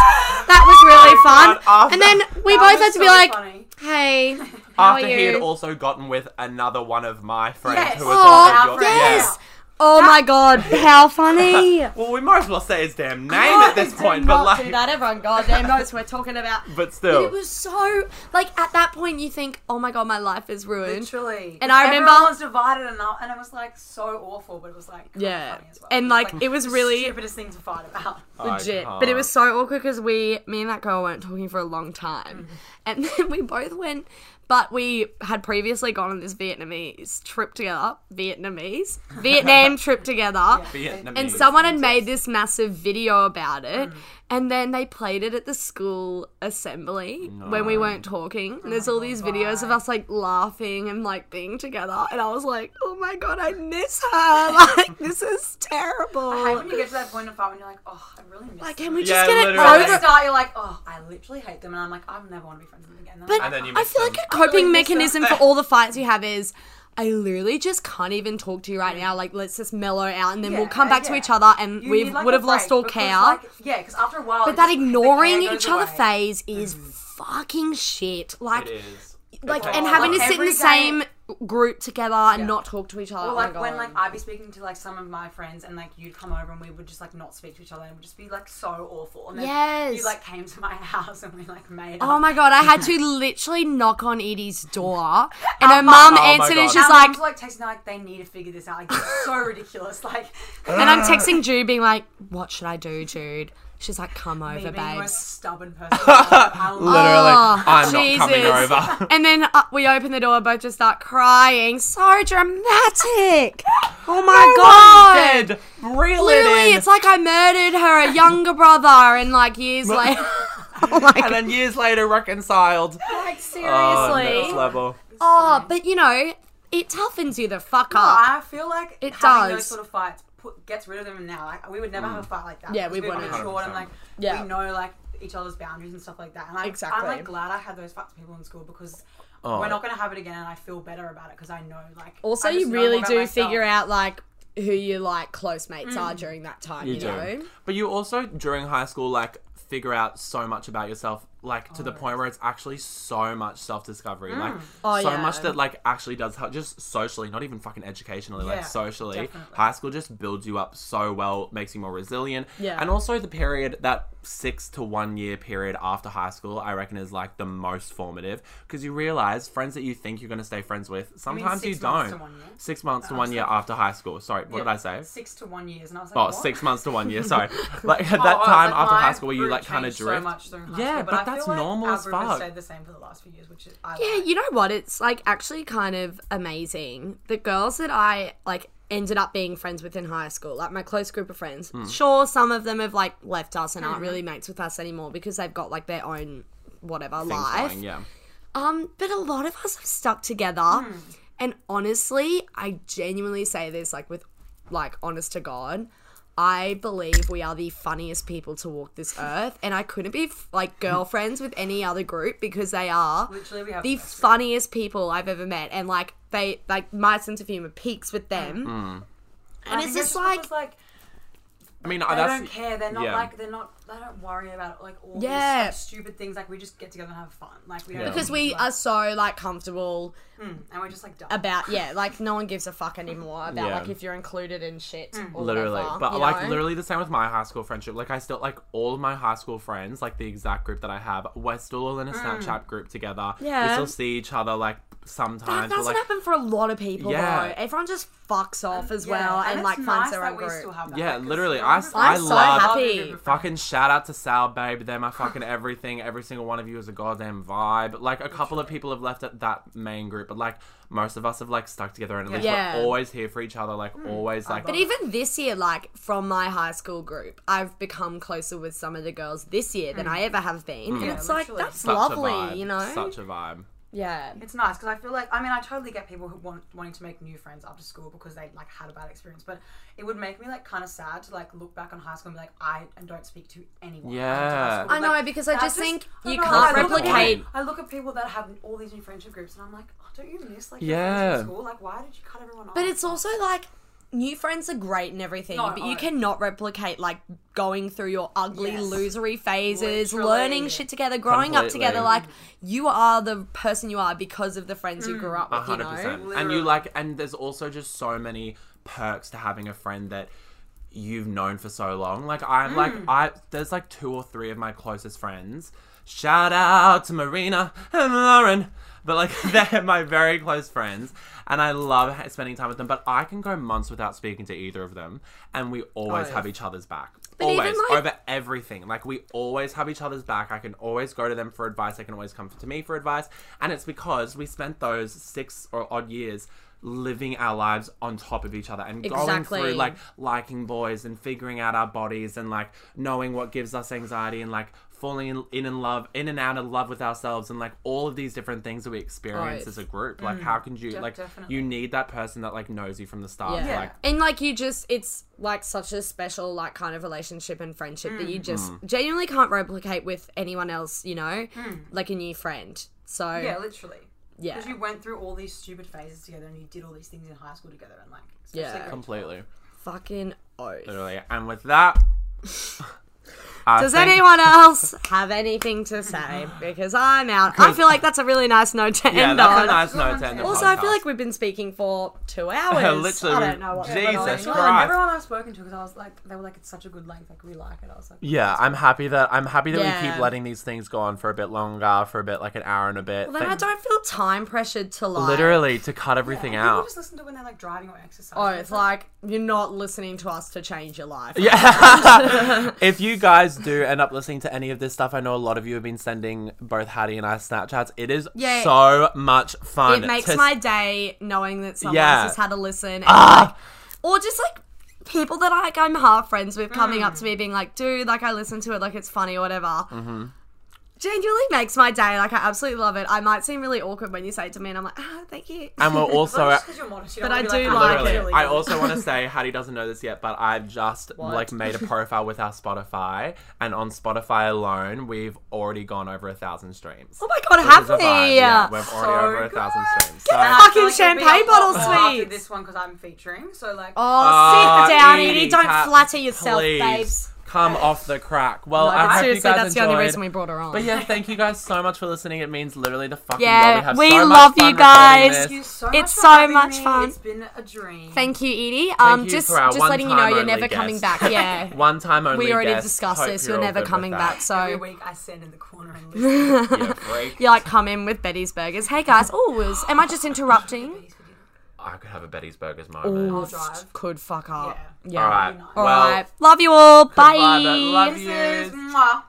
Speaker 2: That was really fun.
Speaker 1: Oh God,
Speaker 2: and then we
Speaker 3: That
Speaker 2: both had
Speaker 3: was
Speaker 2: to be
Speaker 3: so
Speaker 2: like,
Speaker 3: funny. [laughs]
Speaker 2: hey, how
Speaker 1: After
Speaker 2: are you?
Speaker 1: he had also gotten with another one of my friends
Speaker 3: Yes.
Speaker 1: who was
Speaker 2: Oh,
Speaker 1: also your
Speaker 3: friend.
Speaker 1: Yeah.
Speaker 2: yes. Oh my god,
Speaker 1: [laughs]
Speaker 2: how funny.
Speaker 1: Well, we might as well say his damn name at this
Speaker 2: do
Speaker 1: point,
Speaker 2: not
Speaker 1: but like,
Speaker 2: do that. Everyone goddamn knows we're talking about.
Speaker 1: but still,
Speaker 3: Oh.
Speaker 2: it was so like at that point you think, oh my god, my life is ruined.
Speaker 3: literally.
Speaker 2: And I
Speaker 3: Everyone
Speaker 2: remember-
Speaker 3: was divided, and, I- and it was like so awful, but it was like kind of
Speaker 2: Yeah,
Speaker 3: funny as well.
Speaker 2: and like it was
Speaker 3: the
Speaker 2: really
Speaker 3: stupidest thing to fight
Speaker 1: Oh,
Speaker 3: about.
Speaker 2: legit, but it was so awkward because we, me and that girl, weren't talking for a long time,
Speaker 3: Mm-hmm.
Speaker 2: and [laughs] then we both went. But we had previously gone on this Vietnamese trip together,
Speaker 3: [laughs]
Speaker 2: Vietnamese, Vietnam trip together.
Speaker 1: Vietnamese.
Speaker 2: And someone had made this massive video about it,
Speaker 3: Mm.
Speaker 2: and then they played it at the school assembly when we weren't talking.
Speaker 3: Oh
Speaker 2: And there's all these videos of us like laughing and like being together, and I was like, oh my god, I miss her. [laughs] Like this is
Speaker 3: I hate Oh, when
Speaker 2: terrible.
Speaker 3: you get to that point of fight when you're like, oh, I really miss.
Speaker 2: Like,
Speaker 3: them.
Speaker 2: can we
Speaker 1: Yeah,
Speaker 2: just get it
Speaker 1: literally.
Speaker 3: At the
Speaker 2: over?
Speaker 3: start, you're like, oh, I literally hate them, and I'm like, I never want to be friends with them again. And
Speaker 2: But
Speaker 3: I'm
Speaker 1: And then you
Speaker 2: I
Speaker 1: miss
Speaker 2: feel
Speaker 1: them.
Speaker 2: like a coping
Speaker 3: really miss them.
Speaker 2: mechanism for all the fights you have is. I literally just can't even talk to you right now. Like, let's just mellow out, and then we'll
Speaker 3: Yeah, uh,
Speaker 2: come back to
Speaker 3: yeah.
Speaker 2: each other, and
Speaker 3: You
Speaker 2: we
Speaker 3: need, like,
Speaker 2: would
Speaker 3: a
Speaker 2: have lost
Speaker 3: break,
Speaker 2: all
Speaker 3: because,
Speaker 2: care.
Speaker 3: like, yeah, because after a while,
Speaker 2: But that ignoring
Speaker 3: the care
Speaker 2: each
Speaker 3: goes
Speaker 2: other
Speaker 3: away. Mm-hmm.
Speaker 2: phase is fucking shit. Like,
Speaker 1: It is.
Speaker 2: like,
Speaker 1: takes
Speaker 2: and
Speaker 1: a
Speaker 2: having
Speaker 1: lot.
Speaker 2: to sit in the
Speaker 3: Every
Speaker 2: same
Speaker 3: day-
Speaker 2: group together and not talk to each other.
Speaker 3: Or
Speaker 2: oh my
Speaker 3: like
Speaker 2: God.
Speaker 3: when like I'd be speaking to like some of my friends and like you'd come over and we would just like not speak to each other and it would just be like so awful. And then
Speaker 2: Yes.
Speaker 3: you like came to my [laughs] house and we like made
Speaker 2: Oh
Speaker 3: up.
Speaker 2: my god, I had
Speaker 3: [laughs]
Speaker 2: to literally knock on Edie's door, and her mum
Speaker 1: Oh my
Speaker 2: answered, and
Speaker 1: God.
Speaker 2: she's
Speaker 3: And
Speaker 2: like,
Speaker 3: I'm like texting her, like they need to figure this out. Like
Speaker 2: [laughs]
Speaker 3: it's so ridiculous. Like [laughs]
Speaker 2: and I'm texting Jude, being like, "What should I do, Jude?" She's like, "Come
Speaker 3: me
Speaker 2: over,
Speaker 3: being the most
Speaker 2: babes."
Speaker 3: stubborn person. in the world,
Speaker 2: [laughs]
Speaker 3: I will-
Speaker 1: Literally,
Speaker 2: Oh,
Speaker 1: I'm not coming [laughs]
Speaker 2: Jesus.
Speaker 1: over.
Speaker 2: And then uh, we open the door, both just start crying. So
Speaker 3: [laughs]
Speaker 2: dramatic. Oh my god.
Speaker 1: Dead. Reel it
Speaker 2: Literally,
Speaker 1: in.
Speaker 2: it's like I murdered her, a younger brother, and like years later. [laughs]
Speaker 3: [laughs]
Speaker 2: oh my
Speaker 1: and
Speaker 2: god!
Speaker 1: then years later, reconciled.
Speaker 2: Like seriously.
Speaker 1: Oh,
Speaker 2: Oh,
Speaker 1: next level.
Speaker 2: but you know, it toughens you the fuck up.
Speaker 3: I feel like
Speaker 2: It
Speaker 3: having
Speaker 2: does.
Speaker 3: those sort of fights put, gets rid of them now. Like we would never
Speaker 1: Mm.
Speaker 3: have a fight like that.
Speaker 2: Yeah,
Speaker 3: because
Speaker 2: we
Speaker 3: we're
Speaker 2: wouldn't.
Speaker 3: Mature and like
Speaker 1: 100%.
Speaker 2: Yeah.
Speaker 3: we know like each other's boundaries and stuff like that. And like,
Speaker 2: Exactly.
Speaker 3: I'm like glad I had those fights with people in school because
Speaker 1: Oh.
Speaker 3: we're not gonna have it again, and I feel better about it because I know like.
Speaker 2: Also,
Speaker 3: I just
Speaker 2: you
Speaker 3: know
Speaker 2: really
Speaker 3: more
Speaker 2: do
Speaker 3: about
Speaker 2: figure
Speaker 3: myself. Mm.
Speaker 2: out like who your like close mates are during that time. You, know.
Speaker 1: But you also during high school like figure out so much about yourself, like to the point where it's actually so much self discovery, like
Speaker 2: Oh,
Speaker 1: so
Speaker 2: yeah.
Speaker 1: much that like actually does help just socially, not even fucking educationally,
Speaker 3: Yeah,
Speaker 1: like socially.
Speaker 3: definitely.
Speaker 1: High school just builds you up so well, makes you more resilient.
Speaker 2: Yeah.
Speaker 1: And also the period that six to one year period after high school, I reckon is like the most formative because you realize friends that you think you're gonna stay friends with, sometimes you,
Speaker 3: six months
Speaker 1: don't.
Speaker 3: to one year?
Speaker 1: Six months to one year after high school. Sorry, what did I say?
Speaker 3: Six to one years, and I was like,
Speaker 1: Oh,
Speaker 3: what?
Speaker 1: six months to one year. Sorry, like at
Speaker 3: Oh,
Speaker 1: that
Speaker 3: oh,
Speaker 1: time
Speaker 3: like,
Speaker 1: after
Speaker 3: my
Speaker 1: high school, where you
Speaker 3: route
Speaker 1: like kind of
Speaker 3: changed
Speaker 1: drift.
Speaker 3: So much during high
Speaker 1: yeah,
Speaker 3: school,
Speaker 1: but
Speaker 3: I
Speaker 1: that's normal as
Speaker 3: group has
Speaker 1: fuck.
Speaker 3: stayed the same for the last few years, which is I
Speaker 2: Yeah,
Speaker 3: like.
Speaker 2: you know what? It's like actually kind of amazing. The girls that I like ended up being friends with in high school, like my close group of friends.
Speaker 3: Hmm.
Speaker 2: Sure, some of them have like left us and aren't really mates with us anymore because they've got like their own whatever
Speaker 1: Things
Speaker 2: life.
Speaker 1: going, yeah.
Speaker 2: Um, but a lot of us have stuck together.
Speaker 1: Hmm.
Speaker 2: And honestly, I genuinely say this like with like honest to God, I believe we are the funniest people to
Speaker 1: [laughs]
Speaker 2: walk this earth and I couldn't be f- like girlfriends with any other group because they are
Speaker 3: Literally, we have
Speaker 2: the
Speaker 3: the best
Speaker 2: funniest people I've ever met and like they like my sense of humor peaks with them.
Speaker 1: Hmm.
Speaker 2: And it's
Speaker 3: I think that's
Speaker 2: just
Speaker 3: what
Speaker 2: like
Speaker 3: was, like
Speaker 1: I mean, uh,
Speaker 3: they
Speaker 1: that's
Speaker 3: don't care. They're not
Speaker 1: yeah.
Speaker 3: like they're not. They don't worry about like all
Speaker 2: Yeah.
Speaker 3: these like, stupid things. Like we just get together and have fun. Like we don't
Speaker 2: because we
Speaker 1: Hmm.
Speaker 2: are so like comfortable
Speaker 3: hmm, and we're just like dumb.
Speaker 2: about yeah, like no one gives a fuck anymore about
Speaker 1: Yeah.
Speaker 2: like if you're included in shit. Or
Speaker 1: literally
Speaker 2: whatever,
Speaker 1: but
Speaker 2: you
Speaker 1: like
Speaker 2: know?
Speaker 1: literally the same with my high school friendship like i still like all of my high school friends like the exact group that i have we're still all in a
Speaker 3: Mm.
Speaker 1: snapchat group together we
Speaker 2: Yeah.
Speaker 1: still see each other like sometimes
Speaker 2: That
Speaker 1: but,
Speaker 2: doesn't
Speaker 1: like
Speaker 2: happen for a lot of people
Speaker 1: Yeah.
Speaker 2: though. Everyone just fucks off as
Speaker 3: Yeah,
Speaker 2: well and, like
Speaker 3: it's
Speaker 2: finds
Speaker 3: nice
Speaker 2: their
Speaker 3: that
Speaker 2: own
Speaker 3: we still
Speaker 2: group.
Speaker 3: have that,
Speaker 1: Yeah,
Speaker 3: like, 'cause
Speaker 1: literally,
Speaker 3: I
Speaker 1: I- I
Speaker 2: I'm so
Speaker 1: love-
Speaker 2: happy.
Speaker 1: Fucking shout out to Sal, babe. They're my fucking everything. Every single one of you is a goddamn vibe. Like a couple of people have left at that main group, but like most of us have like stuck together and at least
Speaker 2: Yeah.
Speaker 1: we're always here for each other. Like
Speaker 3: Hmm.
Speaker 1: always, like
Speaker 2: But even this year, like from my high school group, I've become closer with some of the girls this year than I ever have been, and it's like
Speaker 3: Mm. literally.
Speaker 2: that's
Speaker 1: such
Speaker 2: lovely,
Speaker 1: a vibe,
Speaker 2: you know?
Speaker 1: such a vibe.
Speaker 2: yeah.
Speaker 3: It's nice because I feel like I mean I totally get people who want wanting to make new friends after school because they like had a bad experience, but it would make me like kind of sad to like look back on high school and be like I and don't speak to anyone. after
Speaker 1: Yeah.
Speaker 3: high school.
Speaker 2: I know
Speaker 3: Like,
Speaker 2: because I
Speaker 3: that
Speaker 2: just think
Speaker 3: I
Speaker 2: you
Speaker 3: don't know,
Speaker 2: can't
Speaker 3: I look at people-
Speaker 2: replicate.
Speaker 3: I look at people that have all these new friendship groups and I'm like, oh, don't you miss like
Speaker 1: Yeah.
Speaker 3: yeah school? Like why did you cut everyone off?
Speaker 2: But it's also like new friends are great and everything,
Speaker 3: No,
Speaker 2: but
Speaker 3: I-
Speaker 2: you cannot replicate like going through your ugly
Speaker 3: Yes.
Speaker 2: losery phases,
Speaker 3: Literally.
Speaker 2: learning shit together, growing up together.
Speaker 1: Completely.
Speaker 2: Like you are the person you are because of the friends you grew up
Speaker 1: Mm. A
Speaker 2: with.
Speaker 1: hundred
Speaker 2: You know.
Speaker 1: percent. And you like, and there's also just so many perks to having a friend that you've known for so long. Like I'm
Speaker 2: Hmm.
Speaker 1: like I there's like two or three of my closest friends. Shout out to Marina and Lauren. But like [laughs] they're my very close friends, and I love ha- spending time with them. But I can go months without speaking to either of them, and we always have each other's back.
Speaker 2: Oh. even,
Speaker 1: always
Speaker 2: like-
Speaker 1: over everything. Like we always have each other's back. I can always go to them for advice. They can always come to me for advice, and it's because we spent those six or odd years living our lives on top of each other and going
Speaker 2: Exactly.
Speaker 1: through like liking boys and figuring out our bodies and like knowing what gives us anxiety and like falling in, in and love in and out of love with ourselves and like all of these different things that we experience
Speaker 2: Right. Mm.
Speaker 1: as a group like how can you like
Speaker 3: definitely.
Speaker 1: you need that person that like knows you from the start
Speaker 2: Yeah.
Speaker 1: like
Speaker 2: and like you just it's like such a special like kind of relationship and friendship that
Speaker 1: Mm.
Speaker 2: you just genuinely can't replicate with anyone else, you know?
Speaker 1: Mm.
Speaker 2: Like a new friend. So
Speaker 3: yeah, literally.
Speaker 2: Yeah.
Speaker 3: Because you went through all these stupid phases together and you did all these things in high school together and like especially
Speaker 2: Yeah.
Speaker 3: grade
Speaker 1: completely
Speaker 2: fucking oath.
Speaker 1: literally and with that I
Speaker 2: Does
Speaker 1: think-
Speaker 2: anyone else have
Speaker 1: [laughs]
Speaker 2: anything to say? Because I'm out. I feel like that's a really nice note to
Speaker 1: yeah
Speaker 2: end
Speaker 1: that's
Speaker 2: on.
Speaker 1: a nice note to end the
Speaker 2: also, I feel
Speaker 1: podcast.
Speaker 2: like we've been speaking for
Speaker 1: [laughs]
Speaker 2: two hours.
Speaker 1: Literally,
Speaker 2: I don't know what
Speaker 1: Jesus
Speaker 2: going on.
Speaker 1: Christ.
Speaker 3: Well, and everyone I've spoken to, because I was like, they were like, it's such a good length, like we like it. I was like,
Speaker 1: Yeah, I'm happy that I'm happy that we
Speaker 2: Yeah.
Speaker 1: keep letting these things go on for a bit longer, for a bit like an hour and a bit.
Speaker 2: Then I
Speaker 1: Thank-
Speaker 2: don't feel time pressured to like.
Speaker 1: literally to cut everything
Speaker 3: people
Speaker 1: out.
Speaker 3: just listen to when they're like driving or exercising.
Speaker 2: Oh, it's like you're not listening to us to change your life.
Speaker 1: Yeah. if you guys do end up listening to any of this stuff, I know a lot of you have been sending both Hattie and I Snapchats. It is
Speaker 2: Yeah.
Speaker 1: so much fun.
Speaker 2: It makes
Speaker 1: to-
Speaker 2: my day knowing that someone
Speaker 1: Yeah. Ah!
Speaker 2: else has had a listen. And like, or just like people that like I'm half friends with coming up to me being like, dude, like I listen to it, like it's funny or whatever.
Speaker 1: Mm-hmm.
Speaker 2: Genuinely makes my day. Like I absolutely love it. I might seem really awkward when you say it to me, and I'm like, ah, thank you. [laughs]
Speaker 1: and we're also
Speaker 3: because you're modest, you
Speaker 2: But
Speaker 3: don't wanna
Speaker 2: I
Speaker 3: be
Speaker 2: do
Speaker 3: like, "Oh,
Speaker 2: like it.
Speaker 1: Literally.
Speaker 3: really?"
Speaker 1: I also want to say Hattie doesn't know this yet, but I've just like made a profile with our Spotify, and on Spotify alone, we've already gone over a thousand streams.
Speaker 2: oh my god,
Speaker 1: It's a
Speaker 2: have Oh,
Speaker 1: vibe,
Speaker 2: me.
Speaker 1: yeah. We've already
Speaker 3: So
Speaker 1: over a thousand
Speaker 3: good.
Speaker 1: streams. So,
Speaker 2: the
Speaker 3: I
Speaker 2: fuck
Speaker 3: feel
Speaker 2: like
Speaker 3: it'd be a
Speaker 2: it'll be a
Speaker 3: lot
Speaker 2: bottle
Speaker 3: more after
Speaker 2: sweet.
Speaker 3: This one because I'm featuring, so like,
Speaker 2: Oh,
Speaker 1: Ah,
Speaker 2: sit down,
Speaker 1: Edie,
Speaker 2: Edie. Don't
Speaker 1: cat,
Speaker 2: flatter yourself,
Speaker 1: please
Speaker 2: babes.
Speaker 1: Come off the crack. Well,
Speaker 2: But
Speaker 1: I hope
Speaker 2: seriously,
Speaker 1: you guys
Speaker 2: that's the only
Speaker 1: enjoyed.
Speaker 2: reason we brought her on.
Speaker 1: But yeah, thank you guys so much for listening. It means literally the fucking world. We
Speaker 2: Yeah,
Speaker 1: have
Speaker 2: we
Speaker 1: so much
Speaker 2: love
Speaker 1: fun
Speaker 2: you
Speaker 1: recording
Speaker 2: guys.
Speaker 1: this.
Speaker 3: thank you so much.
Speaker 2: It's
Speaker 3: for
Speaker 2: so
Speaker 3: having
Speaker 2: much
Speaker 3: me.
Speaker 2: fun.
Speaker 3: It's been a dream.
Speaker 2: Thank you, Edie. Um,
Speaker 1: you
Speaker 2: just
Speaker 1: for our
Speaker 2: just letting you know
Speaker 1: one-time
Speaker 2: you're
Speaker 1: only
Speaker 2: never coming
Speaker 1: guest. [laughs]
Speaker 2: back. Yeah,
Speaker 1: One time only.
Speaker 2: we already
Speaker 1: guest.
Speaker 2: discussed
Speaker 1: Hope
Speaker 2: this.
Speaker 1: You're
Speaker 2: You're
Speaker 1: all
Speaker 2: never
Speaker 1: good
Speaker 2: coming
Speaker 1: with
Speaker 2: back. So
Speaker 3: Every week I stand in the
Speaker 2: [laughs]
Speaker 3: corner and listen.
Speaker 1: that. You freak.
Speaker 2: You're like, come in with Betty's Burgers. Hey guys, oh, was, am I just interrupting?
Speaker 1: I could have a Betty's Burgers moment.
Speaker 2: Ooh,
Speaker 3: drive.
Speaker 2: could fuck up.
Speaker 3: Yeah.
Speaker 2: Yeah.
Speaker 1: All right.
Speaker 2: All
Speaker 1: Well,
Speaker 2: right. Love you all. Bye.
Speaker 1: goodbye, but love you.
Speaker 3: Kisses. Mwah.